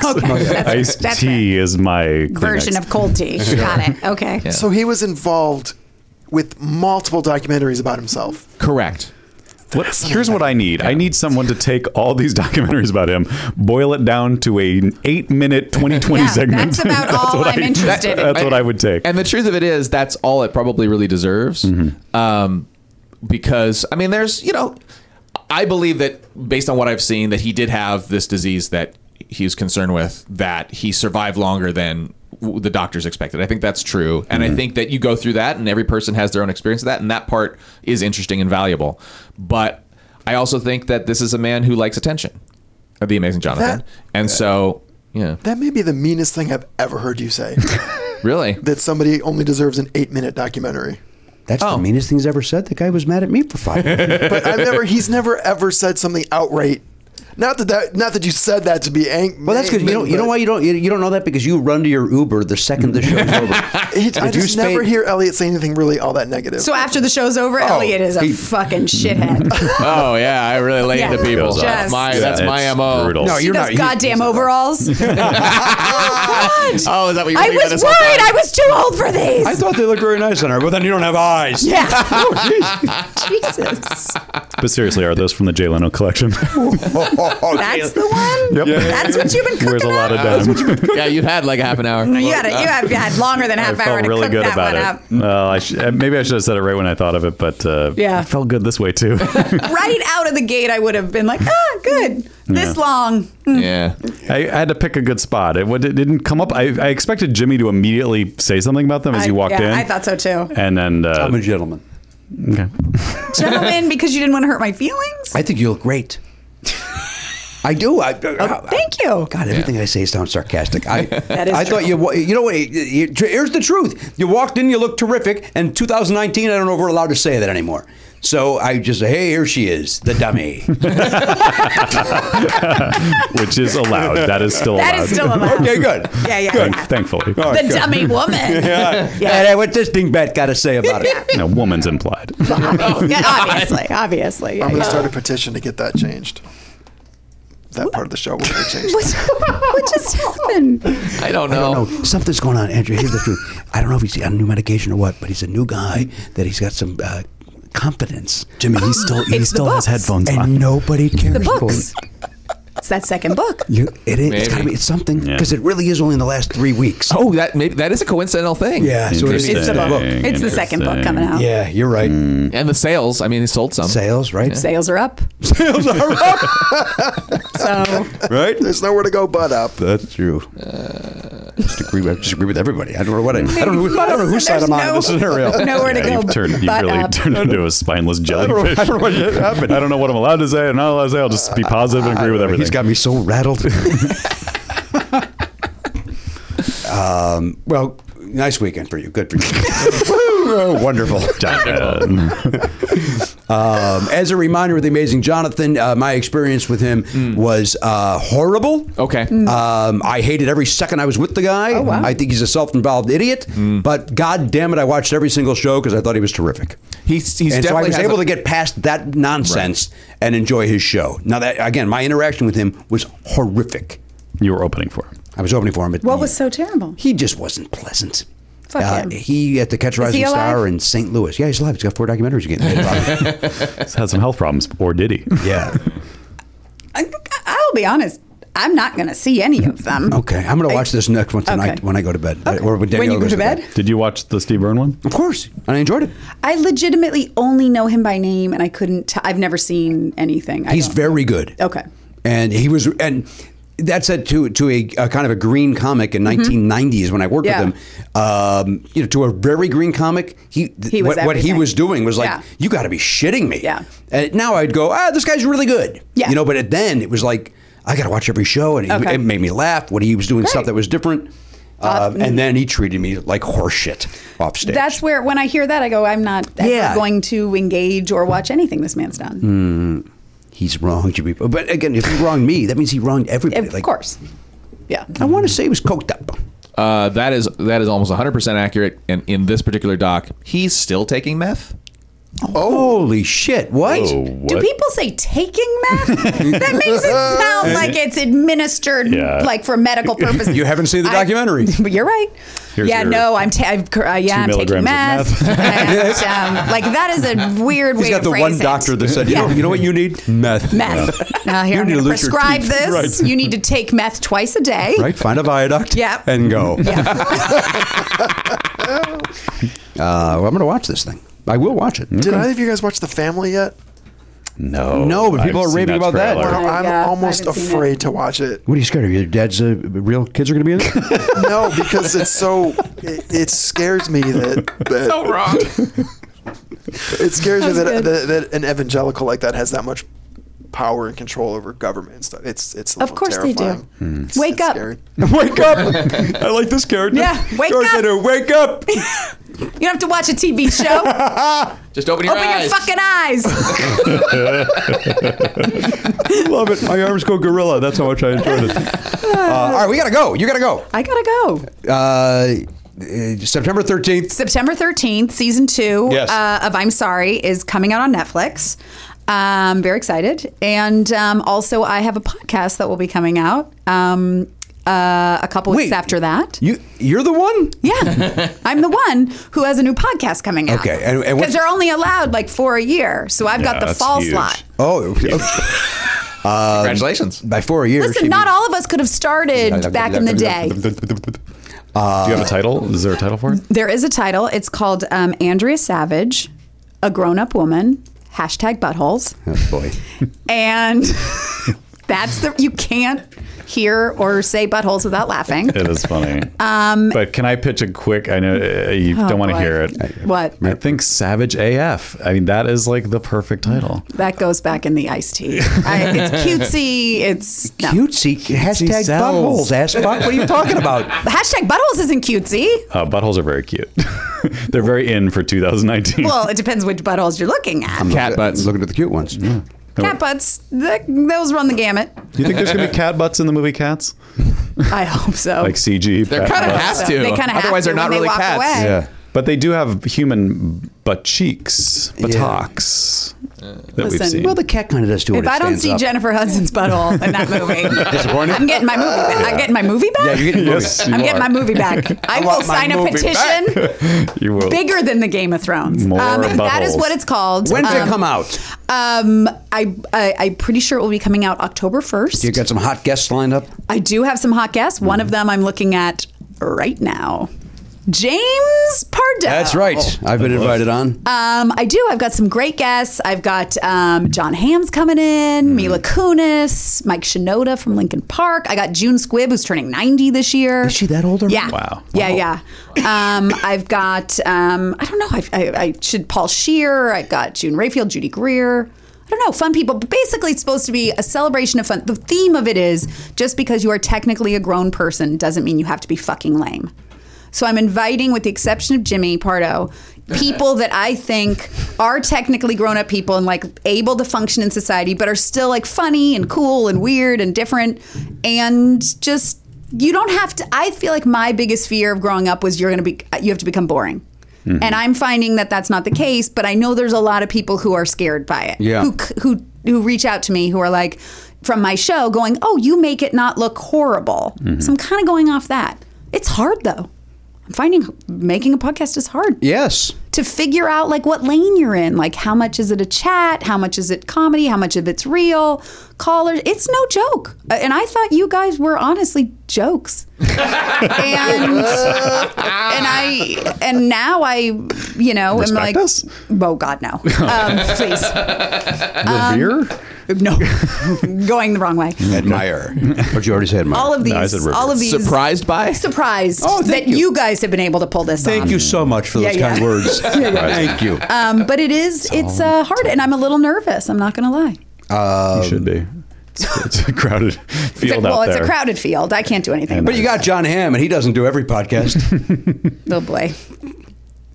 Speaker 8: that's-
Speaker 1: Iced
Speaker 8: that's
Speaker 1: tea is my Kleenex.
Speaker 8: Version of cold tea. Got it. Okay.
Speaker 5: so he was involved with multiple documentaries about himself.
Speaker 6: Correct.
Speaker 1: What, here's what I need. I need someone to take all these documentaries about him, boil it down to a eight minute 2020
Speaker 8: Yeah,
Speaker 1: segment.
Speaker 8: that's about all
Speaker 1: what
Speaker 8: I'm interested in.
Speaker 1: That's what I would take.
Speaker 6: And the truth of it is, that's all it probably really deserves. Um, because I mean, there's you know, I believe that based on what I've seen, that he did have this disease that he's concerned with, that he survived longer than w- the doctors expected. I think that's true, and I think that you go through that, and every person has their own experience of that, and that part is interesting and valuable. But I also think that this is a man who likes attention, uh, the amazing Jonathan,
Speaker 5: That-
Speaker 6: and so yeah,
Speaker 5: That may be the meanest thing I've ever heard you say.
Speaker 6: really,
Speaker 5: that somebody only deserves an eight-minute documentary.
Speaker 9: That's the meanest things ever said. The guy was mad at me for five minutes.
Speaker 5: But I've never. He's never ever said something outright. Not that, that not that you said that to be angry.
Speaker 9: Well, that's good. You know, you know why you don't you, you don't know that because you run to your Uber the second the show's over.
Speaker 5: He,
Speaker 9: If
Speaker 5: I
Speaker 9: you
Speaker 5: just
Speaker 9: spend-
Speaker 5: never hear Elliot say anything really all that negative.
Speaker 8: So after the show's over, Elliot is a
Speaker 9: he-
Speaker 8: fucking shithead.
Speaker 6: Oh yeah, I really lay
Speaker 8: Yeah.
Speaker 6: into people.
Speaker 8: Goes
Speaker 6: That's
Speaker 8: off.
Speaker 6: my
Speaker 1: Yeah,
Speaker 6: that's my
Speaker 1: it's
Speaker 6: mo.
Speaker 1: brutal.
Speaker 9: No,
Speaker 8: She
Speaker 9: you're
Speaker 8: does
Speaker 9: not. you-
Speaker 8: goddamn overalls. oh, God.
Speaker 6: Oh, is that what you're
Speaker 8: I
Speaker 6: thinking about
Speaker 8: was
Speaker 6: this whole
Speaker 8: worried.
Speaker 6: time?
Speaker 8: I was too old for these.
Speaker 9: I thought they looked very nice on her, but then you don't have eyes.
Speaker 8: yeah. Jesus.
Speaker 1: but seriously, are those from the Jay Leno collection?
Speaker 8: That's the
Speaker 1: Yep.
Speaker 8: one.
Speaker 1: Yeah.
Speaker 8: That's what you've been cooking
Speaker 1: Where's a lot of
Speaker 8: up?
Speaker 1: dime?
Speaker 6: yeah, you've had like a half an hour.
Speaker 8: You had, a, you have had longer than a
Speaker 1: I
Speaker 8: half hour
Speaker 1: felt
Speaker 8: to
Speaker 1: really
Speaker 8: cook
Speaker 1: good
Speaker 8: that
Speaker 1: about
Speaker 8: one
Speaker 1: it. Well, I sh- uh, maybe I should have said it right when I thought of it, but uh,
Speaker 8: Yeah.
Speaker 1: it felt good this way too.
Speaker 8: up. Right out of the gate, I would have been like, ah, good. This
Speaker 1: Yeah.
Speaker 8: long.
Speaker 6: Yeah.
Speaker 1: I, I had to pick a good spot. It, would- it didn't come up. I, I expected Jimmy to immediately say something about them as
Speaker 8: I-
Speaker 1: you walked
Speaker 8: yeah,
Speaker 1: in.
Speaker 8: I thought so too.
Speaker 1: And then, uh,
Speaker 9: I'm a gentleman.
Speaker 1: okay.
Speaker 8: Gentlemen, because you didn't want to hurt my feelings.
Speaker 9: I think you look great.
Speaker 2: I do. I, I-
Speaker 8: Oh, thank you.
Speaker 2: God, everything I say sounds sarcastic. I,
Speaker 8: is
Speaker 2: I
Speaker 8: true.
Speaker 2: thought you. wa- You know what? you- you- Here's the truth. You walked in, you looked terrific, and 2019, I don't know if we're allowed to say that anymore. So I just say, hey, here she is, the dummy.
Speaker 1: which is allowed. That is still allowed.
Speaker 8: That is still allowed.
Speaker 2: okay, good.
Speaker 8: Yeah, yeah.
Speaker 1: Thank-
Speaker 8: yeah.
Speaker 1: Thankfully.
Speaker 8: The dummy woman. yeah.
Speaker 2: And uh, what this dingbat got to say about it?
Speaker 1: No, woman's implied.
Speaker 8: Yeah, obviously, obviously. Yeah,
Speaker 5: I'm going to
Speaker 8: yeah.
Speaker 5: start a petition to get that changed. That part of the show will be changed.
Speaker 8: What, what just happened?
Speaker 6: I don't know.
Speaker 2: I don't know. Something's going on, Andrew. Here's the truth. I don't know if he's on new medication or what, but he's a new guy that he's got some uh, confidence.
Speaker 11: Jimmy, he still he
Speaker 8: It's the
Speaker 11: still has
Speaker 8: books.
Speaker 11: headphones
Speaker 2: And
Speaker 11: on.
Speaker 2: nobody cares
Speaker 8: The
Speaker 2: for
Speaker 8: books.
Speaker 2: it.
Speaker 8: It's that second book.
Speaker 2: You, it is, it's,
Speaker 6: Maybe.
Speaker 2: gotta be, it's something
Speaker 1: Yeah.
Speaker 2: because it really is only in the last three weeks.
Speaker 6: Oh, that maybe that is a coincidental thing.
Speaker 2: Yeah, so it's,
Speaker 8: It's the book.
Speaker 1: Interesting,
Speaker 8: It's the second book
Speaker 1: interesting.
Speaker 8: coming out.
Speaker 2: yeah, you're right.
Speaker 6: And the sales. I mean, he sold some.
Speaker 2: Mm. Sales, right?
Speaker 8: Sales are up.
Speaker 2: Sales are up,
Speaker 8: So
Speaker 2: right?
Speaker 5: There's nowhere to go but up.
Speaker 2: That's true. just agree with just agree with everybody. I don't know what I, I don't know. Who, I don't know whose side
Speaker 8: There's
Speaker 2: I'm on in
Speaker 8: no-
Speaker 2: this scenario.
Speaker 8: nowhere to
Speaker 1: Yeah,
Speaker 8: go.
Speaker 1: you've turned, you've
Speaker 8: but
Speaker 1: really
Speaker 8: up.
Speaker 1: turned into a spineless
Speaker 2: I don't, know,
Speaker 1: jellyfish.
Speaker 2: I don't know what happened.
Speaker 1: I don't know what I'm allowed to say. I'm not allowed to say. I'll just be positive and agree with everything.
Speaker 2: He's got me so rattled. um, well, nice weekend for you. Good for you. Oh, Wonderful.
Speaker 1: Jonathan.
Speaker 2: Um, as a reminder of the amazing Jonathan, uh, my experience with him was uh, horrible.
Speaker 6: Hmm. Okay.
Speaker 2: Um, I hated every second I was with the guy. Oh, wow. I think he's a self-involved idiot.
Speaker 6: Mm.
Speaker 2: But god damn it, I watched every single show because I thought he was terrific.
Speaker 6: He's he's
Speaker 2: and so I
Speaker 6: definitely
Speaker 2: was
Speaker 6: has
Speaker 2: able
Speaker 6: a-
Speaker 2: to get past that nonsense and enjoy his show. Now that again, my interaction with him was horrific.
Speaker 1: you were opening for him.
Speaker 2: I was opening for him. But
Speaker 8: What
Speaker 2: he-
Speaker 8: was so terrible?
Speaker 2: He just wasn't pleasant. Uh,
Speaker 8: Fuck him.
Speaker 2: He at the Catch a
Speaker 8: Is he
Speaker 2: Rising Star
Speaker 8: alive?
Speaker 2: in St. Louis. Yeah, he's alive. He's got four documentaries getting made. about him.
Speaker 1: He's had some health problems, or did he?
Speaker 2: yeah.
Speaker 8: I, I'll be honest. I'm not going to see any of them.
Speaker 2: Okay, I'm going to watch this next one tonight
Speaker 8: Okay.
Speaker 2: when I go to bed,
Speaker 8: Okay.
Speaker 2: or when,
Speaker 8: When
Speaker 2: Danielle
Speaker 8: you go
Speaker 2: goes
Speaker 8: to bed?
Speaker 1: Did you watch the Steve Byrne one?
Speaker 2: Of course, and I enjoyed it.
Speaker 8: I legitimately only know him by name, and I couldn't. T- I've never seen anything. I
Speaker 2: He's
Speaker 8: don't-
Speaker 2: very good.
Speaker 8: Okay.
Speaker 2: and he was and. That said, to to a, a kind of a green comic in 1990 is when I worked
Speaker 8: Mm-hmm. Yeah.
Speaker 2: with him. Um, you know, to a very green comic, he, th-
Speaker 8: He was
Speaker 2: what, what he
Speaker 8: everything.
Speaker 2: was doing was like,
Speaker 8: Yeah.
Speaker 2: you got to be shitting me.
Speaker 8: Yeah.
Speaker 2: And now I'd go, ah, this guy's really good.
Speaker 8: Yeah.
Speaker 2: You know, but then it was like, I got to watch every show, and it,
Speaker 8: Okay.
Speaker 2: it made me laugh. What he was doing, stuff
Speaker 8: Great. Uh, mm.
Speaker 2: that was different. Um, and then he treated me like horseshit off stage.
Speaker 8: That's where when I hear that, I go, I'm not ever
Speaker 2: Yeah. Hmm.
Speaker 8: going to engage or watch anything this man's done.
Speaker 2: he's wronged you. people. But again, if he wronged me, that means he wronged everybody.
Speaker 8: Of
Speaker 2: Like,
Speaker 8: course. Yeah.
Speaker 2: I want to say he was coked up.
Speaker 6: Uh, that is that is almost 100 percent accurate. And in this particular doc, he's still taking meth.
Speaker 2: Holy shit! What?
Speaker 1: Oh,
Speaker 8: Do
Speaker 1: what?
Speaker 8: people say taking meth? that makes it sound like it's administered,
Speaker 1: Yeah.
Speaker 8: like for medical purposes.
Speaker 2: You haven't seen the
Speaker 8: I-
Speaker 2: documentary.
Speaker 8: But you're right.
Speaker 1: Here's
Speaker 8: yeah,
Speaker 1: your
Speaker 8: no, I'm. Ta- I've, cur- uh, yeah, I'm
Speaker 1: two
Speaker 8: taking
Speaker 1: milligrams
Speaker 8: meth.
Speaker 1: of
Speaker 8: and, um, like that is a weird
Speaker 2: He's
Speaker 8: way
Speaker 2: got
Speaker 8: to
Speaker 2: the
Speaker 8: phrase
Speaker 2: one
Speaker 8: it.
Speaker 2: doctor that said, you, know,
Speaker 8: Yeah.
Speaker 2: you know what you need? Meth.
Speaker 8: meth. Now here,
Speaker 2: You
Speaker 8: I'm
Speaker 2: need
Speaker 8: going
Speaker 2: to
Speaker 8: to
Speaker 2: lose your
Speaker 8: prescribe
Speaker 2: teeth.
Speaker 8: this. You need to take meth twice a day.
Speaker 2: Right? Find a viaduct
Speaker 8: Yeah.
Speaker 2: and go.
Speaker 8: Yeah.
Speaker 2: Uh, well, I'm going to watch this thing. I will watch it.
Speaker 5: Did either of you guys watch The Family yet?
Speaker 1: No.
Speaker 2: No, but people
Speaker 1: I've
Speaker 2: are
Speaker 1: seen
Speaker 2: raving about that.
Speaker 1: trailer.
Speaker 5: Wow, I'm
Speaker 8: Yeah, I
Speaker 5: almost
Speaker 8: haven't seen
Speaker 5: afraid to watch it.
Speaker 2: What are you scared of? Your dad's uh, real kids are going to be in it?
Speaker 5: No, because it's so it, it scares me that, that so wrong. It scares me that, that that an evangelical like that has that much power and control over government and stuff. It's it's a
Speaker 8: Of
Speaker 5: little
Speaker 8: course they do.
Speaker 5: terrifying. It's-
Speaker 8: Wake
Speaker 5: it's
Speaker 8: up.
Speaker 5: scary.
Speaker 2: wake up! I like this character.
Speaker 8: Yeah, wake
Speaker 2: George
Speaker 8: up.
Speaker 2: Leonard, wake up!
Speaker 8: You don't have to watch a TV show.
Speaker 6: Just open your
Speaker 8: Open
Speaker 6: eyes.
Speaker 8: your fucking eyes.
Speaker 2: Love it. My arms go gorilla. That's how much I enjoyed it. Uh, all right, we got to go. You got to go.
Speaker 8: I gotta go.
Speaker 2: Uh, uh, September 13th.
Speaker 8: September 13th, season two
Speaker 2: Yes.
Speaker 8: uh, of I'm Sorry is coming out on Netflix. Um, very excited. And um, also, I have a podcast that will be coming out um, uh, a couple weeks
Speaker 2: Wait.
Speaker 8: after that.
Speaker 2: You, you're the one?
Speaker 8: yeah. I'm the one who has a new podcast coming out.
Speaker 2: Okay, and- and what-
Speaker 8: Because they're only allowed like four a year. So I've
Speaker 1: Yeah,
Speaker 8: got the
Speaker 1: that's
Speaker 8: fall
Speaker 1: huge.
Speaker 8: slot.
Speaker 2: Oh,
Speaker 6: Congratulations.
Speaker 2: Um, by four years.
Speaker 8: Listen, not all of us could have started back in the day.
Speaker 1: Do you have a title? Is there a title for it?
Speaker 8: There is a title. It's called um, Andrea Savage, A Grown Up Woman, hashtag buttholes.
Speaker 2: Oh, boy.
Speaker 8: and that's the you can't hear or say buttholes without laughing.
Speaker 1: It is funny. Um, but can I pitch a quick? I know uh, you
Speaker 8: Oh,
Speaker 1: don't want to
Speaker 8: boy.
Speaker 1: hear it.
Speaker 8: What?
Speaker 1: I think Savage AF. I mean, that is like the perfect title.
Speaker 8: That goes back in the iced tea. I, it's cutesy. It's no.
Speaker 2: Cutesy. Hashtag
Speaker 1: sells.
Speaker 2: buttholes. Ass fuck. What are you talking about?
Speaker 8: Hashtag buttholes isn't cutesy.
Speaker 1: Uh, buttholes are very cute. They're very in for 2019.
Speaker 8: Well, it depends which buttholes you're looking at.
Speaker 6: Cat butts.
Speaker 2: Looking at the cute ones. Yeah.
Speaker 8: Cat butts, th- those run the gamut.
Speaker 1: Do you think there's gonna be cat butts in the movie Cats?
Speaker 8: I hope so.
Speaker 1: Like CG.
Speaker 6: They're
Speaker 1: cat
Speaker 6: kind of
Speaker 1: butts.
Speaker 6: have
Speaker 8: So
Speaker 6: to.
Speaker 8: they kinda have
Speaker 6: Otherwise,
Speaker 8: to
Speaker 6: they're
Speaker 8: when
Speaker 6: not
Speaker 8: they
Speaker 6: really
Speaker 8: walk
Speaker 6: cats.
Speaker 8: away.
Speaker 2: Yeah.
Speaker 1: But they do have human butt cheeks, buttocks that
Speaker 8: Listen,
Speaker 1: we've seen.
Speaker 2: Well, the cat kind of does too. when
Speaker 8: If
Speaker 2: it
Speaker 8: I don't
Speaker 2: stands
Speaker 8: see
Speaker 2: up.
Speaker 8: Jennifer Hudson's butthole in that movie, I'm getting my movie. Back. I'm getting my movie back.
Speaker 2: Yeah, you're getting
Speaker 1: Yes,
Speaker 2: movies.
Speaker 1: you
Speaker 8: I'm getting
Speaker 1: are.
Speaker 8: my movie back. I, will
Speaker 2: want my
Speaker 8: sign a
Speaker 2: movie
Speaker 8: petition
Speaker 1: You will.
Speaker 8: bigger than the Game of Thrones. Um,
Speaker 1: More
Speaker 8: that is
Speaker 1: buttholes.
Speaker 8: what it's called.
Speaker 2: When did
Speaker 8: Um,
Speaker 2: it come out?
Speaker 8: Um, I, I I'm pretty sure it will be coming out October first.
Speaker 2: You got Mm-hmm. some hot guests lined up.
Speaker 8: I do have some hot guests. One of them I'm looking at right now. James Pardo.
Speaker 2: That's right.
Speaker 8: oh.
Speaker 2: I've been invited on.
Speaker 8: Um, I do. I've got some great guests. I've got um, John Hamm's coming in,
Speaker 2: Mm-hmm.
Speaker 8: Mila Kunis, Mike Shinoda from Lincoln Park. I got June Squibb, who's turning 90 this year.
Speaker 2: Is she that old already?
Speaker 8: Yeah.
Speaker 1: Wow.
Speaker 8: Yeah, yeah. Um, I've got, um, I don't know, I've, I, I should Paul Shear. I've got June Rayfield, Judy Greer. I don't know, fun people. But basically, it's supposed to be a celebration of fun. The theme of it is just because you are technically a grown person doesn't mean you have to be fucking lame. So I'm inviting, with the exception of Jimmy Pardo, people that I think are technically grown up people and like able to function in society, but are still like funny and cool and weird and different. And just, you don't have to. I feel like my biggest fear of growing up was you're going to be, you have to become boring. And I'm finding that that's not the case, but I know there's a lot of people who are scared by it.
Speaker 2: Yeah.
Speaker 8: Who c- who who reach out to me who are like from my show going, "Oh, you make it not look horrible." So I'm kind of going off that. It's hard though. I'm finding making a podcast is hard
Speaker 2: Yes.
Speaker 8: to figure out like what lane you're in, like how much is it a chat, how much is it comedy, how much of it's real, callers. It's no joke. Uh, And I thought you guys were honestly jokes. and and I and now I, you know, am
Speaker 1: Respect
Speaker 8: like
Speaker 1: us?
Speaker 8: Oh God, no. Um, please. um,
Speaker 1: Revere?
Speaker 8: No, going the wrong way.
Speaker 2: Admire. but you already said admire.
Speaker 8: All of these,
Speaker 1: I said reverse.
Speaker 8: all of these,
Speaker 6: Surprised by?
Speaker 8: surprised
Speaker 2: Oh, thank
Speaker 8: that you.
Speaker 2: you.
Speaker 8: guys have been able to pull this
Speaker 2: Thank
Speaker 8: off.
Speaker 2: you so much for
Speaker 8: Yeah,
Speaker 2: those kind
Speaker 8: yeah.
Speaker 2: words. Thank you.
Speaker 8: Um, but it is, it's uh, hard, and I'm a little nervous. I'm not going to lie.
Speaker 1: you should be. It's, it's a crowded
Speaker 8: It's a,
Speaker 1: field
Speaker 8: well,
Speaker 1: out
Speaker 8: it's
Speaker 1: there.
Speaker 8: a crowded field. I can't do anything.
Speaker 2: but you got John Hamm, and he doesn't do every podcast.
Speaker 8: oh boy,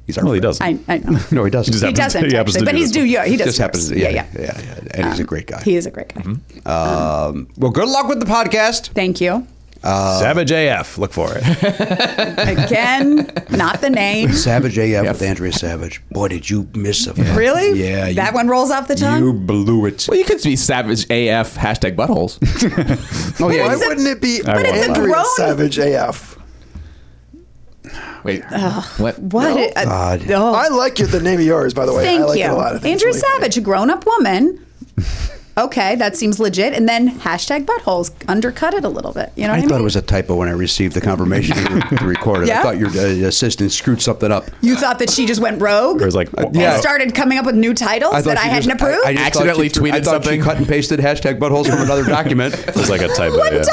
Speaker 2: He's our
Speaker 1: Well, he
Speaker 2: friend.
Speaker 1: doesn't.
Speaker 8: I, I know.
Speaker 2: No, he doesn't.
Speaker 1: He just
Speaker 8: he
Speaker 1: happens-
Speaker 8: doesn't,
Speaker 1: he happens to
Speaker 8: actually, but
Speaker 1: do
Speaker 8: he's
Speaker 1: this
Speaker 8: do.
Speaker 1: one.
Speaker 8: Yeah, he does.
Speaker 2: Just happens.
Speaker 8: first.
Speaker 2: To, yeah, yeah, yeah, yeah. And he's a great guy.
Speaker 8: He is a great guy.
Speaker 2: Um, well, good luck with the podcast.
Speaker 8: Thank you.
Speaker 2: Um,
Speaker 1: Savage AF. Look for it.
Speaker 8: Again, not the name.
Speaker 2: Savage AF with Andrea Savage. Boy, did you miss a
Speaker 8: Really?
Speaker 2: Yeah. you-
Speaker 8: That one rolls off the tongue?
Speaker 2: You blew it.
Speaker 6: Well, you could be savage AF hashtag buttholes.
Speaker 2: Oh, yeah.
Speaker 5: Why
Speaker 8: it's a-
Speaker 5: wouldn't it be
Speaker 1: but it's a
Speaker 5: Andrea
Speaker 8: grown-
Speaker 5: Savage AF?
Speaker 6: Wait, what?
Speaker 8: What? it- uh,
Speaker 2: God.
Speaker 8: oh,
Speaker 5: I like it, the name of yours, by the way.
Speaker 8: thank
Speaker 5: I like
Speaker 8: you.
Speaker 5: It a lot of things.
Speaker 8: Andrew
Speaker 5: Like-
Speaker 8: Savage, a grown up woman. Okay, that seems legit. And then hashtag buttholes undercut it a little bit. You know what I,
Speaker 2: I
Speaker 8: mean?
Speaker 2: thought it was a typo when I received the confirmation to record it.
Speaker 8: Yeah?
Speaker 2: I thought your uh, assistant screwed something up.
Speaker 8: you thought that she just went rogue
Speaker 1: It was like, uh,
Speaker 8: and
Speaker 2: Uh, yeah.
Speaker 8: started coming up with new titles
Speaker 2: thought
Speaker 8: that I
Speaker 2: she just-
Speaker 8: hadn't approved?
Speaker 2: I just thought
Speaker 6: Accidentally
Speaker 2: she threw- I
Speaker 6: tweeted
Speaker 2: thought she
Speaker 6: something.
Speaker 2: cut and pasted hashtag buttholes from another document.
Speaker 1: it was like a typo.
Speaker 8: what
Speaker 1: yeah.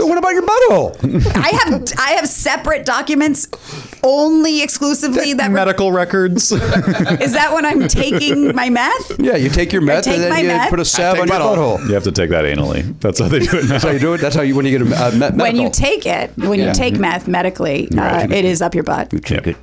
Speaker 2: what about your butthole?
Speaker 8: I have I have separate documents only exclusively that re-
Speaker 1: Medical records.
Speaker 8: is that when I'm taking my meth?
Speaker 2: yeah, you take your meth
Speaker 8: take
Speaker 2: and
Speaker 8: my
Speaker 2: then you
Speaker 8: meth.
Speaker 2: put a salve on your
Speaker 6: butthole.
Speaker 2: butthole.
Speaker 1: you have to take that anally. That's how they do it now.
Speaker 2: That's how Oh. you do it. That's how you when you get a uh, meth
Speaker 8: When you
Speaker 2: medical.
Speaker 8: take it, when you
Speaker 6: Yeah.
Speaker 8: take meth medically,
Speaker 1: Right.
Speaker 8: uh, it is up your butt.
Speaker 1: Yep.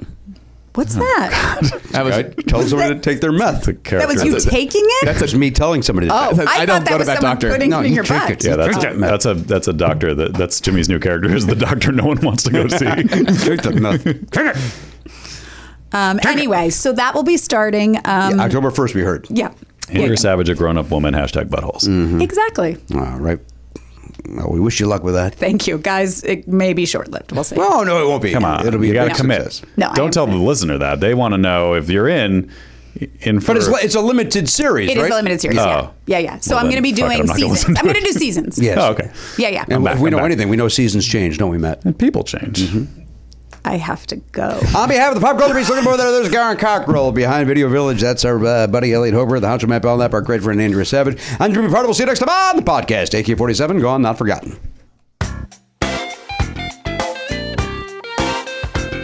Speaker 8: What's that?
Speaker 6: That was,
Speaker 2: I tell somebody to take their meth.
Speaker 1: The
Speaker 8: That was
Speaker 1: character-
Speaker 8: you taking it?
Speaker 2: That's just me telling somebody. To
Speaker 8: oh,
Speaker 2: take it.
Speaker 8: I,
Speaker 6: I don't
Speaker 8: thought that
Speaker 6: go to
Speaker 8: was
Speaker 6: that
Speaker 8: someone
Speaker 6: doctor.
Speaker 8: putting
Speaker 2: No,
Speaker 8: it in
Speaker 2: you
Speaker 8: your
Speaker 2: drink
Speaker 8: butt.
Speaker 2: it.
Speaker 1: Yeah, that's
Speaker 2: Drink
Speaker 1: a,
Speaker 2: that meth.
Speaker 1: that's a that's a doctor. That that's Jimmy's new character is the doctor no one wants to go see.
Speaker 2: Drink the meth. Drink it.
Speaker 8: Um, anyway, so that will be starting. Um, yeah.
Speaker 2: October first, we heard.
Speaker 1: Andrew Savage, a grown-up woman. Hashtag buttholes.
Speaker 2: Mm-hmm.
Speaker 8: Exactly.
Speaker 2: All right. Well, we wish you luck with that.
Speaker 8: Thank you, guys. It may be short lived. We'll see.
Speaker 2: Well, Oh, no, it won't be.
Speaker 1: Come on,
Speaker 2: it'll be.
Speaker 1: Uh, you
Speaker 2: a
Speaker 1: got to
Speaker 2: big
Speaker 1: commit.
Speaker 2: success.
Speaker 8: No, I
Speaker 1: Don't
Speaker 8: am
Speaker 1: tell the
Speaker 8: committed.
Speaker 1: listener that. They want to know if you're in. In for
Speaker 2: But it's, li- it's a limited series,
Speaker 8: it is
Speaker 2: right?
Speaker 8: a limited series.
Speaker 1: Oh.
Speaker 8: Yeah, yeah. yeah. So
Speaker 1: Well,
Speaker 8: I'm
Speaker 1: then,
Speaker 8: going to be
Speaker 1: fuck it, I'm
Speaker 8: doing
Speaker 1: not gonna listen
Speaker 8: seasons.
Speaker 1: to
Speaker 8: I'm going to
Speaker 1: it.
Speaker 8: do seasons.
Speaker 2: Yes.
Speaker 1: Oh, okay.
Speaker 8: Yeah, yeah.
Speaker 2: And
Speaker 1: back,
Speaker 2: we
Speaker 1: I'm
Speaker 2: know
Speaker 1: back.
Speaker 2: anything. We know seasons change, don't we, Matt?
Speaker 1: And people change.
Speaker 2: Mm-hmm.
Speaker 8: I have to go.
Speaker 2: On behalf of the Pop Culture Beast, looking forward to there's Garen Cockrell behind Video Village. That's our uh, buddy Elliot Hober, the Honcho Matt Belknap, our great friend Andrea Savage. I'm Jimmy Pardo. We'll see you next time on the podcast. AK 47, gone, not forgotten.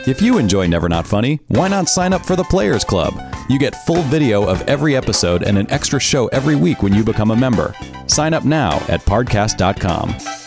Speaker 1: If you enjoy Never Not Funny, why not sign up for the Players Club? You get full video of every episode and an extra show every week when you become a member. Sign up now at podcast.com.